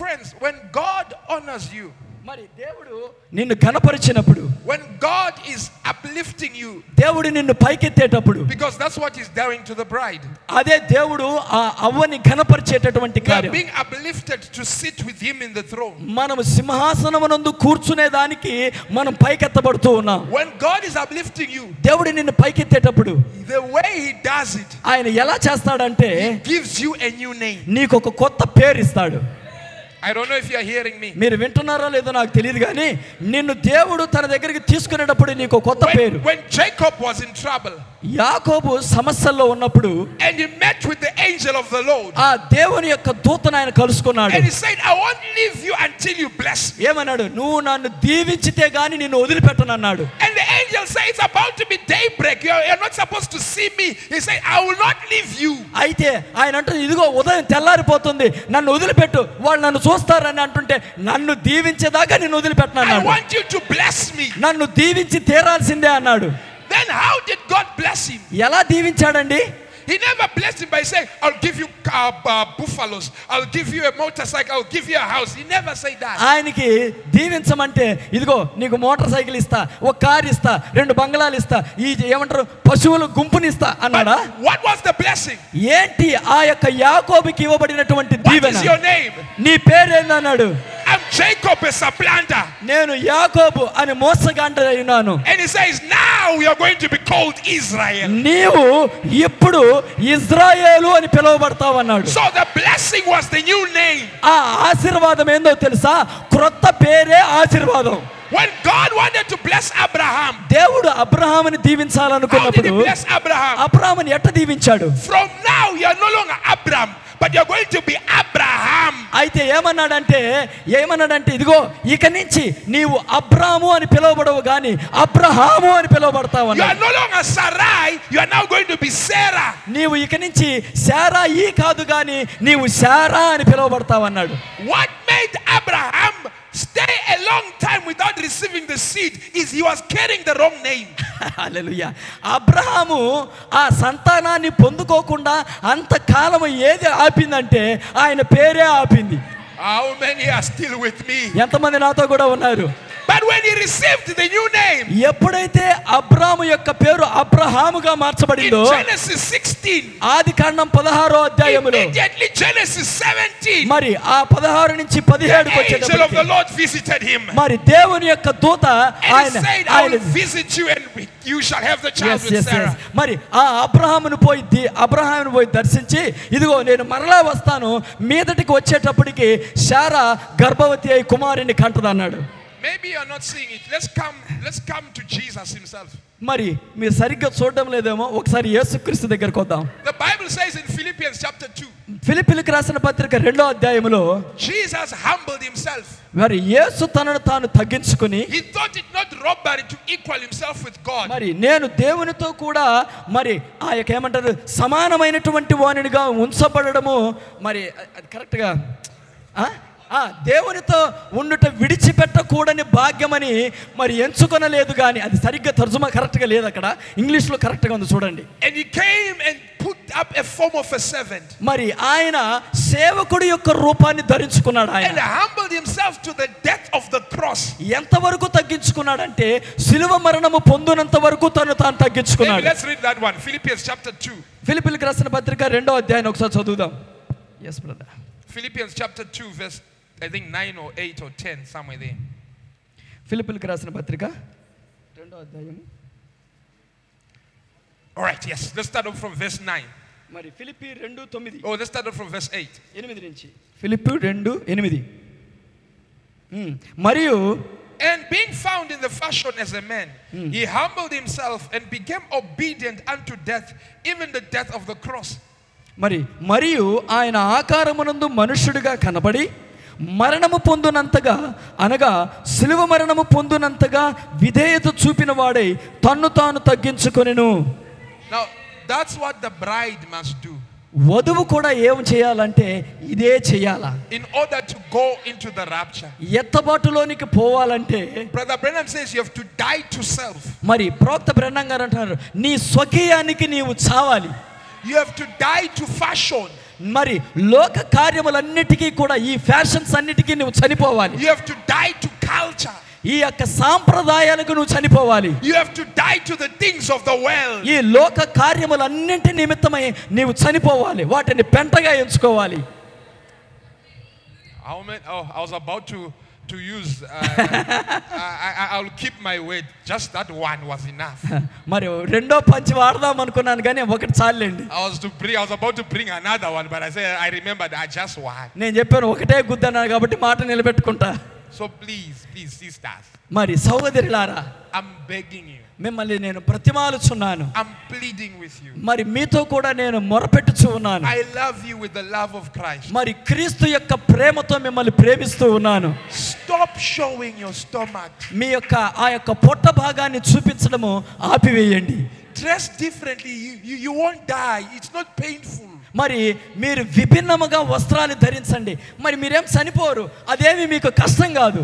Speaker 2: friends, when God honors you,
Speaker 4: మరి దేవుడు నిన్ను కనపరిచినప్పుడు
Speaker 2: when God is uplifting you,
Speaker 4: దేవుడు నిన్ను పైకెత్తేటప్పుడు
Speaker 2: because that's what He's doing to the bride,
Speaker 4: అదే దేవుడు ఆ అవ్వని ఘనపరిచేటటువంటి
Speaker 2: we are
Speaker 4: కార్యం
Speaker 2: being uplifted to sit with Him in the throne.
Speaker 4: మనం సింహాసనమునందు కూర్చునే దానికి మనం పైకెత్తబడుతూ ఉన్నాం
Speaker 2: When God is uplifting you,
Speaker 4: దేవుడు నిన్ను పైకెత్తేటప్పుడు
Speaker 2: the way He does it
Speaker 4: ఆయన ఎలా చేస్తాడంటే
Speaker 2: gives you a new name.
Speaker 4: నీకు ఒక కొత్త పేరు ఇస్తాడు
Speaker 2: I don't know if you're hearing me.
Speaker 4: మీరు వింటున్నారో లేదో నాకు తెలియదు కానీ నిన్ను దేవుడు తన దగ్గరికి తీసుకునేటప్పుడు నీకు ఒక కొత్త పేరు
Speaker 2: When, when Jacob was in trouble
Speaker 4: యాకోబు సమస్యల్లో ఉన్నప్పుడు
Speaker 2: and he met with the angel of the Lord,
Speaker 4: ఆ దేవుని యొక్క దూతను ఆయన కలుసుకున్నాడు
Speaker 2: and he said, I won't leave you until you bless me.
Speaker 4: ఏమన్నాడు నువ్వు నన్ను దీవించితే గాని నిన్ను వదిలిపెట్టనన్నాడు
Speaker 2: And the angel said, It's about to be daybreak. You're, you're not supposed to see me. He said, I will not leave you.
Speaker 4: అయితే ఆయన అంటుంది ఇదిగో ఉదయం తెల్లారిపోతుంది నన్ను వదిలిపెట్టు వాళ్ళు నన్ను చూస్తారని అంటుంటే నన్ను దీవించేదాకా నేను వదిలిపెట్టను
Speaker 2: I
Speaker 4: అన్నాడు
Speaker 2: want you to bless me.
Speaker 4: నన్ను దీవించి తీరాల్సిందే అన్నాడు
Speaker 2: Then how did God bless him?
Speaker 4: ఎలా దీవించాడండి
Speaker 2: He never blessed him by saying, I'll give you uh, uh, buffaloes, I'll give you a motorcycle, I'll give you a house. He never said that.
Speaker 4: ఆయనకి దీవించమంటే ఇదిగో నీకు motor cycle ఇస్తా ఒక car ఇస్తా రెండు బంగ్లాలు ఇస్తా ఈ ఏమంటారు పశువుల గుంపునిస్తా
Speaker 2: But
Speaker 4: అన్నాడా
Speaker 2: what was the blessing?
Speaker 4: ఏంటి ఆ యొక్క యాకోబుకి ఇవ్వబడినటువంటి
Speaker 2: What is your
Speaker 4: Deevena
Speaker 2: name?
Speaker 4: నీ పేరేందన్నాడు
Speaker 2: I'm Jacob, a supplanter.
Speaker 4: నేను యాకోబు అని మోసగాండ ఉన్నాను
Speaker 2: And he says, Now you're going to be called Israel.
Speaker 4: నీవు ఇప్పుడు ఇజ్రాయేలు అని పిలువబడతావు అన్నాడు
Speaker 2: So the blessing was the new name.
Speaker 4: ఆ ఆశీర్వాదం ఏందో తెలుసా క్రొత్త పేరే ఆశీర్వాదం
Speaker 2: When God wanted to bless Abraham,
Speaker 4: దేవుడు అబ్రహాముని
Speaker 2: how did he
Speaker 4: దీవించాలనుకున్నప్పుడు
Speaker 2: bless Abraham?
Speaker 4: అబ్రహాముని ఎట్ట దీవించాడు
Speaker 2: From now, you are no longer Abram, but you're going to be Abraham.
Speaker 4: అయితే ఏమన్నాడంటే ఏమన్నాడంటే ఇదిగో ఇక నుంచి నీవు అబ్రాము అని పిలువబడవు గాని అబ్రహాము అని పిలువబడతావు
Speaker 2: You are
Speaker 4: అన్నాడు
Speaker 2: no longer Sarai, you are now going to be Sarah.
Speaker 4: నీవు ఇక నుంచి శారా ఈ కాదు గాని నీవు శారా అని పిలువబడతావు అన్నాడు <laughs>
Speaker 2: What made Abraham stay a long time without receiving the seed is he was carrying the wrong name. <laughs>
Speaker 4: హల్లెలూయా అబ్రహాము ఆ సంతానాన్ని పొందుకోకుండా అంతకాలం ఏది ఆపిందంటే ఆయన పేరే ఆపింది
Speaker 2: How many are still with me?
Speaker 4: ఎంతమంది నాతో కూడా ఉన్నారు
Speaker 2: But when he received the new name
Speaker 4: ఎప్పుడైతే అబ్రాము యొక్క పేరు అబ్రహాముగా
Speaker 2: in
Speaker 4: మార్చబడిందో
Speaker 2: Genesis 16,
Speaker 4: ఆది కాండం పదహారో అధ్యాయములో
Speaker 2: immediately Genesis 17,
Speaker 4: మరి ఆ పదహారు నుంచి పదిహేడుకి
Speaker 2: the angel of the
Speaker 4: వచ్చేటప్పటికి
Speaker 2: Lord visited him.
Speaker 4: మరి దేవుని యొక్క దూత
Speaker 2: And he
Speaker 4: ఆయన
Speaker 2: said, I will
Speaker 4: ఆయన
Speaker 2: visit you and you shall have the child
Speaker 4: Yes,
Speaker 2: with
Speaker 4: yes, yes.
Speaker 2: Sarah.
Speaker 4: మరి ఆ అబ్రహామును పోయి ది- అబ్రహామును పోయి దర్శించి ఇదిగో నేను మరలా వస్తాను మీదటికి వచ్చేటప్పటికి శారా గర్భవతి అయి కుమారుని కంటది అన్నాడు
Speaker 2: Maybe you're not seeing it. Let's come, let's come to Jesus himself.
Speaker 4: మరి మీరు సరిగ్గా చూడడం లేదేమో ఒకసారి యేసుక్రీస్తు దగ్గరకు వద్దాం
Speaker 2: The Bible says in Philippians chapter 2,
Speaker 4: ఫిలిపిలకు రాసిన పత్రిక రెండో అధ్యాయంలో
Speaker 2: Jesus humbled himself.
Speaker 4: మరి యేసు తనను తాను తగ్గించుకుని
Speaker 2: He thought it not robbery to equal himself with God.
Speaker 4: మరి నేను దేవునితో కూడా మరి ఆ యొక్క ఏమంటారు సమానమైనటువంటి వానినిగా ఉంచబడము మరి అ- అది కరెక్ట్గా ఆ? ఆ, దేవునితో ఉండుట విడిచిపెట్టకూడని భాగ్యమని మరి ఎంచుకొనలేదు కానీ అది సరిగ్గా తర్జుమా కరెక్ట్గా లేదు అక్కడ ఇంగ్లీష్లో కరెక్ట్గా ఉంది చూడండి
Speaker 2: And he came and put up a form of a servant
Speaker 4: మరి ఆయన సేవకుడి యొక్క రూపాన్ని ధరించుకున్నాడు
Speaker 2: and
Speaker 4: ఆయన
Speaker 2: humbled himself to the death of the cross.
Speaker 4: ఎంతవరకు తగ్గించుకున్నాడంటే సిలువ మరణము పొందునంత వరకు తను తాను
Speaker 2: Maybe
Speaker 4: తగ్గించుకున్నాడు
Speaker 2: let's read that one. Philippians chapter 2.
Speaker 4: ఫిలిపిలకు రాసిన పత్రిక రెండో అధ్యాయం ఒకసారి చదువుదాం yes brother
Speaker 2: Philippians chapter 2, verse, I think 9 or 8 or 10, somewhere there.
Speaker 4: ఫిలిపిల్కి రాసిన పత్రిక రెండో అధ్యాయం
Speaker 2: All right, yes. Let's start off from verse 9.
Speaker 4: మరి ఫిలిపి రెండు తొమ్మిది
Speaker 2: Oh, let's start off from verse 8.
Speaker 4: ఎనిమిది నుంచి ఫిలిప్ రెండు ఎనిమిది ఉమ్, మరియు
Speaker 2: And being found in the fashion as a man, he humbled himself and became obedient unto death, even the death of the cross.
Speaker 4: మరి మరియు ఆయన ఆకారమునందు మనుష్యుడిగా కనబడి మరణము పొందునంతగా అనగా సిలువ మరణము పొందునంతగా విధేయత చూపిన వాడై తన్ను తాను తగ్గించుకొనెను
Speaker 2: Now, that's what the bride must do
Speaker 4: వధువు కూడా ఏం చేయాలంటే ఇదే చేయాలా
Speaker 2: in order to go into the rapture.
Speaker 4: ఎత్తబాటులోనికి పోవాలంటే
Speaker 2: Brother Brenham says you have to die to self.
Speaker 4: మరి ప్రోక్త బ్రహ్మం గారు అంటున్నారు నీ స్వకీయానికి నీవు చావాలి
Speaker 2: You have to die to fashion.
Speaker 4: మరి లోక కార్యములన్నిటికీ కూడా ఈ ఫ్యాషన్స్ అన్నిటికీ నువ్వు చనిపోవాలి
Speaker 2: You have to die to culture.
Speaker 4: ఈ యొక్క సాంప్రదాయాలకు నువ్వు చనిపోవాలి
Speaker 2: You have to die to the things of the world.
Speaker 4: ఈ లోక కార్యములన్నింటి నిమిత్తమై నీవు చనిపోవాలి వాటిని పెంటగా ఎంచుకోవాలి <laughs>
Speaker 2: How many- oh, I was about to, to use, uh, I, I, I'll keep my word. Just that one was enough.
Speaker 4: మరి రెండో పంచి వాడదాం అనుకున్నాను కానీ ఒకటి చాలండి
Speaker 2: I was to bring, I was about to bring another one, but I said I remembered I just one.
Speaker 4: నేను చెప్పాను ఒకటే గుద్దన్నాను కాబట్టి మాట నిలబెట్టుకుంటా
Speaker 2: So please, please, sisters,
Speaker 4: మరి సహోదరులారా
Speaker 2: I'm begging you,
Speaker 4: మిమ్మల్ని నేను బ్రతిమాలుచున్నాను
Speaker 2: I'm pleading with you.
Speaker 4: మరి మీతో కూడా నేను మొరపెట్టుచు ఉన్నాను
Speaker 2: I love you with the love of Christ.
Speaker 4: మరి క్రీస్తు యొక్క ప్రేమతో మిమ్మల్ని ప్రేమిస్తూ ఉన్నాను
Speaker 2: Stop showing your stomach.
Speaker 4: మీ యొక్క ఆ యొక్క పొట్ట భాగాన్ని చూపించడము ఆపివేయండి
Speaker 2: Dress differently. You, you, you won't die. It's not painful.
Speaker 4: మరి మీరు విభిన్నముగా వస్త్రాలు ధరించండి మరి మీరేం చనిపోరు అదేమి మీకు కష్టం కాదు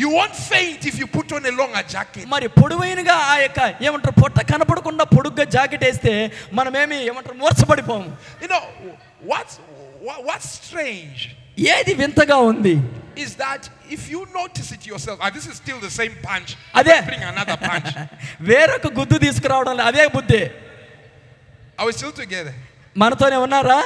Speaker 2: You won't faint if you put on a longer jacket.
Speaker 4: మరి పొడవైనగా ఆ యొక్క ఏమంటారు పొట్ట కనపడకుండా పొడుగ్గా జాకెట్ వేస్తే మనమేమి ఏమంటారు మూర్చబడిపోము
Speaker 2: You know, what's, what, what's strange
Speaker 4: ఏది వింతగా ఉంది
Speaker 2: is that if you notice it yourself, and this is still the same punch,
Speaker 4: Are there-
Speaker 2: bring another punch.
Speaker 4: <laughs> వేరొక గుద్దు తీసుకురావడం లే- అదే బుద్ధి
Speaker 2: Are we still together?
Speaker 4: మనతోనే ఉన్నారా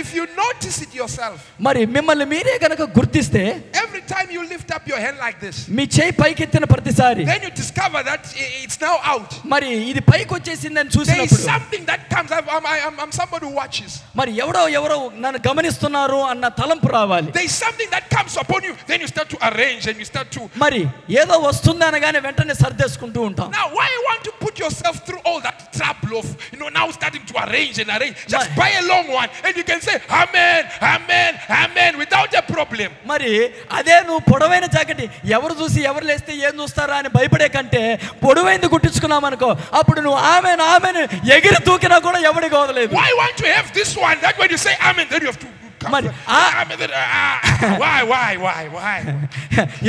Speaker 2: If you notice it yourself,
Speaker 4: మరి మిమ్మల్ని మీరే కనుక గుర్తిస్తే
Speaker 2: every time you lift up your hand like this,
Speaker 4: మీ చేయి పైకెత్తిన ప్రతిసారి
Speaker 2: then you discover that i- it's now out.
Speaker 4: మరి ఇది పైకి వచ్చేసిందని
Speaker 2: There is
Speaker 4: చూసినప్పుడు
Speaker 2: something that comes. I'm, I'm, I'm, I'm somebody who watches.
Speaker 4: మరి ఎవడో ఎవరో నన్ను గమనిస్తున్నారు అన్న తలంపు రావాలి
Speaker 2: There is something that comes upon you. Then you start to arrange and you start to.
Speaker 4: మరి ఏదో వస్తుంది అనగానే వెంటనే సర్దేసుకుంటూ ఉంటాం
Speaker 2: Now, why you want to put yourself through all that trouble of, you know, now starting to arrange and arrange? Just
Speaker 4: My-
Speaker 2: buy a long one and you can say, Amen, Amen, Amen, without a problem.
Speaker 4: మరి అదే నువ్వు పొడవైన jacket ఎవరు చూసి ఎవరు లేస్తే ఏం చూస్తారా అని భయపడే కంటే పొడవైంది కుట్టించుకున్నాం అనుకో అప్పుడు నువ్వు ఆమెను ఆమెను ఎగిరి తూకినా కూడా ఎవడికి వదలేదు
Speaker 2: Why want to have this one? That when you say Amen, then you have to. come.
Speaker 4: My- Ah.
Speaker 2: Amen, then, ah, why, why, why, why?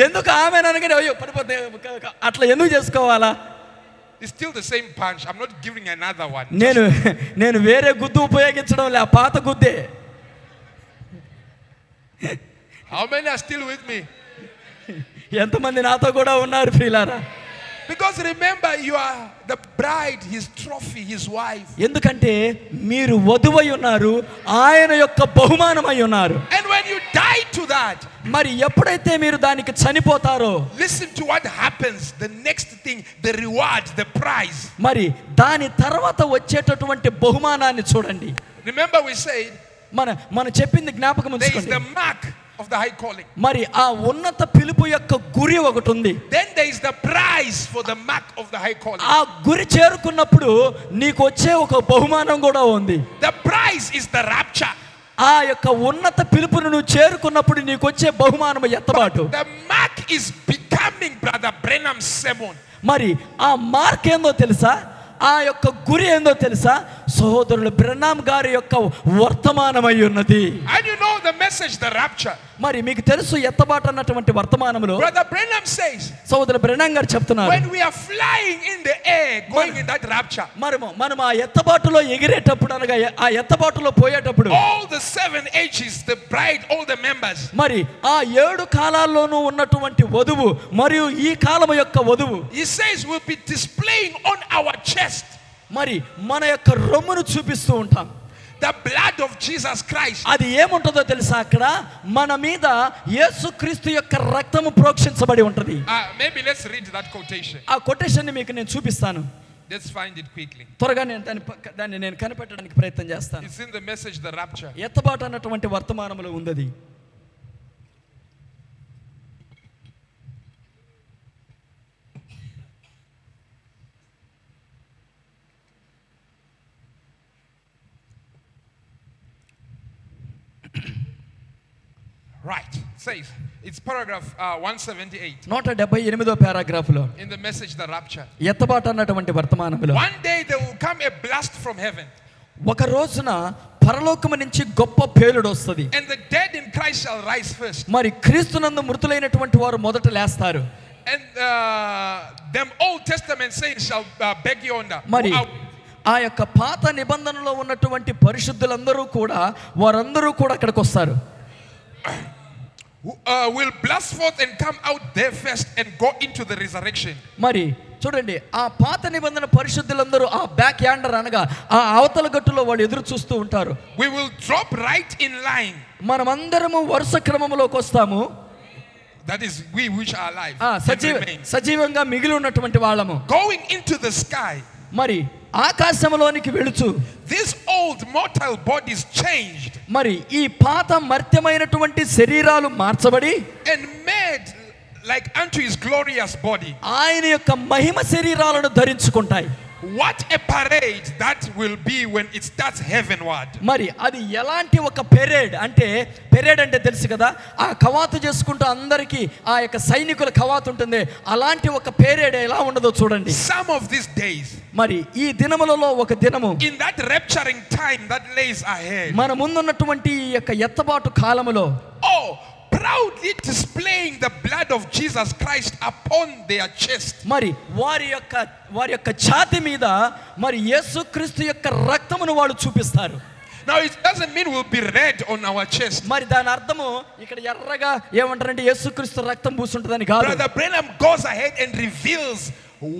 Speaker 4: ఎందుకు ఆమెను అనగానే అయ్యో పడిపోతే అట్లా ఎందుకు చేసుకోవాలా
Speaker 2: It's still the same punch. I'm not giving another one.
Speaker 4: నేను నేను వేరే గుద్దు ఉపయోగించడం లే ఆ పాత గుద్దే
Speaker 2: How many are still with me?
Speaker 4: ఎంతమంది నాతో కూడా ఉన్నారు ప్రియులారా
Speaker 2: Because remember, you are the bride, his trophy, his wife.
Speaker 4: ఎందుకంటే మీరు వధువై ఉన్నారు ఆయన యొక్క బహుమానమై ఉన్నారు
Speaker 2: And when you die to that,
Speaker 4: మరి ఎప్పుడైతే మీరు దానికి చనిపోతారో
Speaker 2: listen to what happens. The next thing, the reward, the prize.
Speaker 4: మరి దాని తర్వాత వచ్చేటటువంటి బహుమానాన్ని చూడండి
Speaker 2: Remember, we said
Speaker 4: మన మనం చెప్పింది జ్ఞాపకం
Speaker 2: there is
Speaker 4: ఉంచుకోండి
Speaker 2: the mark of the high calling.
Speaker 4: మరి ఆ ఉన్నత పిలుపు యొక్క గురి ఒకటి ఉంది
Speaker 2: Then there is the prize for the mark of the high calling.
Speaker 4: ఆ గురి చేరుకున్నప్పుడు నీకు వచ్చే ఒక బహుమానం కూడా ఉంది
Speaker 2: The prize is the rapture.
Speaker 4: ఆ యొక్క ఉన్నత పిలుపును నువ్వు చేరుకున్నప్పుడు నీకు వచ్చే బహుమానం ఎత్తబాటు
Speaker 2: The mark is becoming Brother Brenham's sermon.
Speaker 4: మరి ఆ మార్క్ ఏందో తెలుసా ఆ యొక్క గురి ఏందో తెలుసా సహోదరులు బ్రనామ్ గారి యొక్క వర్తమానమై ఉన్నది
Speaker 2: And you know the message, the rapture.
Speaker 4: మరి మీకు తెలుసు ఎత్తబాటు అన్నటువంటి వర్తమానంలో
Speaker 2: Brother Brenham says,
Speaker 4: సోదరు బ్రనామ్ గారు చెప్తున్నారు
Speaker 2: when we are flying in the air, going in that rapture,
Speaker 4: మనము మనం ఆ ఎత్తబాటులో ఎగిరేటప్పుడు అనగా ఎ- ఆ ఎత్తబాటులో పోయేటప్పుడు
Speaker 2: all the seven H's, the bride, all the members,
Speaker 4: మరి ఆ ఏడు కాలాల్లోనూ ఉన్నటువంటి వధువు మరియు ఈ కాలం యొక్క వధువు
Speaker 2: he says we'll be displaying on our chest
Speaker 4: మరి మన యొక్క రొమ్మును చూపిస్తూ ఉంటాం
Speaker 2: the blood of Jesus Christ.
Speaker 4: అది ఏముంటుందో తెలుసా అక్కడ మన మీద యేసుక్రీస్తు యొక్క రక్తము ప్రోక్షించబడి ఉంటుంది
Speaker 2: Uh, maybe let's read that quotation.
Speaker 4: ఆ కొటేషన్ మీకు నేను చూపిస్తాను
Speaker 2: Let's find it quickly.
Speaker 4: త్వరగా నేను దాన్ని పక్క- దాన్ని నేను కనిపెట్టడానికి ప్రయత్నం చేస్తాను
Speaker 2: It's in the message, The Rapture.
Speaker 4: ఎత్తబాటు అన్నటువంటి వర్తమానంలో ఉందది
Speaker 2: Right. It says, it's paragraph uh, 178
Speaker 4: నూట డెబ్బై ఎనిమిదో పారాగ్రాఫ్లో
Speaker 2: in the message, The Rapture.
Speaker 4: ఎత్తబాటు అన్నటువంటి వర్తమానంలో
Speaker 2: One day there will come a blast from heaven,
Speaker 4: ఒక రోజున పరలోకము నుంచి గొప్ప పేలుడు వస్తుంది
Speaker 2: and the dead in Christ shall rise first,
Speaker 4: మరి క్రీస్తునందు మృతులైనటువంటి వారు మొదట లేస్తారు
Speaker 2: and uh, them Old Testament saints shall uh, beg yonder.
Speaker 4: మరి
Speaker 2: who are-
Speaker 4: ఆ యొక్క పాత నిబంధనలో ఉన్నటువంటి పరిశుద్ధులందరూ కూడా వారందరూ కూడా అక్కడికి వస్తారు
Speaker 2: who, uh, will blast forth and come out there first and go into the resurrection.
Speaker 4: మరి చూడండి ఆ పాత నిబంధన పరిశుద్ధులందరూ ఆ బ్యాక్ యాండర్ అనగా ఆ అవతల గట్టులో వాళ్ళు ఎదురు చూస్తూ ఉంటారు
Speaker 2: We will drop right in line.
Speaker 4: మనమందరము వరుస క్రమంలోకి వస్తాము
Speaker 2: That is, we which are alive.
Speaker 4: ఆ
Speaker 2: and
Speaker 4: సజీవ
Speaker 2: remain.
Speaker 4: సజీవంగా మిగిలి ఉన్నటువంటి వాళ్ళము
Speaker 2: Going into the sky,
Speaker 4: మరి ఆకాశంలోనికి వెళుచు
Speaker 2: these old mortal bodies changed
Speaker 4: మరి ఈ పాత మర్త్యమైనటువంటి శరీరాలు మార్చబడి
Speaker 2: and made like unto his glorious body.
Speaker 4: ఆయన యొక్క మహిమ శరీరాలను ధరించుకుంటాయి
Speaker 2: What a parade that will be when it starts heavenward.
Speaker 4: మరి అది ఎలాంటి ఒక పెరేడ్ అంటే పెరేడ్ అంటే తెలుసు కదా ఆ కవాతు చేసుకుంటూ అందరికీ ఆ యొక్క సైనికుల కవాతు ఉంటుంది అలాంటి ఒక పెరేడ్ ఎలా ఉండదో చూడండి
Speaker 2: Some of these days,
Speaker 4: మరి ఈ దినములలో ఒక దినము
Speaker 2: in that rapturing time that lays ahead,
Speaker 4: మన ముందున్నటువంటి ఈ యొక్క ఎత్తబాటు కాలములో
Speaker 2: oh, proudly displaying the blood of Jesus Christ upon their chest.
Speaker 4: మరి వారి యొక్క వారి యొక్క ఛాతి మీద మరి యేసుక్రీస్తు యొక్క రక్తమును వాళ్ళు చూపిస్తారు
Speaker 2: Now, it doesn't mean we'll be red on our chest.
Speaker 4: మరి దాని అర్థము ఇక్కడ ఎర్రగా ఏమంటారంటే యేసుక్రీస్తు రక్తం పూసుంటుందని కాదు
Speaker 2: Brother Branham goes ahead and reveals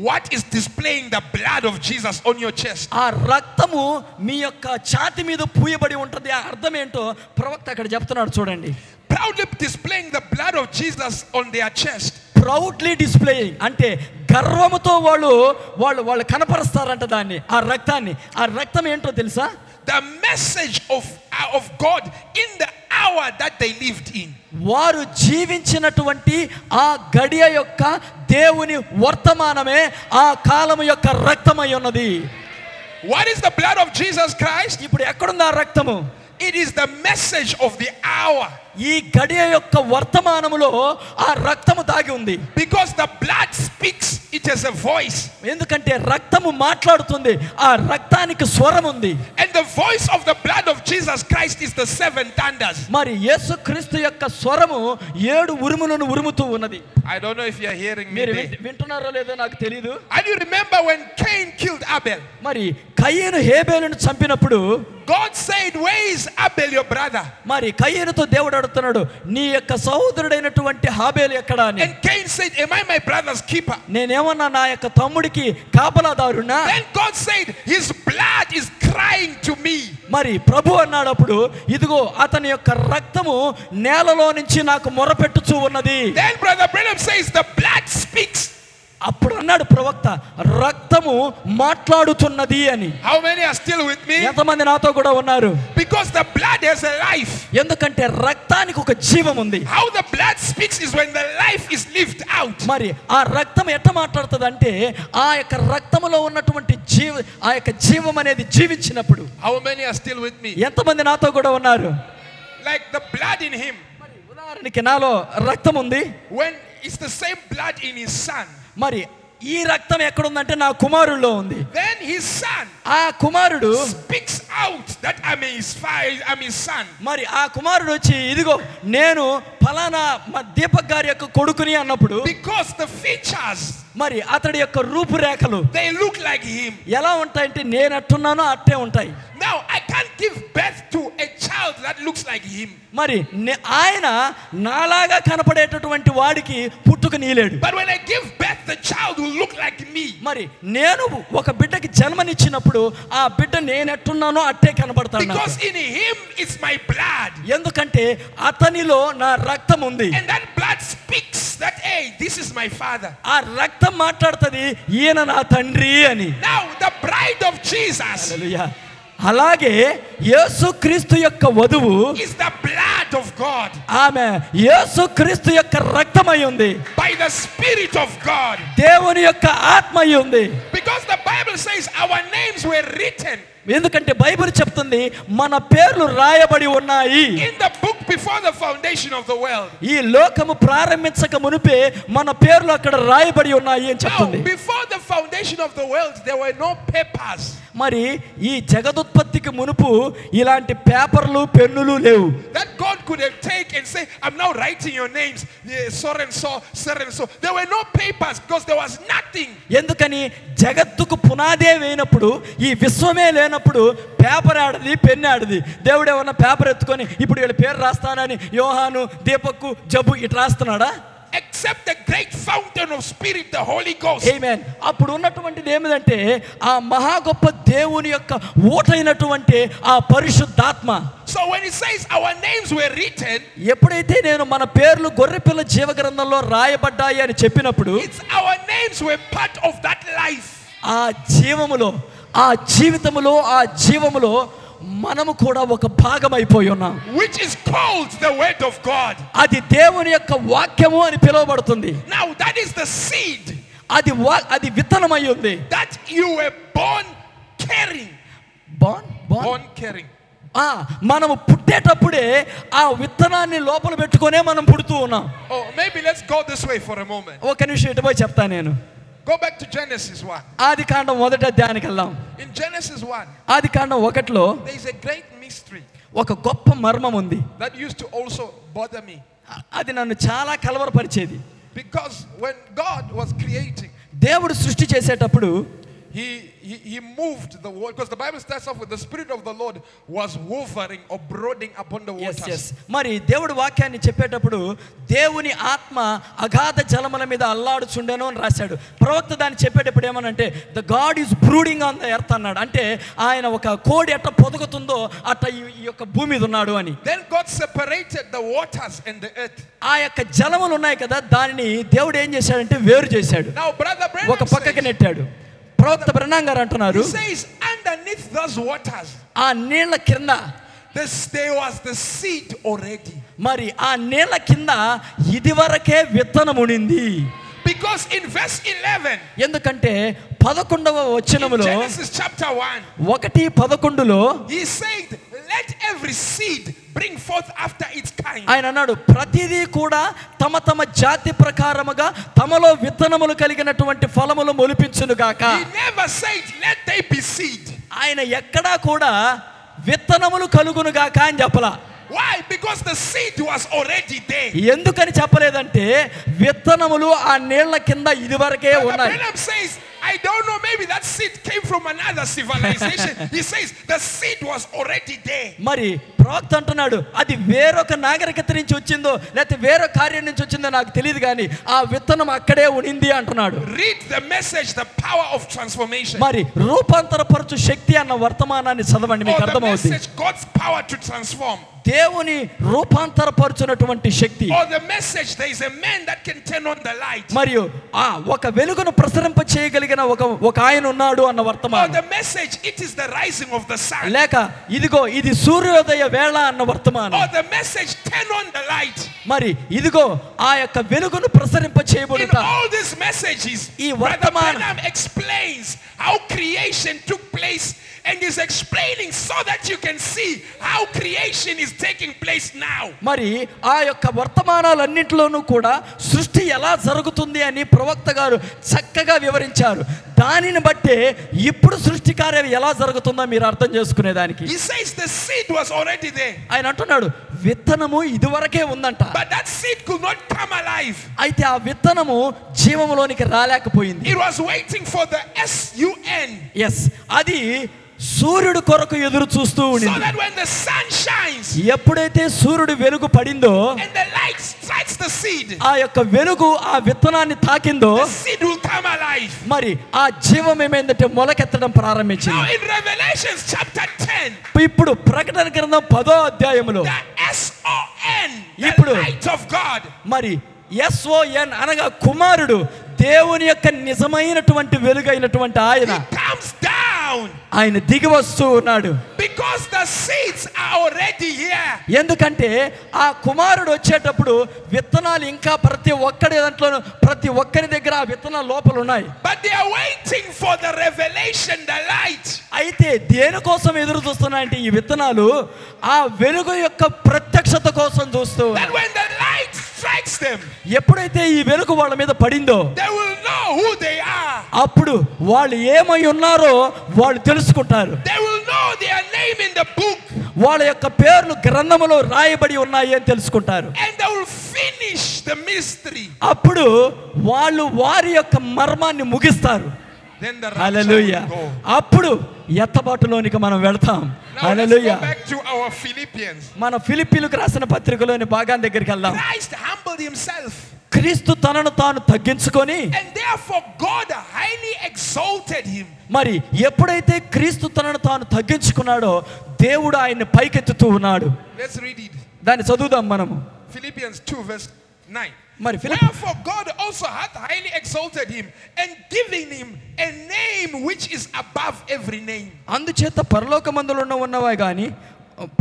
Speaker 2: what is displaying the blood of Jesus on your chest.
Speaker 4: ఆ రక్తము మీ యొక్క ఛాతి మీద పూయబడి ఉంటుంది ఆ అర్థం ఏంటో ప్రవక్త అక్కడ చెప్తున్నాడు చూడండి
Speaker 2: Proudly displaying the blood of Jesus on their chest.
Speaker 4: Proudly displaying అంటే గర్వముతో వాళ్ళు వాళ్ళు వాళ్ళు కనపరుస్తారంట దాన్ని ఆ రక్తాన్ని ఆ రక్తం ఏంటో తెలుసా
Speaker 2: The message of, uh, of God in the hour that they lived in.
Speaker 4: వారు జీవించినటువంటి ఆ గడియ యొక్క దేవుని వర్తమానమే ఆ కాలము యొక్క రక్తమై ఉన్నది
Speaker 2: What is the blood of Jesus Christ?
Speaker 4: ఇప్పుడు ఎక్కడుంది ఆ రక్తము
Speaker 2: It is the message of the hour.
Speaker 4: ఈ గడియ యొక్క వర్తమానములో ఆ రక్తము దాగి ఉంది
Speaker 2: Because the blood speaks, it has a voice.
Speaker 4: ఎందుకంటే రక్తము మాట్లాడుతుంది ఆ రక్తానికి స్వరం ఉంది
Speaker 2: And the voice of the blood of Jesus Christ is the seven thunders.
Speaker 4: మరి యేసుక్రీస్తు యొక్క స్వరము ఏడు ఉరుములను ఉరుముతూ ఉన్నది
Speaker 2: I don't know if you're hearing me.
Speaker 4: మీరు
Speaker 2: there.
Speaker 4: వింట- వింటున్నారో లేదో నాకు తెలియదు
Speaker 2: And you remember when Cain killed Abel?
Speaker 4: మరి కయ్యను హేబేలును చంపినప్పుడు
Speaker 2: God said, Where is Abel, your brother?
Speaker 4: మరి కయ్యనుతో దేవుడు అడుగుతున్నాడు నీ యొక్క సహోదరుడైనటువంటి హాబేలు ఎక్కడా అని
Speaker 2: And Cain said, Am I my brother's keeper?
Speaker 4: నేనేమన్నా నా యొక్క తమ్ముడికి కాపలాదారునా
Speaker 2: Then God said, His blood is crying to me.
Speaker 4: మరి ప్రభు అన్నాడు అప్పుడు ఇదిగో అతని యొక్క రక్తము నేలలో నుంచి నాకు మొరపెట్టుచూ ఉన్నది
Speaker 2: Then Brother Branham says, The blood speaks.
Speaker 4: అప్పుడు అన్నాడు ప్రవక్త రక్తము మాట్లాడుతున్నది అని
Speaker 2: How many are still with me?
Speaker 4: ఎంతమంది నాతో కూడా ఉన్నారు
Speaker 2: Because the blood has a life.
Speaker 4: ఎందుకంటే రక్తానికి ఒక జీవం ఉంది
Speaker 2: How the blood speaks is when the life is lived out.
Speaker 4: మరి ఆ రక్తం ఎట్ట మాట్లాడుతుంది అంటే ఆ యొక్క రక్తములో ఉన్నటువంటి జీవ ఆ యొక్క జీవం అనేది జీవించినప్పుడు
Speaker 2: How many are still with me?
Speaker 4: ఎంతమంది నాతో కూడా ఉన్నారు
Speaker 2: Like the blood in him.
Speaker 4: మరి ఉదాహరణకి నాలో రక్తం ఉంది
Speaker 2: When it's the same blood in his son.
Speaker 4: మరి ఈ రక్తం ఎక్కడుందంటే నా కుమారుల్లో ఉంది
Speaker 2: Then his son
Speaker 4: ఆ కుమారుడు
Speaker 2: speaks out that I'm his, fi- I'm his son.
Speaker 4: మరి ఆ కుమారుడు వచ్చి ఇదిగో నేను ఫలానా మా దీపక్ గారి యొక్క కొడుకుని అన్నప్పుడు
Speaker 2: Because the features,
Speaker 4: మరి అతడి యొక్క రూపురేఖలు
Speaker 2: they look like him.
Speaker 4: ఎలా ఉంటాయంటే నేను అట్టున్నానో అట్టే ఉంటాయి
Speaker 2: Now, I can't give birth to a child child that looks like him.
Speaker 4: మరి నే- ఆయన నాలాగా కనపడేటటువంటి వాడికి పుట్టుక నీలేడు
Speaker 2: But when I give birth, the child will look like me.
Speaker 4: మరి నేను ఒక బిడ్డకి జన్మనిచ్చినప్పుడు ఆ బిడ్డ నేనెట్టున్నానో అట్టే కనబడతాను నాకు.
Speaker 2: Because in him is my blood.
Speaker 4: ఎందుకంటే అతనిలో నా రక్తం ఉంది
Speaker 2: And that blood speaks that, hey, this is my father.
Speaker 4: ఆ రక్తం మాట్లాడుతుంది ఈయన నా తండ్రి అని
Speaker 2: Now, the bride of Jesus
Speaker 4: హల్లెలూయా. అలాగే యేసుక్రీస్తు యొక్క వధువు
Speaker 2: is the blood of God.
Speaker 4: ఆమె యేసుక్రీస్తు యొక్క రక్తమై ఉంది
Speaker 2: by the Spirit of God.
Speaker 4: దేవుని యొక్క ఆత్మ అయి ఉంది
Speaker 2: Because the Bible says our names were written
Speaker 4: ఎందుకంటే బైబిల్ చెప్తుంది మన పేర్లు రాయబడి ఉన్నాయి
Speaker 2: in the book before the foundation of the world.
Speaker 4: ఈ లోకము ప్రారంభించక మునిపే మన పేర్లు అక్కడ రాయబడి ఉన్నాయి అని
Speaker 2: Now,
Speaker 4: చెప్తుంది
Speaker 2: before the foundation of the world, there were no papers.
Speaker 4: మరి ఈ జగదుత్పత్తికి మునుపు ఇలాంటి పేపర్లు పెన్నులు లేవు
Speaker 2: That God could have taken and say, I'm now writing your names, eh, so and so, so and so. There were no papers because there was nothing.
Speaker 4: ఎందుకని జగత్తుకు పునాదే వేయినప్పుడు ఈ విశ్వమే లేనప్పుడు పేపర్ ఆడది పెన్ ఆడది దేవుడు ఏమన్నా పేపర్ ఎత్తుకొని ఇప్పుడు వీళ్ళ పేరు రాస్తానని యోహాను దీపక్కు జబ్బు ఇటు రాస్తున్నాడా
Speaker 2: Except the great fountain of spirit, the Holy Ghost.
Speaker 4: Amen అప్పుడు ఉన్నటువంటిది ఏమిటంటే ఆ మహా గొప్ప దేవుని యొక్క ఊటైనటువంటి ఆ పరిశుద్ధాత్మ
Speaker 2: So when it says our names were written,
Speaker 4: ఎప్పుడైతే నేను మన పేర్లు గొర్రెపిల్ల జీవ గ్రంథంలో రాయబడ్డాయి అని చెప్పినప్పుడు
Speaker 2: it's our names were part of that life.
Speaker 4: ఆ జీవములో ఆ జీవితములో ఆ జీవములో మనము కూడా ఒక భాగం అయిపోయి ఉన్నాం
Speaker 2: which is called the word of God.
Speaker 4: అది దేవుని యొక్క వాక్యము అని పిలువబడుతుంది
Speaker 2: Now that is the seed
Speaker 4: అది వా అది విత్తనమై ఉంది
Speaker 2: that you were born carrying.
Speaker 4: Born born
Speaker 2: Born carrying.
Speaker 4: ఆ, మనము పుట్టేటప్పుడే ఆ విత్తనాన్ని లోపల పెట్టుకునే మనం పుడుతూ ఉన్నాం
Speaker 2: Oh, maybe let's go this way for a moment.
Speaker 4: ఒక నిమిషం ఇటు పోయి చెప్తా నేను
Speaker 2: Go back to Genesis 1.
Speaker 4: ఆది కాండం మొదట అధ్యాయానికి వెళ్దాం
Speaker 2: In Genesis 1,
Speaker 4: ఆది కాండం ఒకటిలో
Speaker 2: there is a great mystery
Speaker 4: ఒక గొప్ప మర్మం ఉంది
Speaker 2: that used to also bother me.
Speaker 4: ఆ- అది నన్ను చాలా కలవరపరిచేది
Speaker 2: Because when God was creating,
Speaker 4: దేవుడు సృష్టి చేసేటప్పుడు
Speaker 2: he, he, he moved the water. Because the Bible starts off with the Spirit of the Lord was hovering or brooding upon the waters.
Speaker 4: Yes, yes. మరి దేవుడు వాక్యాన్ని చెప్పేటప్పుడు దేవుని ఆత్మ అగాధ జలముల మీద అల్లాడుచుండెను అని రాశాడు ప్రవక్త దాన్ని చెప్పేటప్పుడు ఏమనంటే the God is brooding on the earth అన్నాడు అంటే ఆయన ఒక కోడి ఎట్ట పొదుగుతుందో అట్ట ఈ ఈ యొక్క భూమి మీద ఉన్నాడు అని
Speaker 2: Then God separated the waters and the earth.
Speaker 4: ఆ యొక్క జలములు ఉన్నాయి కదా దానిని దేవుడు ఏం చేశాడంటే వేరు చేశాడు
Speaker 2: Now, Brother
Speaker 4: ఒక
Speaker 2: Branham
Speaker 4: పక్కకి
Speaker 2: says,
Speaker 4: నెట్టాడు ప్రవక్త బ్రహ్నాం గారు అంటున్నారు
Speaker 2: He says, underneath those waters,
Speaker 4: ఆ నీళ్ల కింద
Speaker 2: this, there was the seed already.
Speaker 4: మరి ఆ నీళ్ల కింద ఇదివరకే విత్తనం ఉనింది
Speaker 2: Because in verse 11,
Speaker 4: ఎందుకంటే పదకొండవ
Speaker 2: in
Speaker 4: వచనములో
Speaker 2: Genesis chapter 1,
Speaker 4: ఒకటి పదకొండులో
Speaker 2: he said, Let every seed bring forth after its kind.
Speaker 4: ఆయన అన్నాడు ప్రతిదీ కూడా తమ తమ జాతి ప్రకారముగా తమలో విత్తనములు కలిగినటువంటి ఫలములు మొలిపించును గాక
Speaker 2: He never said, Let they be seed.
Speaker 4: ఆయన ఎక్కడా కూడా విత్తనములు కలుగును గాక అని చెప్పలా
Speaker 2: Why? Because the seed was already there.
Speaker 4: ఎందుకని చెప్పలేదంటే విత్తనములు ఆ నీళ్ల కింద ఇదివరకే
Speaker 2: Brother
Speaker 4: ఉన్నాయి
Speaker 2: Branham says, I don't know, maybe that seed came from another civilization. he says, The seed was already there.
Speaker 4: మరి ప్రవక్త అంటున్నాడు అది వేరొక నాగరికత నుంచి వచ్చిందో లేకపోతే వేరొక కార్యం నుంచి వచ్చిందో నాకు తెలియదు కానీ ఆ విత్తనం అక్కడే ఉనింది అంటున్నాడు
Speaker 2: Read the message, the power of transformation.
Speaker 4: మరి రూపాంతరపరచు శక్తి అన్న వర్తమానాన్ని చదవండి మీకు
Speaker 2: or the
Speaker 4: అర్థమవుతుంది
Speaker 2: Oh, message God's power to transform,
Speaker 4: దేవుని రూపాంతరపరచునటువంటి శక్తి
Speaker 2: or the message there is a man that can turn on the light,
Speaker 4: మరియు ఆ ఒక వెలుగును ప్రసరింప చేయగలిగిన ఒక ఒక ఆయన ఉన్నాడు అన్న
Speaker 2: or
Speaker 4: వర్తమానం
Speaker 2: the message it is the rising of the sun,
Speaker 4: లేక ఇదిగో ఇది సూర్యోదయ వేళ అన్న వర్తమానం
Speaker 2: or the message turn on the light.
Speaker 4: మరి ఇదిగో ఆ యొక్క వెలుగును ప్రసరింప
Speaker 2: In
Speaker 4: చేయబడుతా
Speaker 2: all these messages,
Speaker 4: ఈ
Speaker 2: Brother
Speaker 4: వర్తమానం-
Speaker 2: Branham explains how creation took place and is explaining so that you can see how creation is taking place now.
Speaker 4: మరి ఆ యొక్క వర్తమానాలన్నింటిలోనూ కూడా సృష్టి ఎలా జరుగుతుంది అని ప్రవక్త గారు చక్కగా వివరించారు దానిని బట్టే ఇప్పుడు సృష్టి కార్యం ఎలా జరుగుతుందో మీరు అర్థం చేసుకునేదానికి
Speaker 2: He says the seed was already there,
Speaker 4: ఆయన అంటున్నాడు విత్తనము ఇదివరకే ఉందంట
Speaker 2: but that seed could not come alive.
Speaker 4: అయితే ఆ విత్తనము జీవములోనికి రాలేకపోయింది
Speaker 2: It was waiting for the S U N
Speaker 4: S అది సూర్యుడు కొరకు ఎదురు చూస్తూ
Speaker 5: So
Speaker 4: ఉండింది
Speaker 5: that when the sun shines
Speaker 4: ఎప్పుడైతే సూర్యుడు వెలుగు పడిందో
Speaker 5: and the light strikes the seed,
Speaker 4: ఆ యొక్క వెలుగు ఆ విత్తనాన్ని తాకిందో
Speaker 5: the seed will come alive.
Speaker 4: మరి ఆ జీవం ఏమైందంటే మొలకెత్తడం ప్రారంభించింది
Speaker 5: Now in Revelations chapter 10,
Speaker 4: ఇప్పుడు ప్రకటన గ్రంథం పదో అధ్యాయములో
Speaker 5: the S-O-N, the
Speaker 4: ఇప్పుడు-
Speaker 5: light of God,
Speaker 4: మరి ఎస్ఓఎన్ అనగా కుమారుడు దేవుని యొక్క నిజమైనటువంటి వెలుగైనటువంటి ఆయన
Speaker 5: comes down
Speaker 4: ఆయన దిగి వస్తూ ఉన్నాడు
Speaker 5: because the seeds are already here.
Speaker 4: ఎందుకంటే ఆ కుమారుడు వచ్చేటప్పుడు విత్తనాలు ఇంకా ప్రతి ఒక్కడి దాంట్లోనూ ప్రతి ఒక్కరి దగ్గర ఆ విత్తనాలు లోపల ఉన్నాయి
Speaker 5: But they are waiting for the revelation, the light.
Speaker 4: అయితే దేనికోసం ఎదురు చూస్తున్నాయంటే ఈ విత్తనాలు ఆ వెలుగు యొక్క ప్రత్యక్షత కోసం చూస్తూ
Speaker 5: That
Speaker 4: ఉన్నాయి.
Speaker 5: when the light strikes them,
Speaker 4: ఎప్పుడైతే ఈ వెలుగు వాళ్ళ మీద పడిందో
Speaker 5: they will know who they are.
Speaker 4: అప్పుడు వాళ్ళు ఏమై ఉన్నారో వాళ్ళు తెలుసుకుంటారు
Speaker 5: They will know their name in the book
Speaker 4: వాళ్ళ యొక్క పేర్లు గ్రంథములో రాయబడి ఉన్నాయి అని తెలుసుకుంటారు
Speaker 5: and they will finish the mystery.
Speaker 4: అప్పుడు వాళ్ళు వారి యొక్క మర్మాన్ని ముగిస్తారు
Speaker 5: Then the rapture
Speaker 4: hallelujah
Speaker 5: will go.
Speaker 4: అప్పుడు ఎత్తబాటులోనికి మనం వెళ్తాం
Speaker 5: Now let's
Speaker 4: hallelujah
Speaker 5: go back to our Philippians.
Speaker 4: మన ఫిలిపీలకు రాసిన పత్రికలోని భాగాన్ని దగ్గరికి వెళ్దాం
Speaker 5: Christ humbled himself,
Speaker 4: క్రీస్తు తనను తాను తగ్గించుకొని
Speaker 5: and therefore God highly exalted him
Speaker 4: మరి ఎప్పుడైతే క్రీస్తు తనను తాను తగ్గించుకున్నాడో దేవుడు ఆయన్ని పైకెత్తుతూ ఉన్నాడు
Speaker 2: Let's read it.
Speaker 4: దాన్ని చదువుదాం మనము
Speaker 2: Philippians 2, verse 9.
Speaker 4: మరి Philip
Speaker 2: Wherefore God also hath highly exalted him and given him a name which is above every name.
Speaker 4: అందుచేత పరలోకమందులున్న ఉన్నవా కానీ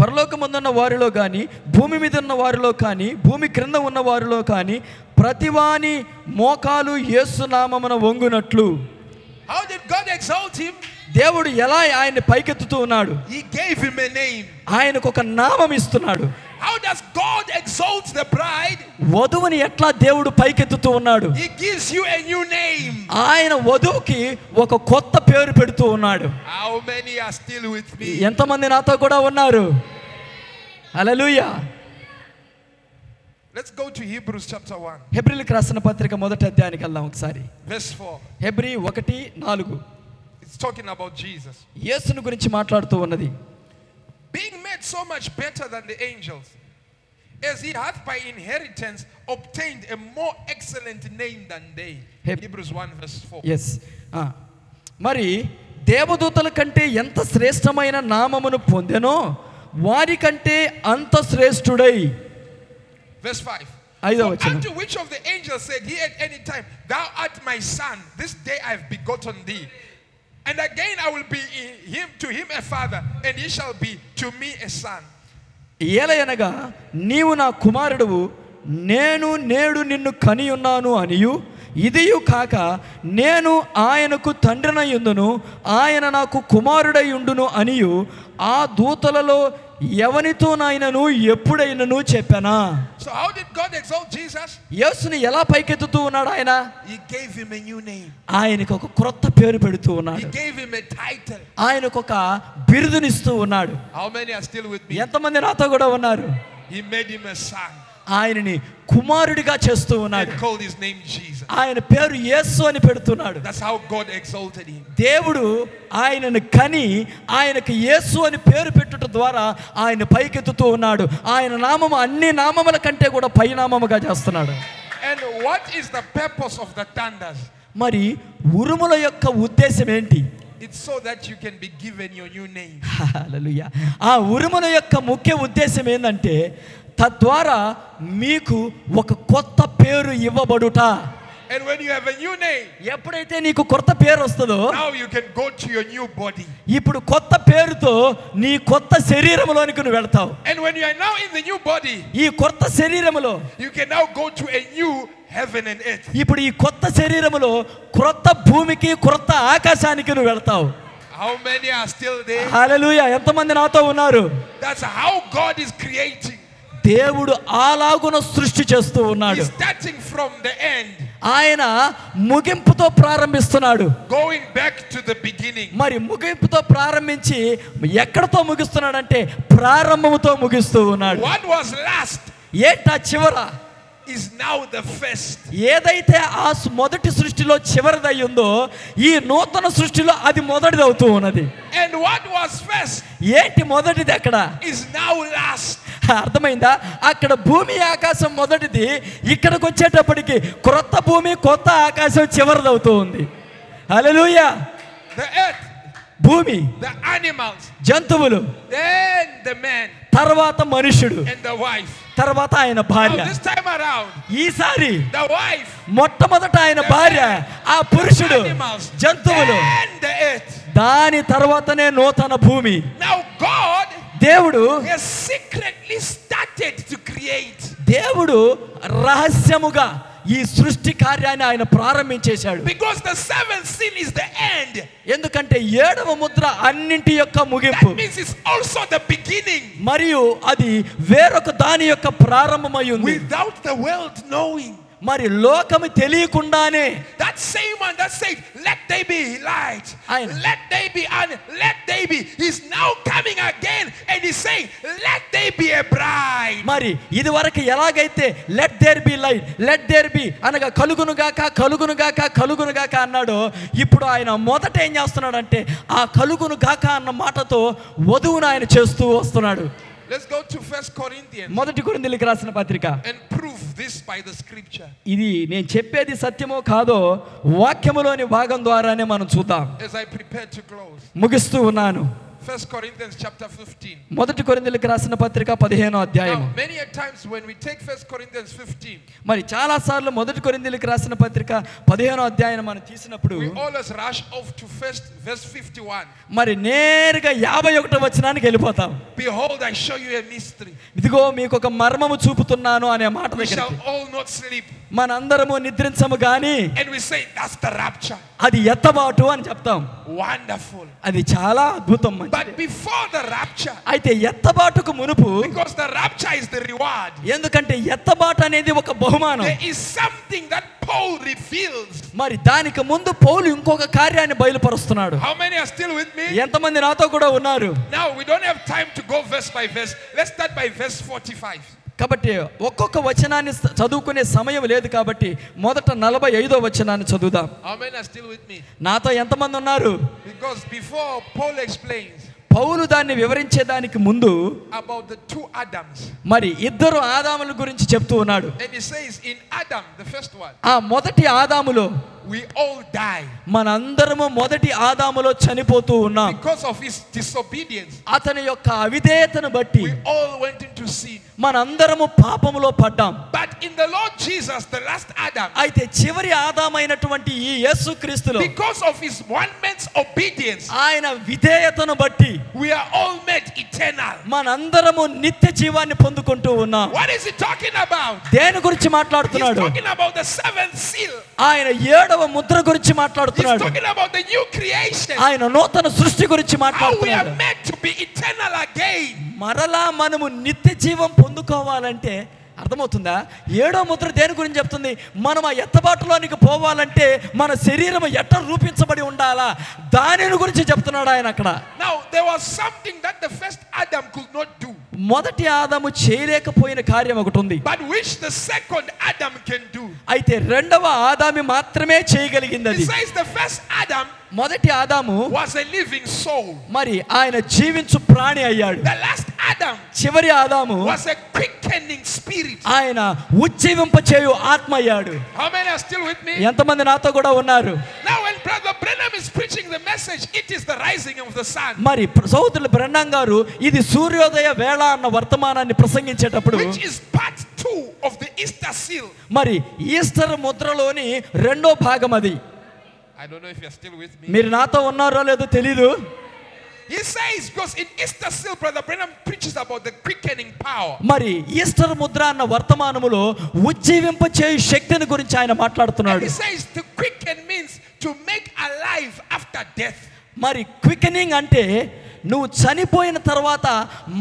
Speaker 4: పరలోకమందున్న వారిలో కానీ భూమి మీద ఉన్న వారిలో కానీ భూమి క్రింద ఉన్న వారిలో కానీ ప్రతివాని మోకాలు యేసు నామమున వంగునట్లు
Speaker 2: How did God exalt him?
Speaker 4: దేవుడు ఎలా ఆయన్ని పైకెత్తుతూ ఉన్నాడు
Speaker 2: He gave him a name.
Speaker 4: ఆయనకు ఒక నామం ఇస్తున్నాడు
Speaker 2: How does God exalt the bride?
Speaker 4: వధువుని ఎట్లా దేవుడు పైకెత్తుతూ ఉన్నాడు
Speaker 2: He gives you a new name.
Speaker 4: ఆయన వధువుకి ఒక కొత్త పేరు పెడుతూ ఉన్నాడు
Speaker 2: How many are still with me?
Speaker 4: ఎంతమంది నాతో కూడా ఉన్నారు అలలుయా
Speaker 2: Let's go to Hebrews chapter 1,
Speaker 4: హెబ్రిల్కి రాసిన పత్రిక మొదటి అధ్యాయానికి వెళ్దాం ఒకసారి
Speaker 2: verse 4.
Speaker 4: హెబ్రి ఒకటి నాలుగు
Speaker 2: It's talking about Jesus.
Speaker 4: యేసును గురించి మాట్లాడుతూ ఉన్నది
Speaker 2: Being made so much better than the angels, as he hath by inheritance obtained a more excellent name than they.
Speaker 4: Heb-
Speaker 2: Hebrews 1, verse 4.
Speaker 4: Yes మరి దేవదూతల కంటే ఎంత శ్రేష్టమైన నామమును పొందెనో వారికంటే అంత శ్రేష్ఠుడై
Speaker 2: Verse 5.
Speaker 4: ఐదవ
Speaker 2: For
Speaker 4: వచనం
Speaker 2: unto which of the angels said he at any time, Thou art my son, this day I have begotten thee. And again I will be in him to him a father, and he shall be to me a son.
Speaker 4: ఏలయనగా నీవు నా కుమారుడువు నేను నేడు నిన్ను కని ఉన్నాను అనియు ఇదియు కాక నేను ఆయనకు తండ్రినయుందును ఆయన నాకు కుమారుడై ఉండును అనియు ఆ దూతలలో ఎవనితోనైనను ఎప్పుడైనను చెప్పానా
Speaker 2: So how did God exalt Jesus?
Speaker 4: యేసుని ఎలా పైకెత్తుతూ ఉన్నాడు ఆయన
Speaker 2: He gave him a new name.
Speaker 4: ఆయనకు ఒక క్రొత్త పేరు పెడుతూ
Speaker 2: He
Speaker 4: ఉన్నాడు
Speaker 2: gave him a title.
Speaker 4: ఆయనకు ఒక బిరుదునిస్తూ ఉన్నాడు
Speaker 2: How many are still with me?
Speaker 4: ఎంతమంది నాతో కూడా ఉన్నారు
Speaker 2: He made him a son
Speaker 4: ఆయనని కుమారుడిగా చేస్తూ
Speaker 2: and
Speaker 4: ఉన్నాడు
Speaker 2: called his name Jesus.
Speaker 4: ఆయన పేరు యేసు అని పెడుతున్నాడు
Speaker 2: That's how God exalted him.
Speaker 4: దేవుడు ఆయనను కని ఆయనకు యేసు అని పేరు పెట్టుట ద్వారా ఆయన పైకెత్తుతూ ఉన్నాడు ఆయన నామము అన్ని నామముల కంటే కూడా పైనామముగా చేస్తున్నాడు
Speaker 2: And what is the purpose of the thunders?
Speaker 4: మరి ఉరుముల యొక్క ఉద్దేశం ఏంటి
Speaker 2: It's so that you can be given your new name.
Speaker 4: హల్లెలూయా. ఆ ఉరుముల యొక్క ముఖ్య ఉద్దేశం ఏంటంటే తద్వారా మీకు ఒక కొత్త పేరు ఇవ్వబడుట
Speaker 2: And when you have a new name,
Speaker 4: ఎప్పుడైతే నీకు కొత్త పేరు వస్తుందో
Speaker 2: now you can go to your new body.
Speaker 4: ఇప్పుడు కొత్త పేరుతో నీ కొత్త శరీరంలోనికి నువ్వు వెళ్తావు
Speaker 2: And when you are now in the new body,
Speaker 4: ఈ కొత్త శరీరములో
Speaker 2: you can now go to a new heaven and earth.
Speaker 4: ఇప్పుడు ఈ కొత్త శరీరములో క్రొత్త భూమికి క్రొత్త ఆకాశానికి నువ్వు వెళ్తావు
Speaker 2: How మany are still there?
Speaker 4: హల్లెలూయా ఎంతమంది నాతో ఉన్నారు
Speaker 2: That's how God is creating.
Speaker 4: దేవుడు ఆలాగున సృష్టి చేస్తూ ఉన్నాడు
Speaker 2: He's starting from the end,
Speaker 4: ఆయన ముగింపుతో ప్రారంభిస్తున్నాడు
Speaker 2: going back to the beginning.
Speaker 4: మరి ముగింపుతో ప్రారంభించి ఎక్కడతో ముగిస్తున్నాడంటే ప్రారంభముతో ముగిస్తూ ఉన్నాడు
Speaker 2: What was last
Speaker 4: ఏంటా చివర
Speaker 2: is now the first.
Speaker 4: ఏదైతే ఆ స్- మొదటి సృష్టిలో చివరిదై ఉందో ఈ నూతన సృష్టిలో అది మొదటిది అవుతూ ఉన్నది
Speaker 2: And what was first
Speaker 4: ఏంటి మొదటిది అక్కడ
Speaker 2: is now last.
Speaker 4: <laughs> అర్థమైందా అక్కడ భూమి ఆకాశం మొదటిది ఇక్కడికి వచ్చేటప్పటికి క్రొత్త భూమి కొత్త ఆకాశం చివరిది అవుతూ ఉంది హల్లెలూయా
Speaker 2: The earth,
Speaker 4: భూమి
Speaker 2: the animals,
Speaker 4: జంతువులు
Speaker 2: then the man
Speaker 4: తర్వాత మనుష్యుడు
Speaker 2: and the wife.
Speaker 4: తర్వాత ఆయన
Speaker 2: Now,
Speaker 4: భార్య
Speaker 2: this time around,
Speaker 4: ఈసారి
Speaker 2: the wife,
Speaker 4: మొట్టమొదట ఆయన భార్య ఆ పురుషుడు
Speaker 2: animals,
Speaker 4: జంతువులు
Speaker 2: then the earth.
Speaker 4: దాని తర్వాతనే నూతన భూమి
Speaker 2: Now, God
Speaker 4: దేవుడు
Speaker 2: has secretly started to create
Speaker 4: దేవుడు రహస్యముగా ఈ సృష్టి కార్యాన్ని ఆయన ప్రారంభించేశాడు
Speaker 2: because the seventh seal is the end.
Speaker 4: ఎందుకంటే ఏడవ ముద్ర అన్నింటి యొక్క ముగింపు
Speaker 2: That means it's also the beginning.
Speaker 4: మరియు అది వేరొక దాని యొక్క ప్రారంభమై ఉంది
Speaker 2: Without the world knowing,
Speaker 4: మరి లోకము తెలియకుండానే
Speaker 2: that same one that said, Let there be light,
Speaker 4: I know.
Speaker 2: let there be, and let there be, is now coming again and he's saying, Let there be a bride.
Speaker 4: మరి ఇది వరకు ఎలాగైతే let there be light let there be అనగా కలుగునుగాక కలుగునుగాక కలుగునుగాక అన్నాడో ఇప్పుడు ఆయన మొదట ఏం చేస్తున్నాడంటే ఆ కలుగునుగాక అన్న మాటతో వధువును ఆయన చేస్తూ వస్తున్నాడు
Speaker 2: Let's go to First Corinthians
Speaker 4: మొదటి కొరింథీయులకు రాసిన పత్రిక
Speaker 2: and prove this by the scripture.
Speaker 4: ఇది నేను చెప్పేది సత్యమో కాదో వాక్యములోని భాగం ద్వారానే మనం చూద్దాం
Speaker 2: As I prepare to close,
Speaker 4: ముగిస్తూ ఉన్నాను
Speaker 2: First Corinthians chapter 15.
Speaker 4: మొదటి కొరింథీయులకు రాసిన పత్రిక పదిహేనో అధ్యాయం
Speaker 2: Now, many a times when we take First Corinthians 15,
Speaker 4: మరి చాలా సార్లు మొదటి కొరింథీయులకు రాసిన పత్రిక పదిహేనో అధ్యాయం మనం తీసినప్పుడు
Speaker 2: we always rush off to first verse 51.
Speaker 4: మరి నేరుగా యాభై ఒకటో వచనానికి వెళ్ళిపోతాం
Speaker 2: Behold, I show you a mystery.
Speaker 4: ఇదిగో మీకు ఒక మర్మము చూపుతున్నాను అనే మాట
Speaker 2: We
Speaker 4: దగ్గర
Speaker 2: shall all not sleep.
Speaker 4: మనందరము నిద్రించము కానీ
Speaker 2: And we say, That's the rapture.
Speaker 4: అది ఎత్తబాటు అని చెప్తాం
Speaker 2: Wonderful.
Speaker 4: అది చాలా అద్భుతం మంచిది.
Speaker 2: But before the rapture,
Speaker 4: అయితే ఎత్తబాటుకు మునుపు
Speaker 2: because the rapture is the reward,
Speaker 4: ఎందుకంటే ఎత్తబాటు అనేది ఒక బహుమానం
Speaker 2: there is something that Paul reveals.
Speaker 4: మరి దానికి ముందు పౌలు ఇంకొక కార్యాన్ని బయలుపరుస్తున్నాడు
Speaker 2: How many are still with me?
Speaker 4: ఎంతమంది నాతో కూడా ఉన్నారు
Speaker 2: Now, we don't have time to go verse by verse. Let's start by verse 45.
Speaker 4: కాబట్టి ఒక్కొక్క వచనాన్ని స- చదువుకునే సమయం లేదు కాబట్టి మొదట నలభై ఐదో వచనాన్ని చదువుదాం
Speaker 2: How many are still with me?
Speaker 4: నాతో ఎంతమంది ఉన్నారు
Speaker 2: Because before Paul explains
Speaker 4: పౌలు దాన్ని వివరించేదానికి ముందు
Speaker 2: about the two Adams,
Speaker 4: మరి ఇద్దరు ఆదాముల గురించి చెప్తూ ఉన్నాడు
Speaker 2: and he says, In Adam, the first one,
Speaker 4: ఆ మొదటి ఆదాములో
Speaker 2: we all die
Speaker 4: మనందరము మొదటి ఆదాములో చనిపోతూ ఉన్నాం
Speaker 2: because of his disobedience.
Speaker 4: అతని యొక్క అవిధేయతను బట్టి
Speaker 2: We all went into sin.
Speaker 4: మనందరము పాపములో పడ్డాం
Speaker 2: But in the Lord Jesus, the last Adam,
Speaker 4: అయితే చివరి ఆదామైనటువంటి ఈ యేసుక్రీస్తులో
Speaker 2: because of his one man's obedience,
Speaker 4: ఆయన విధేయతను బట్టి
Speaker 2: we are all made eternal.
Speaker 4: మనందరము నిత్య జీవాన్ని పొందుకుంటూ ఉన్నాం
Speaker 2: What is he talking about?
Speaker 4: దేని గురించి
Speaker 2: He's
Speaker 4: మాట్లాడుతున్నాడు
Speaker 2: talking about the seventh seal.
Speaker 4: ఆయన ఏడవ ముద్ర గురించి
Speaker 2: He's
Speaker 4: మాట్లాడుతున్నాడు
Speaker 2: talking about the new creation.
Speaker 4: ఆయన నూతన సృష్టి గురించి
Speaker 2: How we
Speaker 4: మాట్లాడుతున్నాడు
Speaker 2: are made to be eternal again.
Speaker 4: మరలా మనము నిత్య జీవం పొందుకోవాలంటే అర్థమవుతుందా ఏడో ముద్ర దేని గురించి చెప్తుంది మనం ఆ ఎత్తబాటులోనికి పోవాలంటే మన శరీరం ఎట్ట రూపించబడి ఉండాలా దానిని గురించి చెప్తున్నాడు ఆయన అక్కడ
Speaker 2: Now, there was something that the first Adam could not do,
Speaker 4: మొదటి ఆదాము చేయలేకపోయిన కార్యం ఒకటి ఉంది
Speaker 2: but which the second Adam can do.
Speaker 4: అయితే రెండవ ఆదామి మాత్రమే చేయగలిగింది
Speaker 2: He
Speaker 4: అది
Speaker 2: says the first Adam
Speaker 4: మొదటి ఆదాము
Speaker 2: was a living soul,
Speaker 4: మరి ఆయన జీవించు ప్రాణి అయ్యాడు
Speaker 2: the last Adam
Speaker 4: చివరి ఆదాము
Speaker 2: was a quickening spirit.
Speaker 4: ఆయన ఉజ్జీవింప చేయు ఆత్మ అయ్యాడు
Speaker 2: How many are still with me?
Speaker 4: ఎంతమంది నాతో కూడా ఉన్నారు
Speaker 2: Now, when Brother Brenham is preaching the message, it is the rising of the sun,
Speaker 4: మరి ప్ర- సోదరులు బ్రహ్మం గారు ఇది సూర్యోదయ వేళ అన్న వర్తమానాన్ని ప్రసంగించేటప్పుడు
Speaker 2: which is part two of the Easter seal.
Speaker 4: మరి ఈస్టర్ ముద్రలోని రెండో భాగం అది
Speaker 2: I don't know if you're still with me.
Speaker 4: మీరు నాతో ఉన్నారో లేదో తెలీదు
Speaker 2: He says, because in Easter seal, Brother Brenham preaches about the quickening power.
Speaker 4: మరి ఈస్టర్ ముద్ర అన్న వర్తమానములో ఉజ్జీవింప చేయు శక్తిని గురించి ఆయన
Speaker 2: And
Speaker 4: మాట్లాడుతున్నాడు
Speaker 2: he says, to quicken means to make alive after death.
Speaker 4: మరి క్వికనింగ్ అంటే నువ్వు చనిపోయిన తర్వాత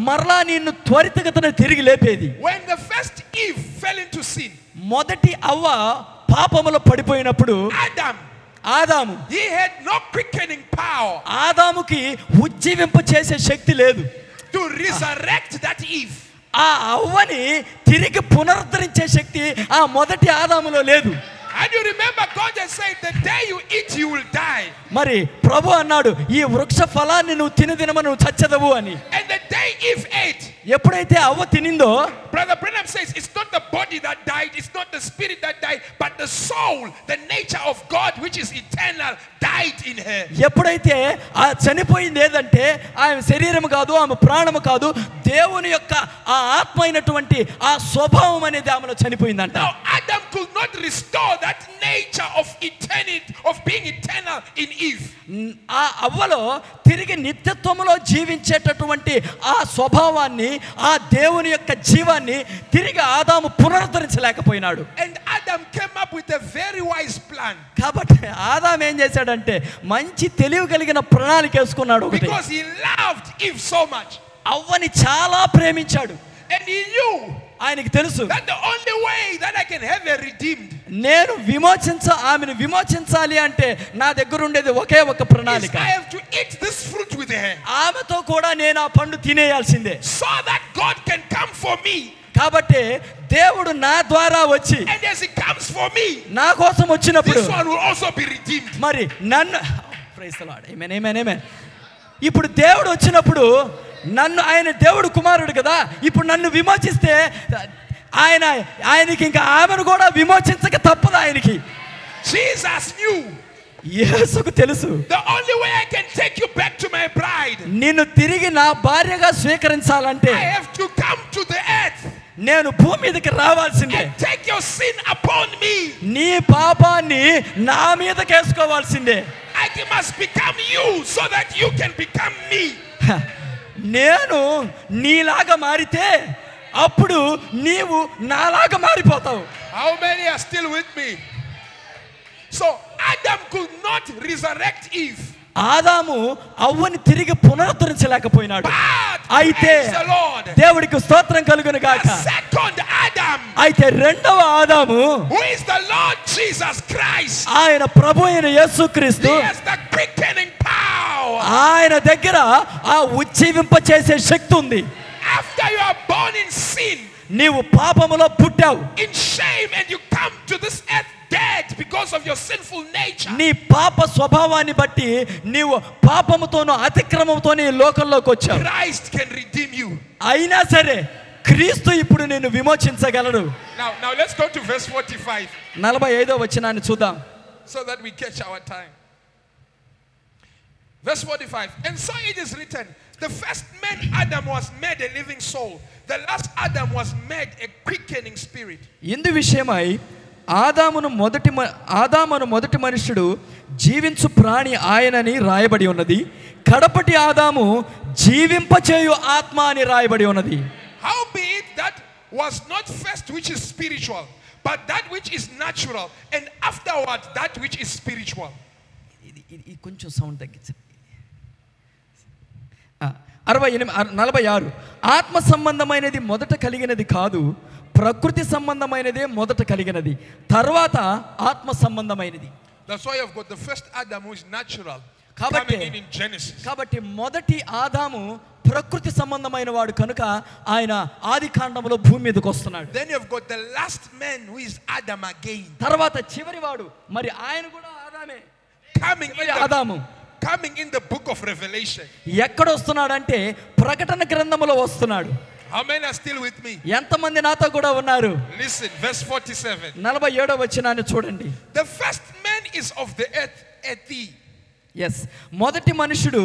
Speaker 4: మరలా నిన్ను త్వరితగతన తిరిగి లేపేది
Speaker 2: When the first Eve fell into sin,
Speaker 4: మొదటి అవ్వ పాపములో పడిపోయినప్పుడు
Speaker 2: Adam,
Speaker 4: ఆదాము
Speaker 2: he had no quickening power
Speaker 4: ఆదాముకి ఉజ్జీవింప చేసే శక్తి లేదు
Speaker 2: to resurrect that Eve.
Speaker 4: ఆ అవ్వని తిరిగి పునరుద్ధరించే శక్తి ఆ మొదటి ఆదాములో లేదు
Speaker 2: And you remember God has said, the day you eat, you will die.
Speaker 4: మరి ప్రభు అన్నాడు ఈ వృక్ష ఫలాన్ని నువ్వు తిని తినమని నువ్వు చచ్చదవు అని
Speaker 2: And the day Eve ate,
Speaker 4: ఎప్పుడైతే అవ్వ తినిందో
Speaker 2: Brother Branham says, it's not the body that died, it's not the spirit that died, but the soul, the nature of God, which is eternal, died in her.
Speaker 4: ఎప్పుడైతే ఆ చనిపోయింది ఏదంటే ఆమె శరీరం కాదు ఆమె ప్రాణము కాదు దేవుని యొక్క ఆ ఆత్మ అయినటువంటి ఆ స్వభావం అనేది ఆమెలో చనిపోయిందంట
Speaker 2: Now, Adam could not restore that nature of eternity, of being eternal in Eve.
Speaker 4: ఆ అవ్వలో తిరిగి నిత్యత్వములో జీవించేటటువంటి ఆ స్వభావాన్ని ఆ దేవుని యొక్క జీవాన్ని తిరిగి ఆదాము పునరుద్ధరించలేకపోయినాడు
Speaker 2: And Adam came up with a very wise plan
Speaker 4: కాబట్టి ఆదాం ఏం చేశాడంటే మంచి తెలివి కలిగిన ప్రణాళిక వేసుకున్నాడు ఒకటి
Speaker 2: because he loved Eve so much.
Speaker 4: అవ్వని చాలా ప్రేమించాడు
Speaker 2: And he knew
Speaker 4: ఆయనకి తెలుసు
Speaker 2: that the only way that I can have her redeemed
Speaker 4: నేను విమోచించ ఆమెను విమోచించాలి అంటే నా దగ్గర ఉండేది ఒకే ఒక
Speaker 2: is
Speaker 4: ప్రణాళిక
Speaker 2: I have to eat this fruit with her
Speaker 4: ఆమెతో కూడా నేను ఆ పండు తినేయాల్సిందే
Speaker 2: so that God can come for me.
Speaker 4: కాబట్టి దేవుడు నా ద్వారా వచ్చి
Speaker 2: And as he comes for me,
Speaker 4: నా కోసం వచ్చినప్పుడు
Speaker 2: This one will also be redeemed.
Speaker 4: మరి నన్ను Praise the Lord. Amen, amen, amen. ఇప్పుడు దేవుడు వచ్చినప్పుడు నన్ను ఆయన దేవుడు కుమారుడు కదా ఇప్పుడు నన్ను విమోచిస్తే ఆయన ఆయనకి ఇంకా ఆమెను కూడా విమోచించక తప్పదు ఆయనకి
Speaker 2: Jesus knew
Speaker 4: యేసుకు తెలుసు
Speaker 2: the only way I can take you back to my bride,
Speaker 4: నిన్ను తిరిగి నా భార్యగా స్వీకరించాలంటే
Speaker 2: I have to come to the earth
Speaker 4: నేను భూమి మీదకి రావాల్సిందే
Speaker 2: and take your sin upon me.
Speaker 4: నీ పాపాన్ని నా మీద కేసుకోవాల్సిందే
Speaker 2: I must become you so that you can become me.
Speaker 4: హ, నేను నీలాగా మారితే అప్పుడు నీవు నాలాగా మారిపోతావు
Speaker 2: How many are still with me? So Adam could not resurrect Eve,
Speaker 4: ఆదాము అవ్వని తిరిగి పునరుద్ధరించలేకపోయినాడు
Speaker 2: but
Speaker 4: అయితే
Speaker 2: praise the Lord,
Speaker 4: దేవుడికి స్తోత్రం కలుగును గాక
Speaker 2: the second Adam,
Speaker 4: అయితే రెండవ ఆదాము
Speaker 2: who is the Lord Jesus Christ,
Speaker 4: ఆయన ప్రభు అయిన
Speaker 2: he
Speaker 4: యేసుక్రీస్తు
Speaker 2: has the quickening power.
Speaker 4: ఆయన దగ్గర ఆ ఉజ్జీవింప చేసే శక్తి ఉంది
Speaker 2: After you are born in sin,
Speaker 4: నీవు పాపములో పుట్టావు
Speaker 2: in shame, and you come to this earth dead because of your sinful nature,
Speaker 4: నీ పాప స్వభావాన్ని బట్టి నీవు పాపముతోనూ అతిక్రమంతోనూ ఈ లోకంలోకి వచ్చావు
Speaker 2: Christ can redeem you.
Speaker 4: అయినా సరే క్రీస్తు ఇప్పుడు నేను విమోచించగలడు
Speaker 2: Now, now let's go to verse 45
Speaker 4: నలభై ఐదో వచనాన్ని చూద్దాం
Speaker 2: so that we catch our time. Verse 45 And so it is written the first man Adam was made a living soul, the last Adam was made a quickening spirit.
Speaker 4: ఇందు విషయమై ఆదామును మొదటి మ- ఆదామును మొదటి మనుషుడు జీవించు ప్రాణి ఆయనని రాయబడి ఉన్నది కడపటి ఆదాము జీవింపచేయు ఆత్మ అని రాయబడి ఉన్నది
Speaker 2: Howbeit that was not first which is spiritual, but that which is natural, and afterward that which is spiritual.
Speaker 4: ఇది- ఇది ఇది కొంచెం సౌండ్ తగ్గించండి ఆ, అరవై ఎనిమిది అర- నలభై ఆరు ఆత్మ సంబంధమైనది మొదట కలిగినది కాదు ప్రకృతి సంబంధమైనదే మొదట కలిగినది తర్వాత ఆత్మ సంబంధమైనది
Speaker 2: That's why you've got the first Adam who is natural
Speaker 4: Kabate.
Speaker 2: coming in in Genesis.
Speaker 4: కాబట్టి మొదటి ఆదాము ప్రకృతి సంబంధమైన వాడు కనుక ఆయన ఆది కాండంలో భూమి మీదకి వస్తున్నాడు
Speaker 2: Then you've got the last man who is Adam again
Speaker 4: తర్వాత చివరి వాడు మరి ఆయన కూడా ఆదామే
Speaker 2: coming in
Speaker 4: చివరి
Speaker 2: the,
Speaker 4: ఆదాము
Speaker 2: coming in the book of Revelation.
Speaker 4: ఎక్కడ వస్తున్నాడంటే ప్రకటన గ్రంథములో వస్తున్నాడు
Speaker 2: How many are still with me?
Speaker 4: ఎంతమంది నాతో కూడా ఉన్నారు
Speaker 2: Listen, verse 47.
Speaker 4: నలభై ఏడో వచ్చినాన్ని చూడండి
Speaker 2: The first man is of the earth, earthy,
Speaker 4: yes మొదటి మనుషుడు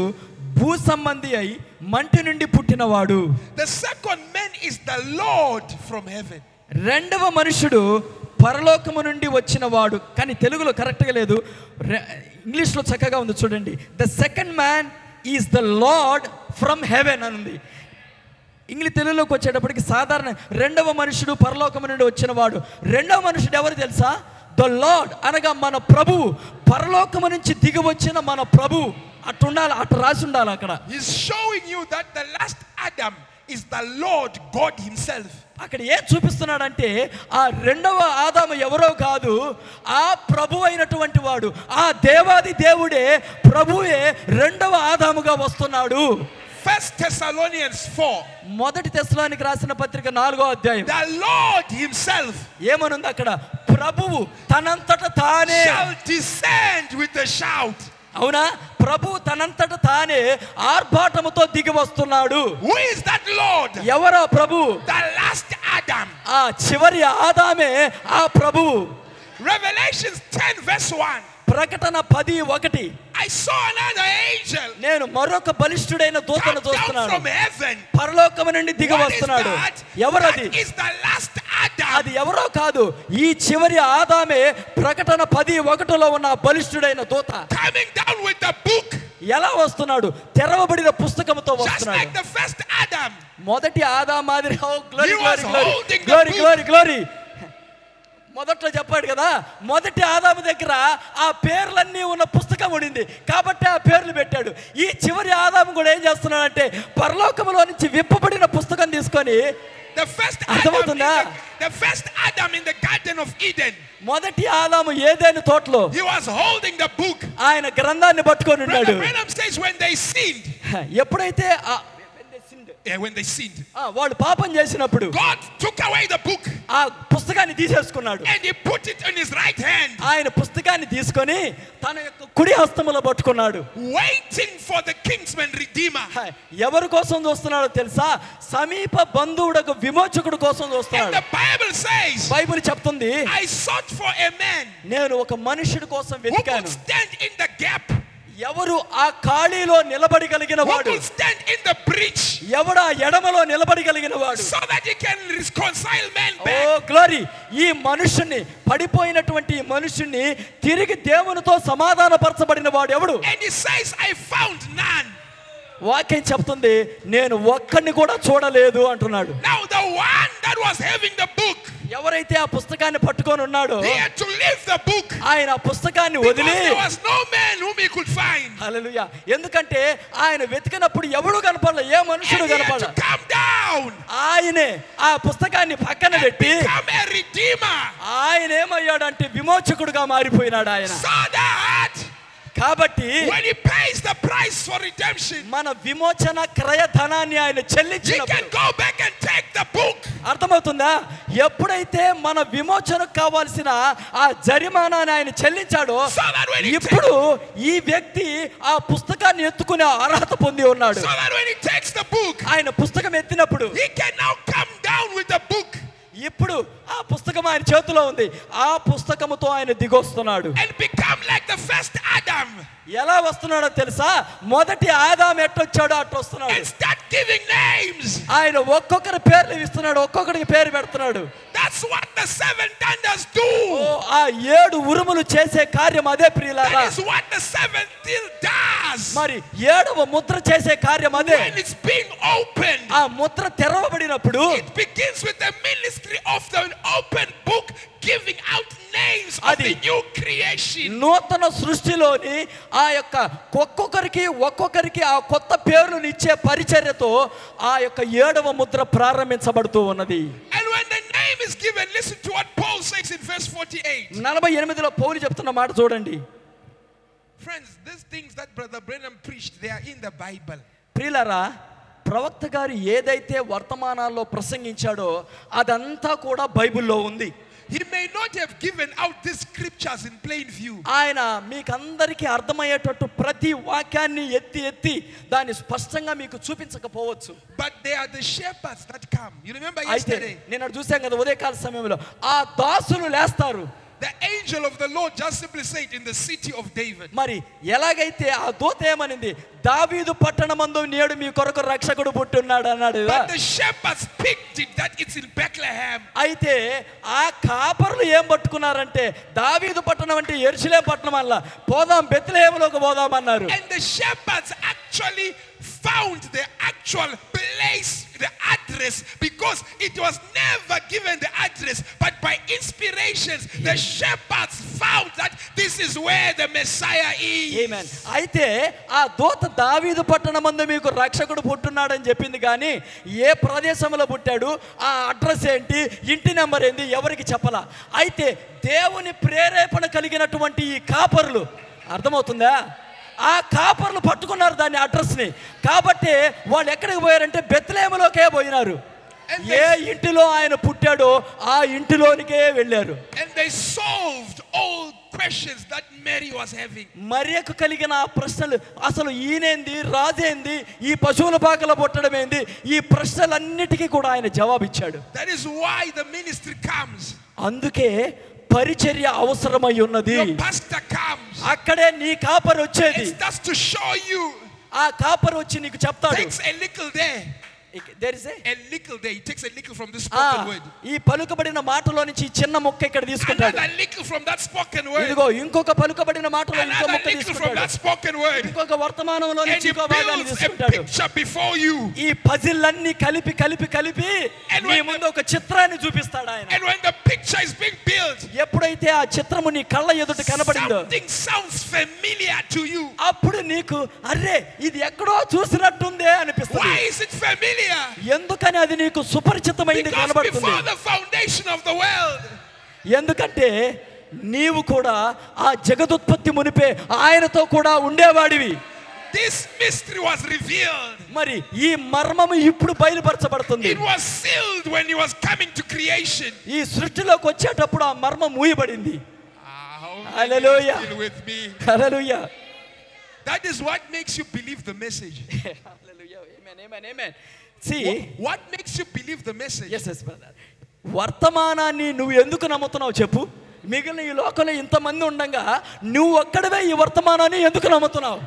Speaker 4: భూ సంబంధి అయి మంటి నుండి పుట్టినవాడు
Speaker 2: the second man is the Lord from heaven.
Speaker 4: రెండవ మనుషుడు పరలోకము నుండి వచ్చినవాడు కానీ తెలుగులో కరెక్ట్గా లేదు రె- ఇంగ్లీష్లో చక్కగా ఉంది చూడండి the second man is the Lord from heaven అని ఉంది ఇంగ్లీష్ తెలుగులోకి వచ్చేటప్పటికి సాధారణ రెండవ మనుషుడు పరలోకము నుండి వచ్చినవాడు రెండవ మనుషుడు ఎవరు తెలుసా ద లార్డ్ అనగా మన ప్రభువు పరలోకము నుంచి దిగి వచ్చిన మన ప్రభువు అటు ఉండాలి అటు రాసి ఉండాలి అక్కడ
Speaker 2: He's showing you that the last Adam is the Lord God Himself.
Speaker 4: అక్కడ ఏం చూపిస్తున్నాడంటే ఆ రెండవ ఆదాము ఎవరో కాదు ఆ ప్రభు అయినటువంటి వాడు ఆ దేవాది దేవుడే ప్రభువే రెండవ ఆదాముగా వస్తున్నాడు
Speaker 2: First Thessalonians 4,
Speaker 4: మొదటి తెశలోనికి రాసిన పత్రిక నాలుగో అధ్యాయం
Speaker 2: the Lord Himself
Speaker 4: ఏమనుంది అక్కడ ప్రభువు తనంతట తానే
Speaker 2: shall descend with a shout.
Speaker 4: అవునా ప్రభు తనంతట తానే ఆర్భాటముతో దిగి వస్తున్నాడు
Speaker 2: Who is that Lord?
Speaker 4: ఎవరా ప్రభు
Speaker 2: The last Adam.
Speaker 4: ఆ చివరి ఆదామే ఆ ప్రభువు
Speaker 2: Revelations 10, verse 1.
Speaker 4: ప్రకటన పది ఒకటి
Speaker 2: I saw another angel
Speaker 4: నేను మరొక బలిష్ఠుడైన
Speaker 2: come
Speaker 4: దూతను
Speaker 2: down
Speaker 4: చూస్తున్నాను
Speaker 2: from heaven.
Speaker 4: పరలోకము నుండి దిగి
Speaker 2: What is
Speaker 4: వస్తున్నాడు
Speaker 2: that?
Speaker 4: ఎవరది
Speaker 2: That is the last
Speaker 4: అది
Speaker 2: Adam.
Speaker 4: ఎవరో కాదు ఈ చివరి ఆదామే ప్రకటన పది ఒకటిలో ఉన్న ఆ బలిష్ఠుడైన దూత
Speaker 2: Coming down with the book.
Speaker 4: ఎలా వస్తున్నాడు తెరవబడిన పుస్తకముతో
Speaker 2: Just like
Speaker 4: వస్తున్నాడు
Speaker 2: the first Adam.
Speaker 4: మొదటి ఆదా మాదిరి glory
Speaker 2: He was
Speaker 4: glory glory
Speaker 2: holding the
Speaker 4: glory
Speaker 2: book.
Speaker 4: Glory glory మొదట్లో చెప్పాడు కదా మొదటి ఆదాము దగ్గర ఆ పేర్లన్నీ ఉన్న పుస్తకం ఉండింది కాబట్టి ఆ పేర్లు పెట్టాడు ఈ చివరి ఆదాము కూడా ఏం చేస్తున్నాడంటే పరలోకములో నుంచి విప్పబడిన పుస్తకం తీసుకొని
Speaker 2: The first Adam, in the,
Speaker 4: అర్థమవుతుందా?
Speaker 2: the first Adam in the Garden of Eden.
Speaker 4: మొదటి ఆదాము ఏదైనా తోటలో
Speaker 2: He was holding the book.
Speaker 4: ఆయన గ్రంథాన్ని పట్టుకొని ఉన్నాడు
Speaker 2: Brother Branham says when they sinned,
Speaker 4: ఎప్పుడైతే ఆ-
Speaker 2: eh, when they sinned,
Speaker 4: ఆ, వాళ్ళు పాపం చేసినప్పుడు
Speaker 2: God took away the book
Speaker 4: ఆ పుస్తకాన్ని తీసేసుకున్నాడు
Speaker 2: and he put it in his right hand,
Speaker 4: ఆయన పుస్తకాన్ని తీసుకొని తన యొక్క కుడి హస్తములో పట్టుకున్నాడు
Speaker 2: waiting for the kinsman redeemer.
Speaker 4: ఎవరి కోసం చూస్తున్నాడో తెలుసా సమీప బంధువుడకు విమోచకుడు కోసం
Speaker 2: And
Speaker 4: చూస్తున్నాడు
Speaker 2: the Bible says,
Speaker 4: బైబిల్ చెప్తుంది
Speaker 2: I sought for a man
Speaker 4: నేను ఒక మనుషుడి కోసం
Speaker 2: who could
Speaker 4: వెతికాను
Speaker 2: stand in the gap,
Speaker 4: ఎవరు ఆ ఖాళీలో నిలబడగలిగిన
Speaker 2: who
Speaker 4: వాడు
Speaker 2: could stand in the breach,
Speaker 4: ఎవడు ఆ ఎడమలో నిలబడగలిగిన వాడు
Speaker 2: so that he can reconcile man
Speaker 4: oh
Speaker 2: back.
Speaker 4: Glory ఈ మనుషుణ్ణి పడిపోయినటువంటి ఈ మనుషుణ్ణి తిరిగి దేవునితో సమాధానపరచబడిన వాడు ఎవడు
Speaker 2: And he says, I found none.
Speaker 4: వాక్యం చెప్తుంది నేను ఒక్కడిని కూడా చూడలేదు అంటున్నాడు
Speaker 2: Now the one that was having the book,
Speaker 4: ఎవరైతే ఆ పుస్తకాన్ని పట్టుకొని ఉన్నాడో
Speaker 2: he had to leave the book
Speaker 4: ఆయన ఆ పుస్తకాన్ని
Speaker 2: because
Speaker 4: వదిలి
Speaker 2: there was no man whom he could find.
Speaker 4: హల్లెలూయా ఎందుకంటే ఆయన వెతికినప్పుడు ఎవడు కనపడలే ఏ
Speaker 2: And
Speaker 4: మనుషుడు
Speaker 2: he had
Speaker 4: కనపడలే
Speaker 2: to come down,
Speaker 4: ఆయనే ఆ పుస్తకాన్ని పక్కన పెట్టి
Speaker 2: become a redeemer,
Speaker 4: ఆయన ఏమయ్యాడంటే విమోచకుడుగా మారిపోయినాడు ఆయన
Speaker 2: so that
Speaker 4: కాబట్టి
Speaker 2: when he pays the price for redemption,
Speaker 4: మన విమోచన క్రయ ధనాన్ని ఆయన
Speaker 2: he can
Speaker 4: చెల్లించినప్పుడు
Speaker 2: go back and take the book.
Speaker 4: అర్థమవుతుందా ఎప్పుడైతే మన విమోచనకు కావాల్సిన ఆ జరిమానాన్ని ఆయన చెల్లించాడో
Speaker 2: So that when he
Speaker 4: ఇప్పుడు ఈ వ్యక్తి ఆ పుస్తకాన్ని ఎత్తుకునే అర్హత పొంది ఉన్నాడు
Speaker 2: So that when he takes the book,
Speaker 4: ఆయన పుస్తకం ఎత్తినప్పుడు
Speaker 2: he can now come down with the book
Speaker 4: ఇప్పుడు ఆ పుస్తకం ఆయన చేతిలో ఉంది ఆ పుస్తకముతో ఆయన దిగొస్తున్నాడు
Speaker 2: and become like the first Adam
Speaker 4: ఎలా వస్తున్నాడో తెలుసా మొదటి ఆదాం ఎట్టొచ్చాడో అట్టు వస్తున్నాడు
Speaker 2: and start giving names.
Speaker 4: ఆయన ఒక్కొక్కరి పేర్లు ఇస్తున్నాడు ఒక్కొక్కడికి పేరు పెడుతున్నాడు
Speaker 2: That's what the seven thunders do.
Speaker 4: ఓ, ఆ ఏడు ఉరుములు చేసే కార్యం అదే ప్రియులారా
Speaker 2: That is what the seventh seal does.
Speaker 4: మరి ఏడవ ముద్ర చేసే కార్యం అదే
Speaker 2: When it's being opened,
Speaker 4: ఆ Mudra తెరవబడినప్పుడు
Speaker 2: it begins with the ministry of the open book giving out names of
Speaker 4: Adi.
Speaker 2: the new creation.
Speaker 4: నూతన సృష్టిలోని ఆ యొక్క ఒక్కొక్కరికి ఒక్కొక్కరికి ఆ కొత్త పేర్లను ఇచ్చే పరిచర్యతో ఆ యొక్క ఏడవ ముద్ర ప్రారంభించబడుతూ ఉన్నది
Speaker 2: And when the name is given, listen to what Paul says in verse 48.
Speaker 4: నలభై ఎనిమిదిలో పౌలు చెప్తున్న మాట చూడండి
Speaker 2: Friends, these things that Brother Brenham preached, they are in the Bible.
Speaker 4: ప్రియులరా ప్రవక్త గారు ఏదైతే వర్తమానాల్లో ప్రసంగించాడో అదంతా కూడా బైబిల్లో ఉంది
Speaker 2: He may not have given out these scriptures in plain view,
Speaker 4: ఆయన మీకందరికీ అర్థమయ్యేటట్టు ప్రతి వాక్యాన్ని ఎత్తి ఎత్తి దాన్ని స్పష్టంగా మీకు చూపించకపోవచ్చు
Speaker 2: but they are the shepherds that come. You remember
Speaker 4: అయితే
Speaker 2: yesterday?
Speaker 4: నేను అటు చూశాను కదా ఉదయకాల సమయంలో ఆ దాసులు లేస్తారు
Speaker 2: The angel of the Lord just simply said in the city of David.
Speaker 4: మరి ఎలాగైతే ఆ దూత ఏమనింది దావీదు పట్టణమందు నేడు మీ కొరకు రక్షకుడు పుట్టున్నాడు అన్నాడు కదా.
Speaker 2: But the shepherds picked it that it's in Bethlehem.
Speaker 4: అయితే ఆ కాపర్లు ఏం పట్టుకున్నారంటే దావీదు పట్టణం అంటే ఎరుసలేం పట్టణం అల్ల పోదాం బెత్తులేములోకి పోదాం అన్నారు
Speaker 2: And the shepherds actually found the actual place, the address, because it was never given the address. But by inspirations, the shepherds found that this is where the Messiah is.
Speaker 4: Amen. అయితే ఆ దూత దావీదు పట్టణమందు మీకు రక్షకుడు పుట్టున్నాడని చెప్పింది కానీ ఏ ప్రదేశంలో పుట్టాడు ఆ అడ్రస్ ఏంటి ఇంటి నెంబర్ ఏంది ఎవరికి చెప్పలా అయితే దేవుని ప్రేరేపణ కలిగినటువంటి ఈ కాపరులు అర్థమవుతుందా ఆ కాపర్లు పట్టుకున్నారు దాన్ని అడ్రస్ని కాబట్టి వాళ్ళు ఎక్కడికి పోయారంటే బెత్లేములోకే పోయినారు
Speaker 2: And
Speaker 4: ఏ
Speaker 2: they-
Speaker 4: ఇంటిలో ఆయన పుట్టాడో ఆ ఇంటిలోనికే వెళ్ళారు
Speaker 2: And they solved all questions that Mary was having.
Speaker 4: మరియకు కలిగిన ఆ ప్రశ్నలు అసలు ఈయనేంది రాజేంది ఈ పశువుల పాకలో పుట్టడమేంది ఈ ప్రశ్నలన్నిటికీ కూడా ఆయన జవాబిచ్చాడు
Speaker 2: That is why the ministry comes.
Speaker 4: అందుకే పరిచర్య అవసరమై ఉన్నది
Speaker 2: Your pastor comes
Speaker 4: అక్కడే నీ కాపరి వచ్చేది
Speaker 2: and starts to show you.
Speaker 4: ఆ కాపరి వచ్చి నీకు చెప్తాడు
Speaker 2: Takes a little there,
Speaker 4: There is a-
Speaker 2: a little there. He takes a little from this
Speaker 4: ఆ,
Speaker 2: spoken word.
Speaker 4: ఈ పలుకబడిన మాటలో నుంచి ఈ చిన్న ముక్క ఇక్కడ తీసుకుంటాడు
Speaker 2: Another little from that spoken word.
Speaker 4: ఇదిగో ఇంకొక పలుకబడిన మాటలో ఇంకో
Speaker 2: Another
Speaker 4: ముక్క
Speaker 2: little from
Speaker 4: తీసుకుంటాడు
Speaker 2: that spoken word.
Speaker 4: ఇంకొక వర్తమానంలో
Speaker 2: And
Speaker 4: నుంచి
Speaker 2: he
Speaker 4: ఇంకో భాగాన్ని
Speaker 2: builds a
Speaker 4: తీసుకుంటాడు
Speaker 2: picture before you.
Speaker 4: ఈ పజిల్ అన్ని కలిపి కలిపి కలిపి
Speaker 2: And
Speaker 4: నీ
Speaker 2: when-
Speaker 4: ముందు ఒక చిత్రాన్ని చూపిస్తాడు ఆయన
Speaker 2: And when the picture is being built,
Speaker 4: ఎప్పుడైతే ఆ చిత్రము నీ కళ్ళ ఎదుట కనబడిందో
Speaker 2: something sounds familiar to you.
Speaker 4: అప్పుడు నీకు అరే ఇది ఎక్కడో చూసినట్టుందే అనిపిస్తుంది
Speaker 2: Why is it familiar?
Speaker 4: ఎందుకని అది నీకు సుపరిచితమైంది
Speaker 2: Because
Speaker 4: కనబడుతుంది
Speaker 2: before the foundation of the world,
Speaker 4: ఎందుకంటే నీవు కూడా ఆ జగదుత్పత్తి మునిపే ఆయనతో కూడా ఉండేవాడివి
Speaker 2: this mystery was revealed.
Speaker 4: మరి ఈ మర్మము ఇప్పుడు బయలుపరచబడుతుంది
Speaker 2: It was sealed when he was coming to creation.
Speaker 4: ఈ సృష్టిలోకి వచ్చేటప్పుడు ఆ మర్మం మూయబడింది
Speaker 2: Ah, how many are
Speaker 4: Hallelujah.
Speaker 2: Still with me.
Speaker 4: Hallelujah
Speaker 2: That is what makes you believe the <laughs> message.
Speaker 4: See,
Speaker 2: What makes you believe the message?
Speaker 4: yes, yes, brother. వర్తమానాన్ని నువ్వు ఎందుకు నమ్ముతున్నావు చెప్పు మిగిలిన ఈ లోకంలో ఇంతమంది ఉండగా నువ్వు ఒక్కడవే ఈ వర్తమానాన్ని ఎందుకు నమ్ముతున్నావు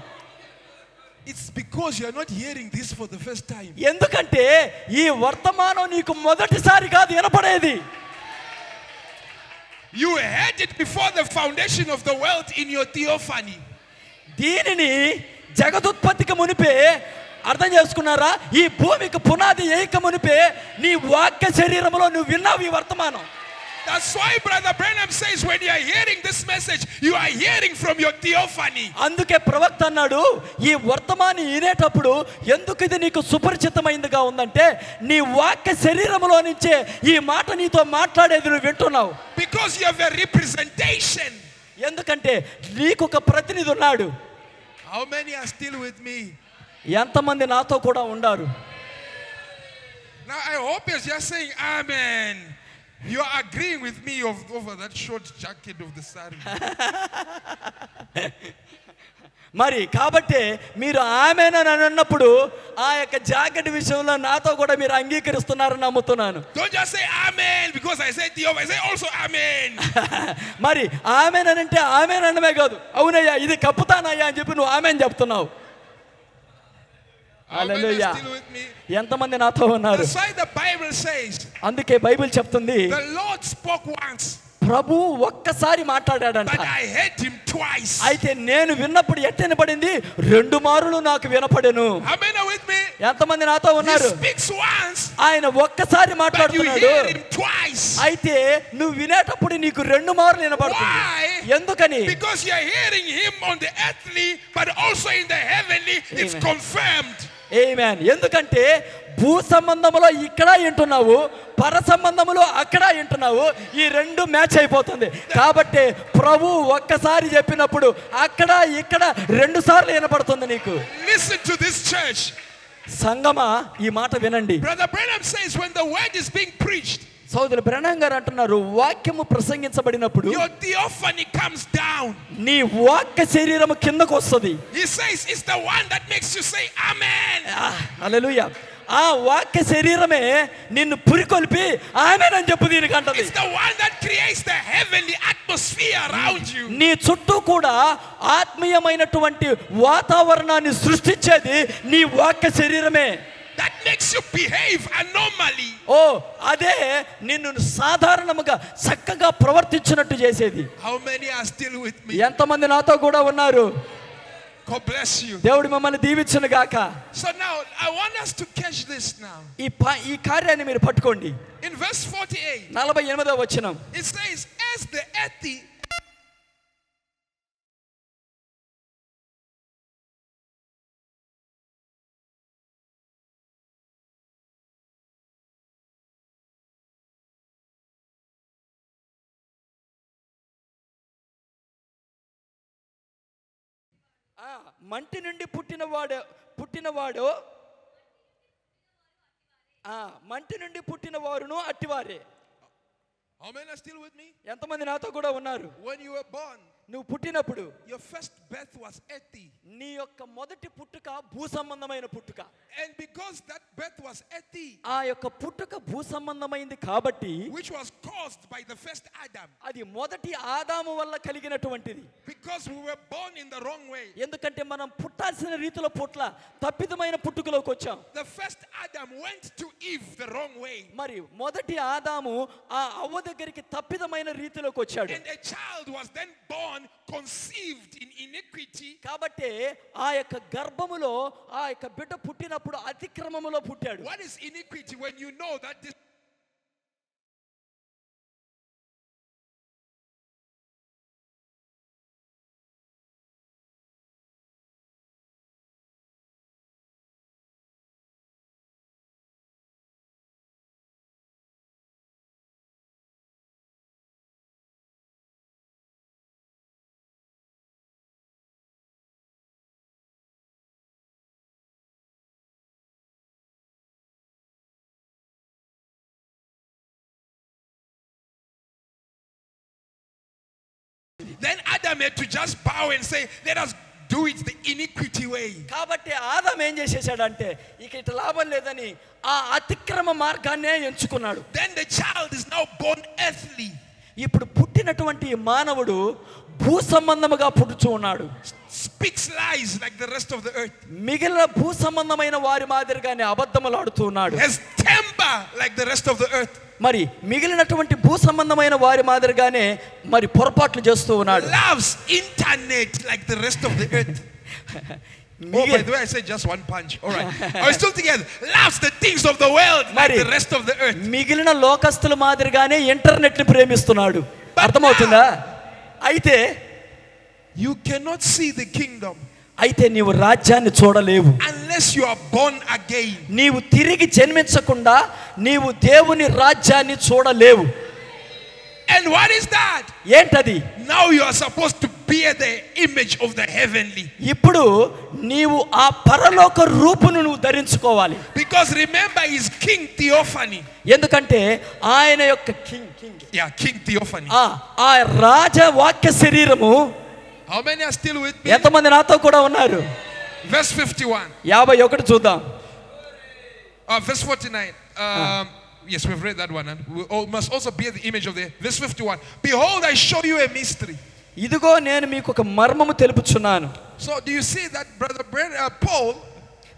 Speaker 2: It's because you are not hearing this for the first time.
Speaker 4: ఎందుకంటే ఈ వర్తమానం నీకు మొదటిసారి కాదు వినపడేది
Speaker 2: You heard it before the foundation of the world in your theophany.
Speaker 4: దీనిని జగదుత్పత్తికి మునిపే అర్థం చేసుకున్నారా ఈ భూమికి పునాది ఏక మునిపే నీ వాక్య శరీరంలో నువ్వు విన్నావు ఈ వర్తమానం
Speaker 2: That's why Brother Branham says when you are hearing this message, you are hearing from your theophany.
Speaker 4: అందుకే ప్రవక్త అన్నాడు ఈ వర్తమానం వినేటప్పుడు ఎందుకు ఇది నీకు సుపరిచితమైందిగా ఉందంటే నీ వాక్య శరీరంలో నుంచే ఈ మాట నీతో మాట్లాడేది నువ్వు వింటున్నావు
Speaker 2: Because you have a representation.
Speaker 4: ఎందుకంటే నీకు ఒక ప్రతినిధి ఉన్నాడు
Speaker 2: How many are still with me?
Speaker 4: ఎంతమంది నాతో కూడా ఉండారు
Speaker 2: Now I hope you're just saying Amen. You are agreeing with me of, over that short jacket of the sari.
Speaker 4: మరి కాబట్టి మీరు ఆమెనని అన్నప్పుడు ఆ యొక్క జాకెట్ విషయంలో నాతో కూడా మీరు అంగీకరిస్తున్నారని నమ్ముతున్నాను <laughs>
Speaker 2: Don't just say Amen because I said the I say also Amen.
Speaker 4: మరి ఆమెనంటే ఆమెననమే కాదు అవునయ్యా ఇది కప్పుతానయ్యా అని చెప్పి నువ్వు ఆమెను చెప్తున్నావు
Speaker 2: How many are
Speaker 4: Hallelujah.
Speaker 2: Still with me.
Speaker 4: ఎంతమంది నాతో ఉన్నారు
Speaker 2: That's why the Bible says
Speaker 4: అందుకే బైబిల్ చెప్తుంది
Speaker 2: the Lord spoke once,
Speaker 4: ప్రభు ఒక్కసారి మాట్లాడాడంట
Speaker 2: but I heard him twice.
Speaker 4: అయితే నేను విన్నప్పుడు ఎట్టని పడింది రెండు మారులు నాకు వినపడెను
Speaker 2: How many are with me?
Speaker 4: ఎంతమంది నాతో
Speaker 2: He
Speaker 4: ఉన్నారు
Speaker 2: speaks once,
Speaker 4: ఆయన ఒక్కసారి
Speaker 2: but you
Speaker 4: మాట్లాడుతున్నాడు
Speaker 2: hear him twice.
Speaker 4: అయితే నువ్వు వినేటప్పుడు నీకు రెండు మార్లు వినపడుతుంది
Speaker 2: Why?
Speaker 4: ఎందుకని
Speaker 2: Because you're hearing him on the earthly, but also in the heavenly, it's
Speaker 4: Amen.
Speaker 2: confirmed.
Speaker 4: Amen ఎందుకంటే భూ సంబంధములో ఇక్కడ వింటున్నావు పర సంబంధములో అక్కడ వింటున్నావు ఈ రెండు మ్యాచ్ అయిపోతుంది కాబట్టి ప్రభు ఒక్కసారి చెప్పినప్పుడు అక్కడ ఇక్కడ రెండు సార్లు వినపడుతుంది నీకు
Speaker 2: Listen to this church.
Speaker 4: సంగమా ఈ మాట వినండి
Speaker 2: Brother Branham says when the word is being preached,
Speaker 4: సోదరు బ్రణం గారు అంటున్నారు వాక్యము ప్రసంగించబడినప్పుడు
Speaker 2: your theophany comes down.
Speaker 4: నీ వాక్య శరీరము కిందకు వస్తుంది
Speaker 2: He says it's the one that makes you say Amen.
Speaker 4: అలలుయ ఆ వాక్య శరీరమే నిన్ను పురికొల్పి ఆమెనని చెప్పు దీనికి అంటది
Speaker 2: It's the one that creates the heavenly atmosphere around you.
Speaker 4: నీ చుట్టూ కూడా ఆత్మీయమైనటువంటి వాతావరణాన్ని సృష్టించేది నీ వాక్య శరీరమే
Speaker 2: That makes you behave anomaly.
Speaker 4: ఓ అదే నిన్ను సాధారణముగా చక్కగా ప్రవర్తించినట్టు చేసేది
Speaker 2: How many are still with me?
Speaker 4: ఎంతమంది నాతో కూడా ఉన్నారు
Speaker 2: God bless you.
Speaker 4: దేవుడు మిమ్మల్ని దీవించను గాక
Speaker 2: So now I want us to catch this now.
Speaker 4: ఈ ప- ఈ కార్యాన్ని మీరు పట్టుకోండి
Speaker 2: In verse 48,
Speaker 4: నలభై ఎనిమిదో వచ్చినం
Speaker 2: it says, As the earthy
Speaker 4: ఆ ఆ, మంటి నుండి పుట్టినవాడు పుట్టినవాడు ఆ, మంటి నుండి పుట్టిన వారును అట్టివారే
Speaker 2: How many are still with me?
Speaker 4: ఎంతమంది నాతో కూడా ఉన్నారు
Speaker 2: When you were born,
Speaker 4: నువ్వు పుట్టినప్పుడు
Speaker 2: your first birth was earthy.
Speaker 4: నీ యొక్క మొదటి పుట్టుక భూ సంబంధమైన పుట్టుక
Speaker 2: And because that birth was earthy,
Speaker 4: ఆ యొక్క పుట్టుక భూ సంబంధమైంది కాబట్టి
Speaker 2: which was caused by the first Adam,
Speaker 4: అది మొదటి ఆదాము వల్ల కలిగినటువంటిది
Speaker 2: because we were born in the wrong way,
Speaker 4: ఎందుకంటే మనం పుట్టాల్సిన రీతిలో పుట్ల తప్పిదమైన పుట్టుకలోకి వచ్చాం
Speaker 2: the first Adam went to Eve the wrong way.
Speaker 4: మరి మొదటి ఆదాము ఆ అవ్వ దగ్గరికి తప్పిదమైన రీతిలోకి వచ్చాడు
Speaker 2: And a child was then born, conceived in iniquity,
Speaker 4: కాబట్టి ఆ యొక్క గర్భములో ఆ యొక్క బిడ్డ పుట్టినప్పుడు అతిక్రమములో పుట్టాడు
Speaker 2: What is iniquity when you know that this then Adam had to just bow and say, Let us do it the iniquity way.
Speaker 4: కాబట్టి ఆదాం ఏం చేసేసాడంటే ఇక ఇటు లాభం లేదని ఆ అతిక్రమ మార్గాన్నే ఎంచుకున్నాడు
Speaker 2: Then the child is now born earthly,
Speaker 4: ఇప్పుడు పుట్టినటువంటి ఈ మానవుడు భూ సంబంధముగా పుట్టుచూ ఉన్నాడు
Speaker 2: speaks lies like the rest of the earth,
Speaker 4: మిగిలిన భూ సంబంధమైన వారి మాదిరిగానే అబద్ధములు ఆడుతూ ఉన్నాడు
Speaker 2: has temper like the rest of the earth,
Speaker 4: మరి మిగిలినటువంటి భూ సంబంధమైన వారి మాదిరిగానే మరి పొరపాట్లు చేస్తూ ఉన్నాడు
Speaker 2: loves internet like the rest of the earth. Oh, by
Speaker 4: మిగిలి-
Speaker 2: the way, I said just one punch. All right. Are we still together? Loves the things of the world like
Speaker 4: Mari.
Speaker 2: the rest of the earth.
Speaker 4: మిగిలిన లోకస్తుల మాదిరిగానే internet ని ప్రేమిస్తున్నాడు అర్థమవుతుందా అయితే
Speaker 2: You cannot see the kingdom
Speaker 4: అయితే నీవు రాజ్యాన్ని చూడలేవు
Speaker 2: unless you are born again.
Speaker 4: నీవు తిరిగి జన్మించకుండా నీవు దేవుని రాజ్యాన్ని చూడలేవు
Speaker 2: And what is that?
Speaker 4: ఏంటది
Speaker 2: Now you are supposed to bear the image of the heavenly.
Speaker 4: ఇప్పుడు నీవు ఆ పరలోక రూపును నువ్వు ధరించుకోవాలి
Speaker 2: Because remember, he's King Theophany.
Speaker 4: ఎందుకంటే ఆయన యొక్క king- king.
Speaker 2: Yeah, King Theophany.
Speaker 4: ఆ ఆ రాజవాక్య శరీరము
Speaker 2: How many are still with me?
Speaker 4: ఎంతమంది నాతో కూడా ఉన్నారు
Speaker 2: Verse 51,
Speaker 4: యాభై ఒకటి చూద్దాం
Speaker 2: uh, verse 49. Um, Yes, we've read that one. And we all must also bear the image of the. Verse 51. Behold, I show you a mystery.
Speaker 4: ఇదిగో నేను మీకు ఒక మర్మము తెలుపుచున్నాను
Speaker 2: So, do you see that, brother Brad, uh, Paul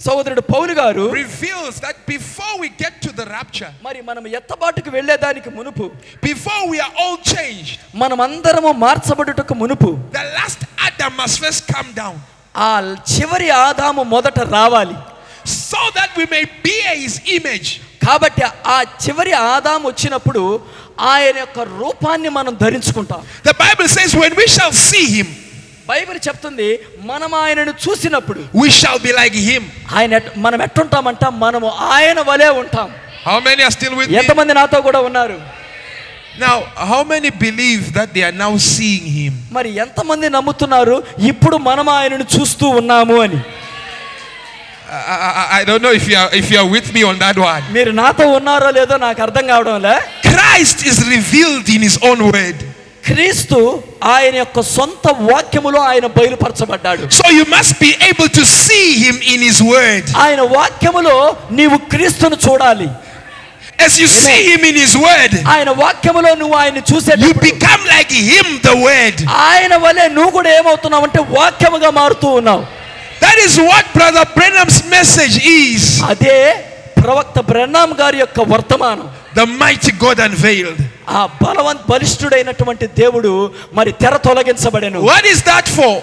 Speaker 4: సోదరుడు పౌలు గారు
Speaker 2: reveals that before we get to the rapture,
Speaker 4: మరి మనం ఎత్తబాటుకు వెళ్ళేదానికి మునుపు
Speaker 2: before we are all changed,
Speaker 4: మనమందరము మార్చబడుటకు మునుపు
Speaker 2: the last Adam must first come down
Speaker 4: ఆ చివరి ఆదాము మొదట రావాలి
Speaker 2: so that we may bear his image.
Speaker 4: కాబట్టి ఆ చివరి ఆదాము వచ్చినప్పుడు ఆయన యొక్క రూపాన్ని మనం ధరించుకుంటాం
Speaker 2: The Bible says, when we shall see him,
Speaker 4: Bible చెప్తుంది మనం ఆయనను చూసినప్పుడు
Speaker 2: we shall be like him.
Speaker 4: ఆయన ఎట్- మనం ఎట్టుంటామంట మనము ఆయన వలే ఉంటాం
Speaker 2: How many are still with me?
Speaker 4: ఎంతమంది నాతో కూడా ఉన్నారు
Speaker 2: Now, how many believe that they are now seeing him?
Speaker 4: మరి ఎంతమంది నమ్ముతున్నారు ఇప్పుడు మనం ఆయనను చూస్తూ ఉన్నాము అని
Speaker 2: I, I- I- I don't know if you, are, if you are with me on that one.
Speaker 4: మీరు నాతో ఉన్నారో లేదో నాకు అర్థం కావడంలే
Speaker 2: Christ is revealed in his own word.
Speaker 4: క్రీస్తు ఆయన యొక్క సొంత వాక్యములో ఆయన బయలుపరచబడ్డాడు
Speaker 2: So you must be able to see him in his word.
Speaker 4: ఆయన వాక్యములో నీవు క్రీస్తును చూడాలి
Speaker 2: As you see him in his word,
Speaker 4: ఆయన వాక్యములో నువ్వు ఆయన చూసే
Speaker 2: you become like him, the word.
Speaker 4: ఆయన వలె నువ్వు కూడా ఏమవుతున్నావు అంటే వాక్యముగా మారుతూ ఉన్నావు
Speaker 2: That is what Brother Branham's message is
Speaker 4: అదే ప్రవక్త బ్రహ్నాం గారి యొక్క వర్తమానం
Speaker 2: the mighty God unveiled.
Speaker 4: ఆ బలవంత్ బలిష్ఠుడైనటువంటి దేవుడు మరి తెర తొలగించబడెను
Speaker 2: What is that for?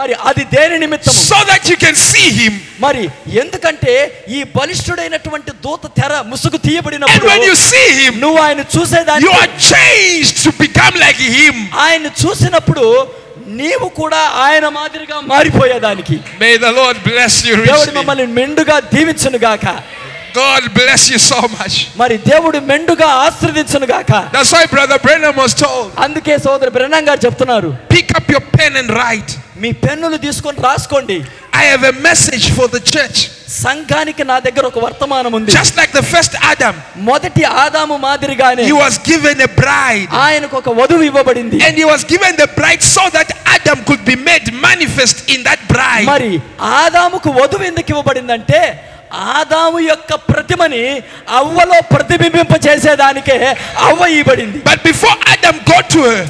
Speaker 4: మరి అది దేని నిమిత్తం
Speaker 2: So that you can see him.
Speaker 4: మరి ఎందుకంటే ఈ బలిష్ఠుడైనటువంటి దూత తెర ముసుగు
Speaker 2: And
Speaker 4: తీయబడినప్పుడు
Speaker 2: when you see him,
Speaker 4: నువ్వు ఆయన చూసేదాన్ని
Speaker 2: You are changed to become like him.
Speaker 4: ఆయన చూసినప్పుడు నీవు కూడా ఆయన మాదిరిగా మారిపోయేదానికి
Speaker 2: May the Lord bless you
Speaker 4: దేవుడు
Speaker 2: richly.
Speaker 4: మిమ్మల్ని మెండుగా దీవించును గాక
Speaker 2: God bless you so much.
Speaker 4: మరి దేవుడు మెండుగా ఆశ్రదించును గాక
Speaker 2: That's why Brother Brennan was told
Speaker 4: అందుకే సోదరు బ్రహ్మం గారు చెప్తున్నారు
Speaker 2: pick up your pen and write.
Speaker 4: మీ పెన్నులు తీసుకొని రాసుకోండి
Speaker 2: I have a message for the church.
Speaker 4: సంఘానికి నా దగ్గర ఒక వర్తమానం ఉంది
Speaker 2: Just like the first Adam,
Speaker 4: మొదటి ఆదాము మాదిరిగానే
Speaker 2: he was given a bride.
Speaker 4: ఆయనకు ఒక వధువు ఇవ్వబడింది
Speaker 2: And he was given the bride so that Adam could be made manifest in that bride.
Speaker 4: మరి ఆదాముకు వధువు ఎందుకు ఇవ్వబడిందంటే ఆదాము యొక్క ప్రతిమని అవ్వలో ప్రతిబింబింప చేసేదానికే అవ్వ ఇవ్వబడింది
Speaker 2: But before Adam got to her,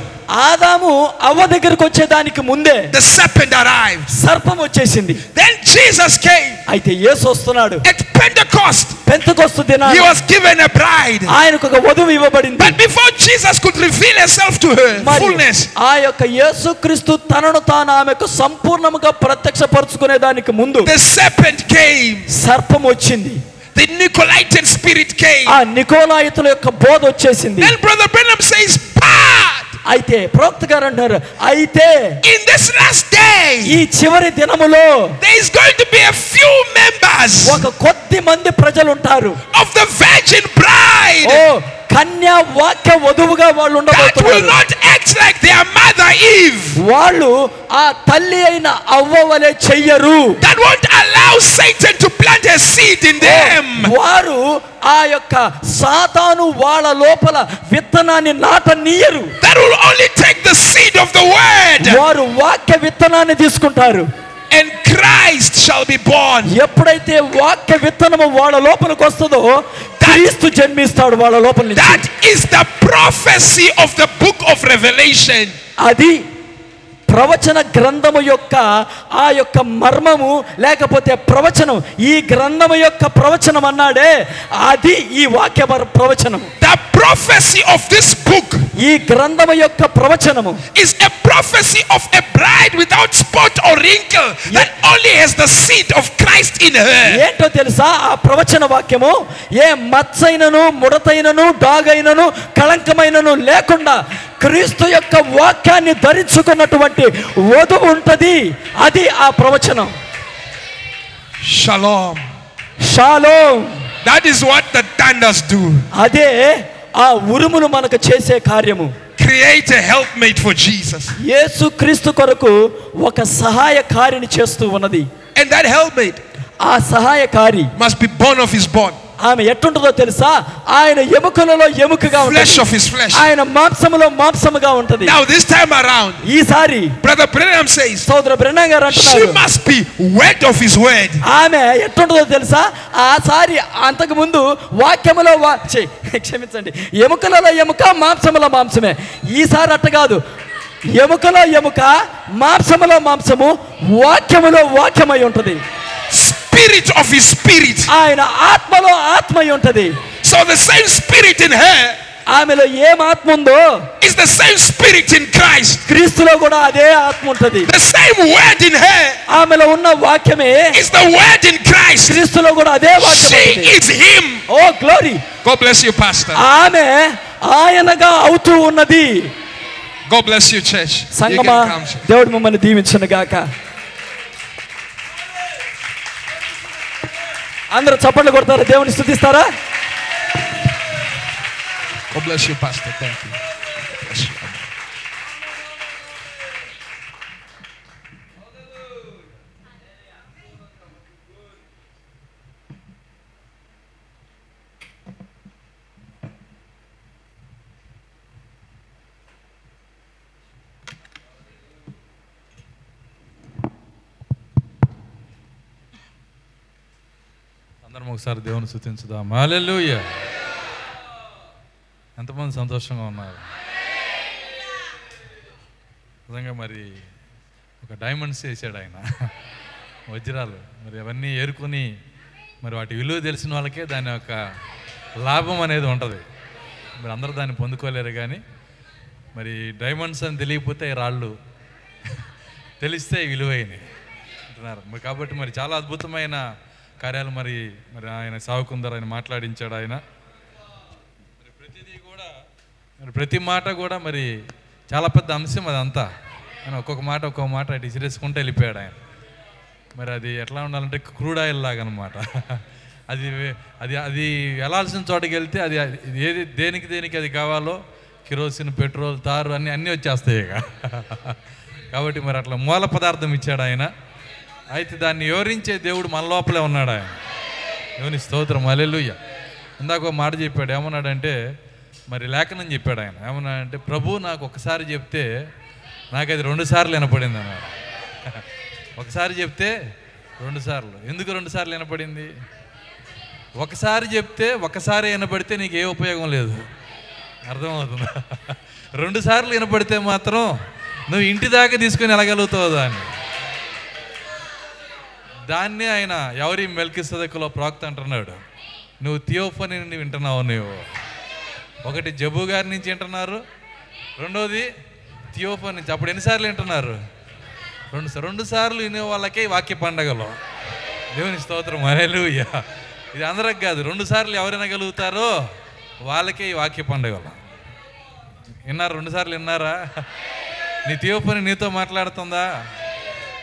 Speaker 4: ఆదాము అవ్వ దగ్గరకు వచ్చేదానికి ముందే
Speaker 2: the serpent arrived.
Speaker 4: సర్పం వచ్చేసింది
Speaker 2: Then Jesus came.
Speaker 4: అయితే యేసు వస్తున్నాడు
Speaker 2: At Pentecost,
Speaker 4: పెంతకొస్తు
Speaker 2: he
Speaker 4: దినాన
Speaker 2: was given a bride.
Speaker 4: ఆయనకు ఒక వధువు ఇవ్వబడింది
Speaker 2: But before Jesus could reveal himself to her,
Speaker 4: మరి
Speaker 2: fullness,
Speaker 4: ఆ యొక్క యేసుక్రీస్తు తనను తాను ఆమెకు సంపూర్ణముగా ప్రత్యక్షపరుచుకునే దానికి ముందు
Speaker 2: the serpent came.
Speaker 4: సర్పం వచ్చింది
Speaker 2: The Nicolaitan spirit came.
Speaker 4: ఆ నికోలాయితుల యొక్క బోధ వచ్చేసింది
Speaker 2: Then Brother Branham says, But
Speaker 4: అయితే ప్రవక్త గారు అంటారు అయితే
Speaker 2: in this last day,
Speaker 4: ఈ చివరి దినములో
Speaker 2: there is going to be a few members
Speaker 4: ఒక కొద్ది మంది ప్రజలు ఉంటారు
Speaker 2: of the virgin bride.
Speaker 4: ఓ కన్యా వాక్య వధువుగా వాళ్ళు
Speaker 2: that will
Speaker 4: ఉండబోతున్నారు
Speaker 2: not act like their mother Eve,
Speaker 4: వాళ్ళు ఆ తల్లి అయిన అవ్వ వలె చెయ్యరు
Speaker 2: that won't allow Satan to plant a seed in them.
Speaker 4: వారు ఆ యొక్క సాతాను వాళ్ళ లోపల విత్తనాన్ని నాటనీయరు
Speaker 2: That will only take the seed of the word,
Speaker 4: వారు వాక్య విత్తనాన్ని తీసుకుంటారు
Speaker 2: and Christ shall be born.
Speaker 4: ఎప్పుడైతే వాక్య విత్తనము వాళ్ళ లోపలికి వస్తుందో క్రీస్తు జన్మిస్తాడు వాళ్ళ లోపల నుంచి
Speaker 2: That is the prophecy of the book of Revelation.
Speaker 4: అది ప్రవచన గ్రంథము యొక్క ఆ యొక్క మర్మము లేకపోతే ప్రవచనం ఈ గ్రంథము యొక్క ప్రవచనం అన్నాడే అది ఈ వాక్య పర- ప్రవచనము
Speaker 2: The prophecy of this book
Speaker 4: ఈ గ్రంథము యొక్క ప్రవచనము
Speaker 2: is a prophecy of a bride without spot or wrinkle that only has the seed of Christ in her.
Speaker 4: ఏంటో తెలుసా ఆ ప్రవచన వాక్యము ఏ మచ్చైనను ముడతైనను డాగైనను కళంకమైనను లేకుండా క్రీస్తు యొక్క వాక్యాన్ని ధరించుకున్నటువంటి వధువు ఉంటది అది ఆ ప్రవచనం
Speaker 2: Shalom.
Speaker 4: Shalom
Speaker 2: That is what the thunders do.
Speaker 4: అదే ఆ ఉరుములు మనకు చేసే కార్యము
Speaker 2: Create a helpmate for Jesus.
Speaker 4: యేసు క్రీస్తు కొరకు ఒక సహాయకారిని చేస్తూ ఉన్నది
Speaker 2: And that helpmate
Speaker 4: ఆ సహాయకారి
Speaker 2: must be born of his bone,
Speaker 4: ఆమె ఎట్టుంటుందో తెలుసా ఆయన ఎముకలలో ఎముకగా
Speaker 2: flesh
Speaker 4: ఉంటుంది
Speaker 2: of his flesh.
Speaker 4: ఆయన మాంసములో మాంసముగా ఉంటది
Speaker 2: Now, this time around,
Speaker 4: ఈసారి
Speaker 2: Brother Branham says,
Speaker 4: సోదర బ్రహ్మ గారు అంటున్నారు
Speaker 2: she must be word of his word.
Speaker 4: ఆమె ఎట్టుంటుందో తెలుసా ఆ సారి అంతకు ముందు వాక్యములో వా ఛీ, క్షమించండి ఎముకలలో ఎముక మాంసములో మాంసమే ఈసారి అట్ట కాదు ఎముకలో ఎముక మాంసములో మాంసము వాక్యములో వాక్యమై ఉంటుంది
Speaker 2: Spirit of his spirit.
Speaker 4: ఆయన ఆత్మలో ఆత్మై ఉంటుంది
Speaker 2: So the same spirit in her
Speaker 4: ఆమెలో ఏం ఆత్మ ఉందో
Speaker 2: is the same spirit in Christ.
Speaker 4: క్రీస్తులో కూడా అదే ఆత్మ ఉంటుంది
Speaker 2: The same word in her
Speaker 4: ఆమెలో ఉన్న వాక్యమే
Speaker 2: is the word in Christ.
Speaker 4: క్రీస్తులో కూడా అదే వాక్యం
Speaker 2: She
Speaker 4: ఉంటుంది.
Speaker 2: is him.
Speaker 4: Oh glory
Speaker 2: God bless you, Pastor.
Speaker 4: ఆమె ఆయనగా అవుతూ ఉన్నది
Speaker 2: God bless you, church. You can
Speaker 4: సంగమా
Speaker 2: come.
Speaker 4: దేవుడు మిమ్మల్ని దీవించను గాక అందరూ చప్పట్లు కొడతారా దేవుని స్థుతిస్తారా
Speaker 2: God bless you, Pastor. Thank you. God bless you.
Speaker 1: అందరం ఒకసారి దేవుని స్థుతించుదాం హల్లెలూయ ఎంతమంది సంతోషంగా ఉన్నారు నిజంగా మరి ఒక డైమండ్స్ వేసాడు ఆయన వజ్రాలు మరి అవన్నీ ఏరుకొని మరి వాటి విలువ తెలిసిన వాళ్ళకే దాని యొక్క లాభం అనేది ఉంటుంది మరి అందరూ దాన్ని పొందుకోలేరు కానీ మరి డైమండ్స్ అని తెలియకపోతే ఈ రాళ్ళు తెలిస్తే విలువైనవి అంటున్నారు మరి కాబట్టి మరి చాలా అద్భుతమైన కార్యాలు మరి మరి ఆయన సాగుకుందరు ఆయన మాట్లాడించాడు ఆయన మరి ప్రతిదీ కూడా మరి ప్రతి మాట కూడా మరి చాలా పెద్ద అంశం అదంతా ఆయన ఒక్కొక్క మాట ఒక్కొక్క మాట అటు ఇసిరేసుకుంటూ వెళ్ళిపోయాడు ఆయన మరి అది ఎట్లా ఉండాలంటే క్రూడ్ ఆయిల్ లాగా
Speaker 6: <laughs>
Speaker 1: అనమాట అది వే- అది అది వెళ్ళాల్సిన చోటకి వెళ్తే అది అది- ఇది ఏది దేనికి దేనికి అది కావాలో కిరోసిన్ పెట్రోల్ తారు అన్నీ అన్నీ వచ్చేస్తాయి ఇక
Speaker 6: <laughs> కాబట్టి మరి అట్లా మూల పదార్థం ఇచ్చాడు ఆయన అయితే దాన్ని వివరించే దేవుడు మన లోపలే ఉన్నాడు ఆయన దేవుని స్తోత్రం అలెలుయ్య ఇందాక ఒక మాట చెప్పాడు ఏమన్నాడంటే మరి లేఖనం చెప్పాడు ఆయన ఏమన్నా అంటే ప్రభు నాకు ఒకసారి చెప్తే నాకు అది రెండు సార్లు వినపడింది అన్నాడు ఒకసారి చెప్తే రెండు సార్లు ఎందుకు రెండు సార్లు వినపడింది ఒకసారి చెప్తే ఒకసారి వినపడితే నీకు ఏ ఉపయోగం లేదు అర్థమవుతుందా రెండు సార్లు వినపడితే మాత్రం నువ్వు ఇంటి దాకా తీసుకుని వెళ్ళగలుగుతావు దాన్ని దాన్నే ఆయన ఎవరి మెల్కిసదకులో ప్రాక్త అంటున్నాడు నువ్వు థియోఫని నుండి వింటున్నావు నువ్వు ఒకటి జబు గారి నుంచి వింటున్నారు రెండోది థియోఫని నుంచి అప్పుడు ఎన్నిసార్లు వింటున్నారు రెండు రెండు సార్లు వినే వాళ్ళకే ఈ వాక్య పండగలో దేవుని స్తోత్రం హల్లెలూయా ఇది అందరికి కాదు రెండు సార్లు ఎవరైనా గలుగుతారో వాళ్ళకే ఈ వాక్య పండగలో విన్నారు రెండు సార్లు విన్నారా నీ థియోఫని నీతో మాట్లాడుతుందా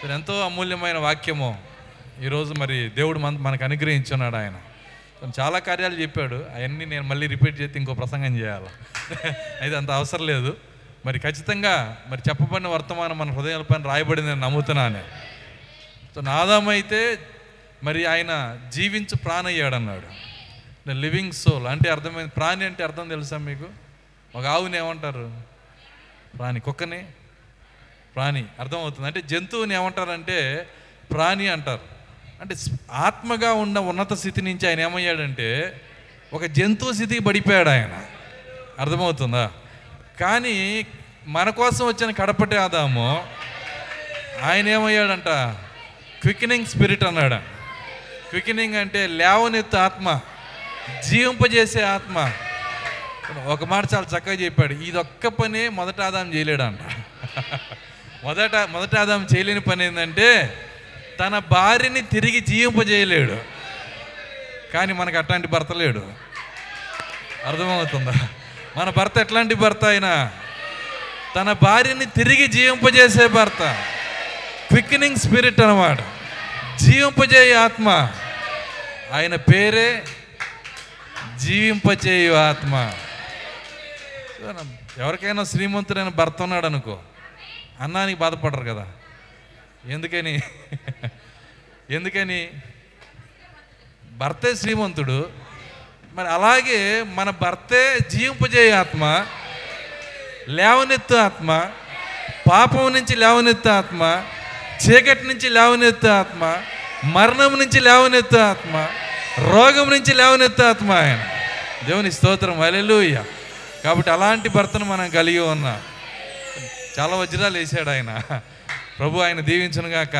Speaker 6: ఇది ఎంతో అమూల్యమైన వాక్యము ఈరోజు మరి దేవుడు మన మనకు అనుగ్రహించున్నాడు ఆయన తను చాలా కార్యాలు చెప్పాడు అవన్నీ నేను మళ్ళీ రిపీట్ చేస్తే ఇంకో ప్రసంగం చేయాలి <laughs> అయితే అంత అవసరం లేదు మరి ఖచ్చితంగా మరి చెప్పబడిన వర్తమానం మన హృదయాల పైన రాయబడింది నేను నమ్ముతున్నాను సో నాదాం అయితే మరి ఆయన జీవించు ప్రాణి అయ్యాడు అన్నాడు ద లివింగ్ సోల్ అంటే అర్థమైంది ప్రాణి అంటే అర్థం తెలుసా మీకు ఒక ఆవుని ఏమంటారు ప్రాణి కుక్కని ప్రాణి అర్థమవుతుంది అంటే జంతువుని ఏమంటారంటే ప్రాణి అంటారు అంటే స్- ఆత్మగా ఉన్న ఉన్నత స్థితి నుంచి ఆయన ఏమయ్యాడంటే ఒక జంతువు స్థితికి పడిపోయాడు ఆయన అర్థమవుతుందా కానీ మన కోసం వచ్చిన కడపటి ఆదాము ఆయన ఏమయ్యాడంట క్వికనింగ్ స్పిరిట్ అన్నాడు క్వికనింగ్ అంటే లేవనెత్తు ఆత్మ జీవింపజేసే ఆత్మ ఒక మాట చాలా చక్కగా చెప్పాడు ఇది ఒక్క పని మొదట ఆదాం చేయలేడంట మొదట మొదట ఆదాం చేయలేని పని ఏంటంటే తన భార్యని తిరిగి జీవింపజేయలేడు కానీ మనకు అట్లాంటి భర్త లేడు అర్థమవుతుందా మన భర్త ఎట్లాంటి భర్త అయినా తన భార్యని తిరిగి జీవింపజేసే భర్త క్విక్నింగ్ స్పిరిట్ అన్నమాట జీవింపజేయు ఆత్మ ఆయన పేరే జీవింపచేయు ఆత్మ ఎవరికైనా శ్రీమంతుడైన భర్త ఉన్నాడు అనుకో అన్నానికి బాధపడరు కదా ఎందుకని ఎందుకని భర్తే శ్రీమంతుడు మరి అలాగే మన భర్తే జీవింపజేయు ఆత్మ లేవనెత్తు ఆత్మ పాపం నుంచి లేవనెత్తు ఆత్మ చీకటి నుంచి లేవనెత్తు ఆత్మ మరణం నుంచి లేవనెత్తు ఆత్మ రోగం నుంచి లేవనెత్తు ఆత్మ ఆయన దేవుని స్తోత్రం అలెలుయ్య కాబట్టి అలాంటి భర్తను మనం కలిగి ఉన్నాం చాలా వజ్రాలు వేసాడు ఆయన ప్రభు ఆయన దీవించను గాక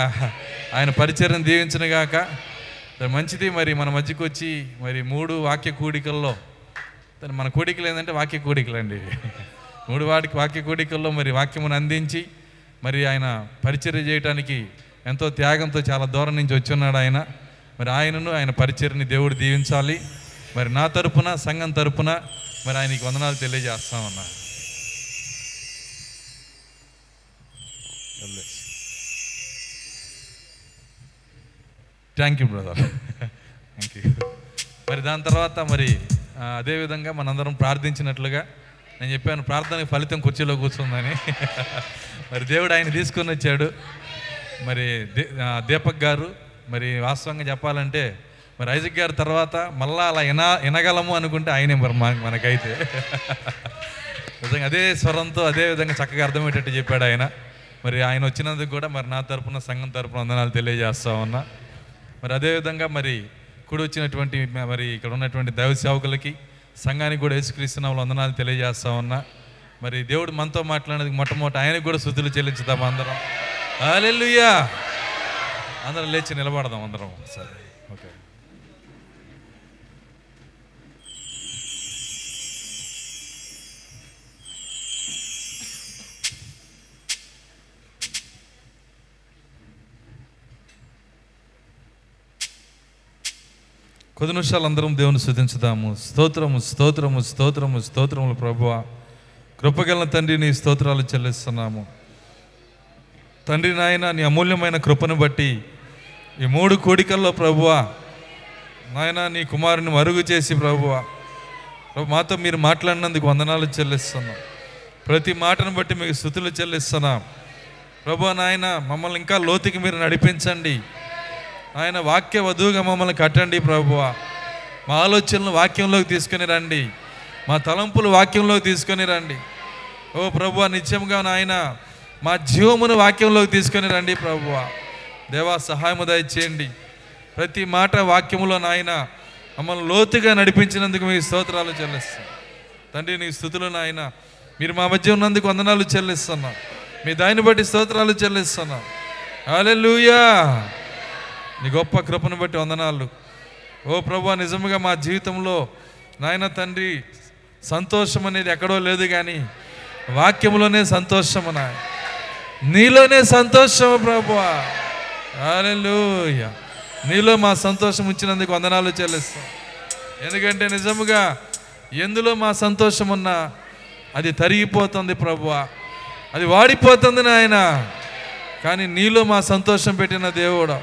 Speaker 6: ఆయన పరిచయం దీవించను గాక మరి మంచిది మరి మన మధ్యకు వచ్చి మరి మూడు వాక్య కూడికల్లో తను మన కూడికలు ఏంటంటే వాక్య కూడికలు అండి మూడు వాడికి వాక్య కూడికల్లో మరి వాక్యమును అందించి మరి ఆయన పరిచర్య చేయడానికి ఎంతో త్యాగంతో చాలా దూరం నుంచి వచ్చున్నాడు ఆయన మరి ఆయనను ఆయన పరిచర్ని దేవుడు దీవించాలి మరి నా తరపున సంఘం తరపున మరి ఆయనకి వందనాలు తెలియజేస్తా ఉన్నా thank you <laughs> brother thank you మరి దాని తర్వాత మరి ఆ, అదేవిధంగా మనందరం ప్రార్థించినట్లుగా నేను చెప్పాను ప్రార్థనకి ఫలితం కుర్చీలో కూర్చుందని <laughs> మరి దేవుడు ఆయన తీసుకొని వచ్చాడు మరి దే- ఆ, దీపక్ గారు మరి వాస్తవంగా చెప్పాలంటే మరి ఐజక్ గారి తర్వాత మళ్ళా అలా వినా వినగలము అనుకుంటే ఆయనే మరి మా- మనకైతే <laughs> నిజంగా అదే స్వరంతో అదే విధంగా చక్కగా అర్థమయ్యేటట్టు చెప్పాడు ఆయన మరి ఆయన వచ్చినందుకు కూడా మరి నా తరపున సంఘం తరపున వందనాలు తెలియజేస్తా ఉన్నా మరి అదేవిధంగా మరి కూడి వచ్చినటువంటి మ- మరి ఇక్కడ ఉన్నటువంటి దైవ సేవకులకి సంఘానికి కూడా యేసుక్రీస్తునామలు వందనాలు తెలియజేస్తా ఉన్నా మరి దేవుడు మనతో మాట్లాడినందుకు మొట్టమొదటి ఆయనకు కూడా శుద్ధులు చెల్లించుదాం అందరం హల్లెలూయా అందరం లేచి నిలబడదాం అందరం ఒకసారి ఓకే కొద్ది నిమిషాలు అందరం దేవుని స్థుతించుదాము స్తోత్రము స్తోత్రము స్తోత్రము స్తోత్రములు ప్రభువ కృపగల తండ్రి నీ స్తోత్రాలు చెల్లిస్తున్నాము తండ్రి నాయన నీ అమూల్యమైన కృపను బట్టి ఈ మూడు కోడికల్లో ప్రభువ నాయన నీ కుమారుని మరుగు చేసి ప్రభువ ప్రభు మాతో మీరు మాట్లాడినందుకు వందనాలు చెల్లిస్తున్నాం ప్రతి మాటను బట్టి మీకు స్థుతులు చెల్లిస్తున్నాం ప్రభు నాయన మమ్మల్ని ఇంకా లోతుకి మీరు నడిపించండి ఆయన వాక్య వధువుగా మమ్మల్ని కట్టండి ప్రభువా మా ఆలోచనలు వాక్యంలోకి తీసుకొని రండి మా తలంపులు వాక్యంలోకి తీసుకొని రండి ఓ ప్రభువా నిత్యంగా నాయన మా జీవమును వాక్యంలోకి తీసుకొని రండి ప్రభువా దేవా సహాయము దయచేయండి ప్రతి మాట వాక్యములో నాయన మమ్మల్ని లోతుగా నడిపించినందుకు మీ స్తోత్రాలు చెల్లిస్తాం తండ్రి నీ స్థుతులు నాయన మీరు మా మధ్య ఉన్నందుకు వందనాలు చెల్లిస్తున్నా మీ దాన్ని బట్టి స్తోత్రాలు చెల్లిస్తున్నా హల్లెలూయా నీ గొప్ప కృపను బట్టి వందనాలు ఓ ప్రభు నిజముగా మా జీవితంలో నాయన తండ్రి సంతోషం అనేది ఎక్కడో లేదు కానీ వాక్యంలోనే సంతోషము నా నీలోనే సంతోషము ప్రభువా హల్లెలూయా నీలో మా సంతోషం ఉంచినందుకు వందనాలు చెల్లిస్తాం ఎందుకంటే నిజముగా ఎందులో మా సంతోషం ఉన్నా అది తరిగిపోతుంది ప్రభువా అది వాడిపోతుంది నాయన కానీ నీలో మా సంతోషం పెట్టిన దేవుడు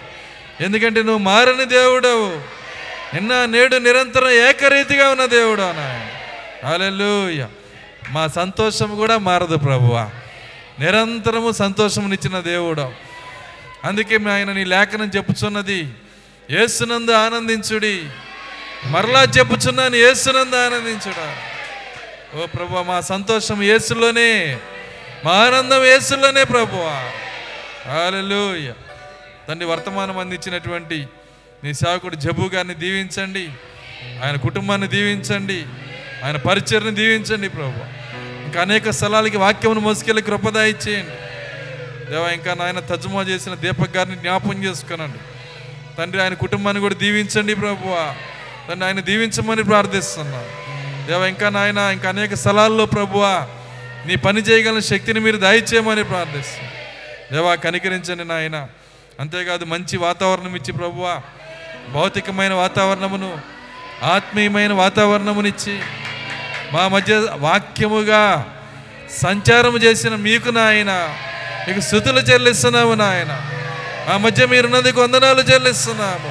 Speaker 6: ఎందుకంటే నువ్వు మారని దేవుడవు నిన్న నేడు నిరంతరం ఏకరీతిగా ఉన్న దేవుడు నాయన హల్లెలూయా మా సంతోషం కూడా మారదు ప్రభువా నిరంతరము సంతోషమునిచ్చిన దేవుడవు అందుకే మీ ఆయన నీ లేఖనం చెప్పుచున్నది ఏసునందు ఆనందించుడి మరలా చెప్పుచున్నాను ఏసునందు ఆనందించుడా ఓ ప్రభు మా సంతోషం ఏసులోనే మా ఆనందం ఏసులోనే ప్రభువా హల్లెలూయా తండ్రి వర్తమానం అందించినటువంటి నీ సేవకుడు జబు గారిని దీవించండి ఆయన కుటుంబాన్ని దీవించండి ఆయన పరిచయని దీవించండి ప్రభు ఇంకా అనేక స్థలాలకి వాక్యమును మోసుకెళ్ళి కృపదాయి చేయండి దేవా ఇంకా నాయన తర్జుమా చేసిన దీపక్ గారిని జ్ఞాపం చేసుకునండి తండ్రి ఆయన కుటుంబాన్ని కూడా దీవించండి ప్రభువా తండ్రి ఆయన దీవించమని ప్రార్థిస్తున్నా దేవా ఇంకా నాయన ఇంకా అనేక స్థలాల్లో ప్రభువా నీ పని చేయగల శక్తిని మీరు దయచేయమని ప్రార్థిస్తున్నాను దేవా కనికరించండి నాయన అంతేకాదు మంచి వాతావరణం ఇచ్చి ప్రభువా భౌతికమైన వాతావరణమును ఆత్మీయమైన వాతావరణమునిచ్చి మా మధ్య వాక్యముగా సంచారం చేసిన మీకు నాయన మీకు స్థుతులు చెల్లిస్తున్నాము నాయన మా మధ్య మీరున్నది వందనాలు చెల్లిస్తున్నాము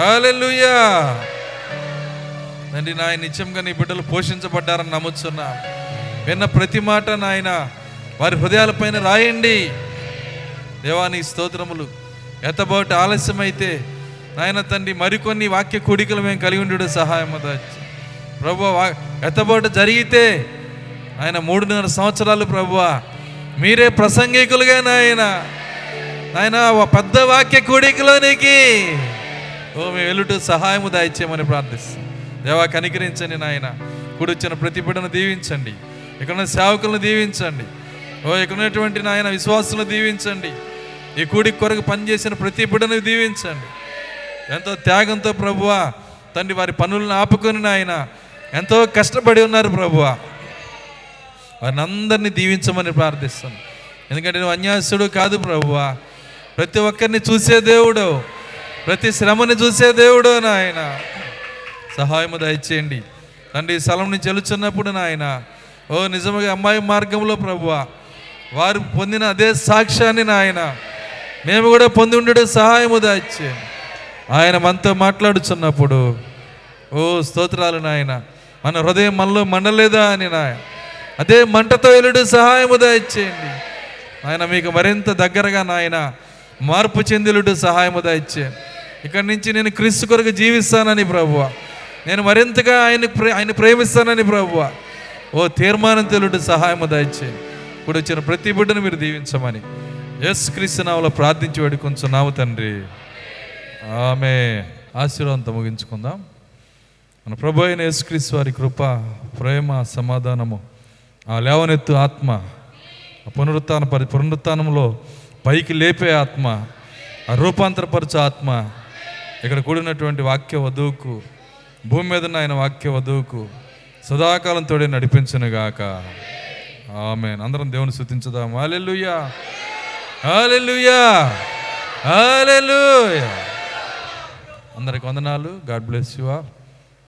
Speaker 6: హల్లెలూయా తండ్రి నాయన నిత్యంగా నీ బిడ్డలు పోషించబడ్డారని నమ్ముతున్నా విన్న ప్రతి మాట నాయన వారి హృదయాలపైన రాయండి దేవా నీ స్తోత్రములు ఎత్తబోటి ఆలస్యమైతే నాయన తండ్రి మరికొన్ని వాక్య కూడికలు మేము కలిగి ఉండు సహాయము దాచి ప్రభు ఎత్తబోట జరిగితే ఆయన మూడున్నర సంవత్సరాలు ప్రభువా మీరే ప్రసంగికులుగా నాయన నాయన ఒక పెద్ద వాక్య కూడికలో నీకి ఓ మేము వెళ్ళుట సహాయము దాయిచ్చేయమని ప్రార్థిస్తాం దేవా కనికరించండి నాయన కూడొచ్చిన ప్రతి బిడ్డను దీవించండి ఇక్కడ సేవకులను దీవించండి ఓ ఇక్కడ ఉన్నటువంటి నాయన విశ్వాసులను దీవించండి ఈ కూడి కొరకు పనిచేసిన ప్రతి బిడ్డను దీవించండి ఎంతో త్యాగంతో ప్రభువా తండ్రి వారి పనులను ఆపుకొని నాయన ఎంతో కష్టపడి ఉన్నారు ప్రభువా వారిని అందరినీ దీవించమని ప్రార్థిస్తాను ఎందుకంటే నువ్వు అన్యాసుడు కాదు ప్రభువా ప్రతి ఒక్కరిని చూసే దేవుడు ప్రతి శ్రమని చూసే దేవుడు నాయన సహాయము దయచేయండి తండ్రి ఈ స్థలం నుంచి వెళుచున్నప్పుడు నాయన ఓ నిజముగా అమ్మాయి మార్గంలో ప్రభువా వారు పొందిన అదే సాక్ష్యాన్ని నాయన మేము కూడా పొంది ఉండడం సహాయము దాచేయండి ఆయన మనతో మాట్లాడుచున్నప్పుడు ఓ స్తోత్రాలు నాయన మన హృదయం మనలో మండలేదా అని నాయన అదే మంటతో ఎలుడు సహాయము దయచేయండి ఆయన మీకు మరింత దగ్గరగా నాయన మార్పు చెందిలుడు సహాయము దయచేయండి ఇక్కడి నుంచి నేను క్రీస్తు కొరకు జీవిస్తానని ప్రభువ నేను మరింతగా ఆయన ప్రే ఆయన ప్రేమిస్తానని ప్రభువ ఓ తీర్మానం తెలుడు సహాయము దయచేయండి ఇప్పుడు వచ్చిన ప్రతి బిడ్డను మీరు దీవించమని ఎస్ క్రీస్తునామలో ప్రార్థించి వేడుకొంచున్నాము తండ్రి ఆమె ఆశీర్వాదంతో ముగించుకుందాం మన ప్రభు అయిన యేసుక్రీస్తు వారి కృప ప్రేమ సమాధానము ఆ లేవనెత్తు ఆత్మ ఆ పునరుత్న పరి పునరుత్నంలో పైకి లేపే ఆత్మ ఆ రూపాంతరపరచు ఆత్మ ఇక్కడ కూడినటువంటి వాక్య వధువుకు భూమి మీద ఉన్న ఆయన వాక్య వధువుకు సదాకాలం తోడే నడిపించునుగాక ఆమె అందరం దేవుని స్థుతించుదాం హల్లెలూయా హల్లెలూయా హల్లెలూయా అందరికి వందనాలు గాడ్ బ్లెస్ యు ఆల్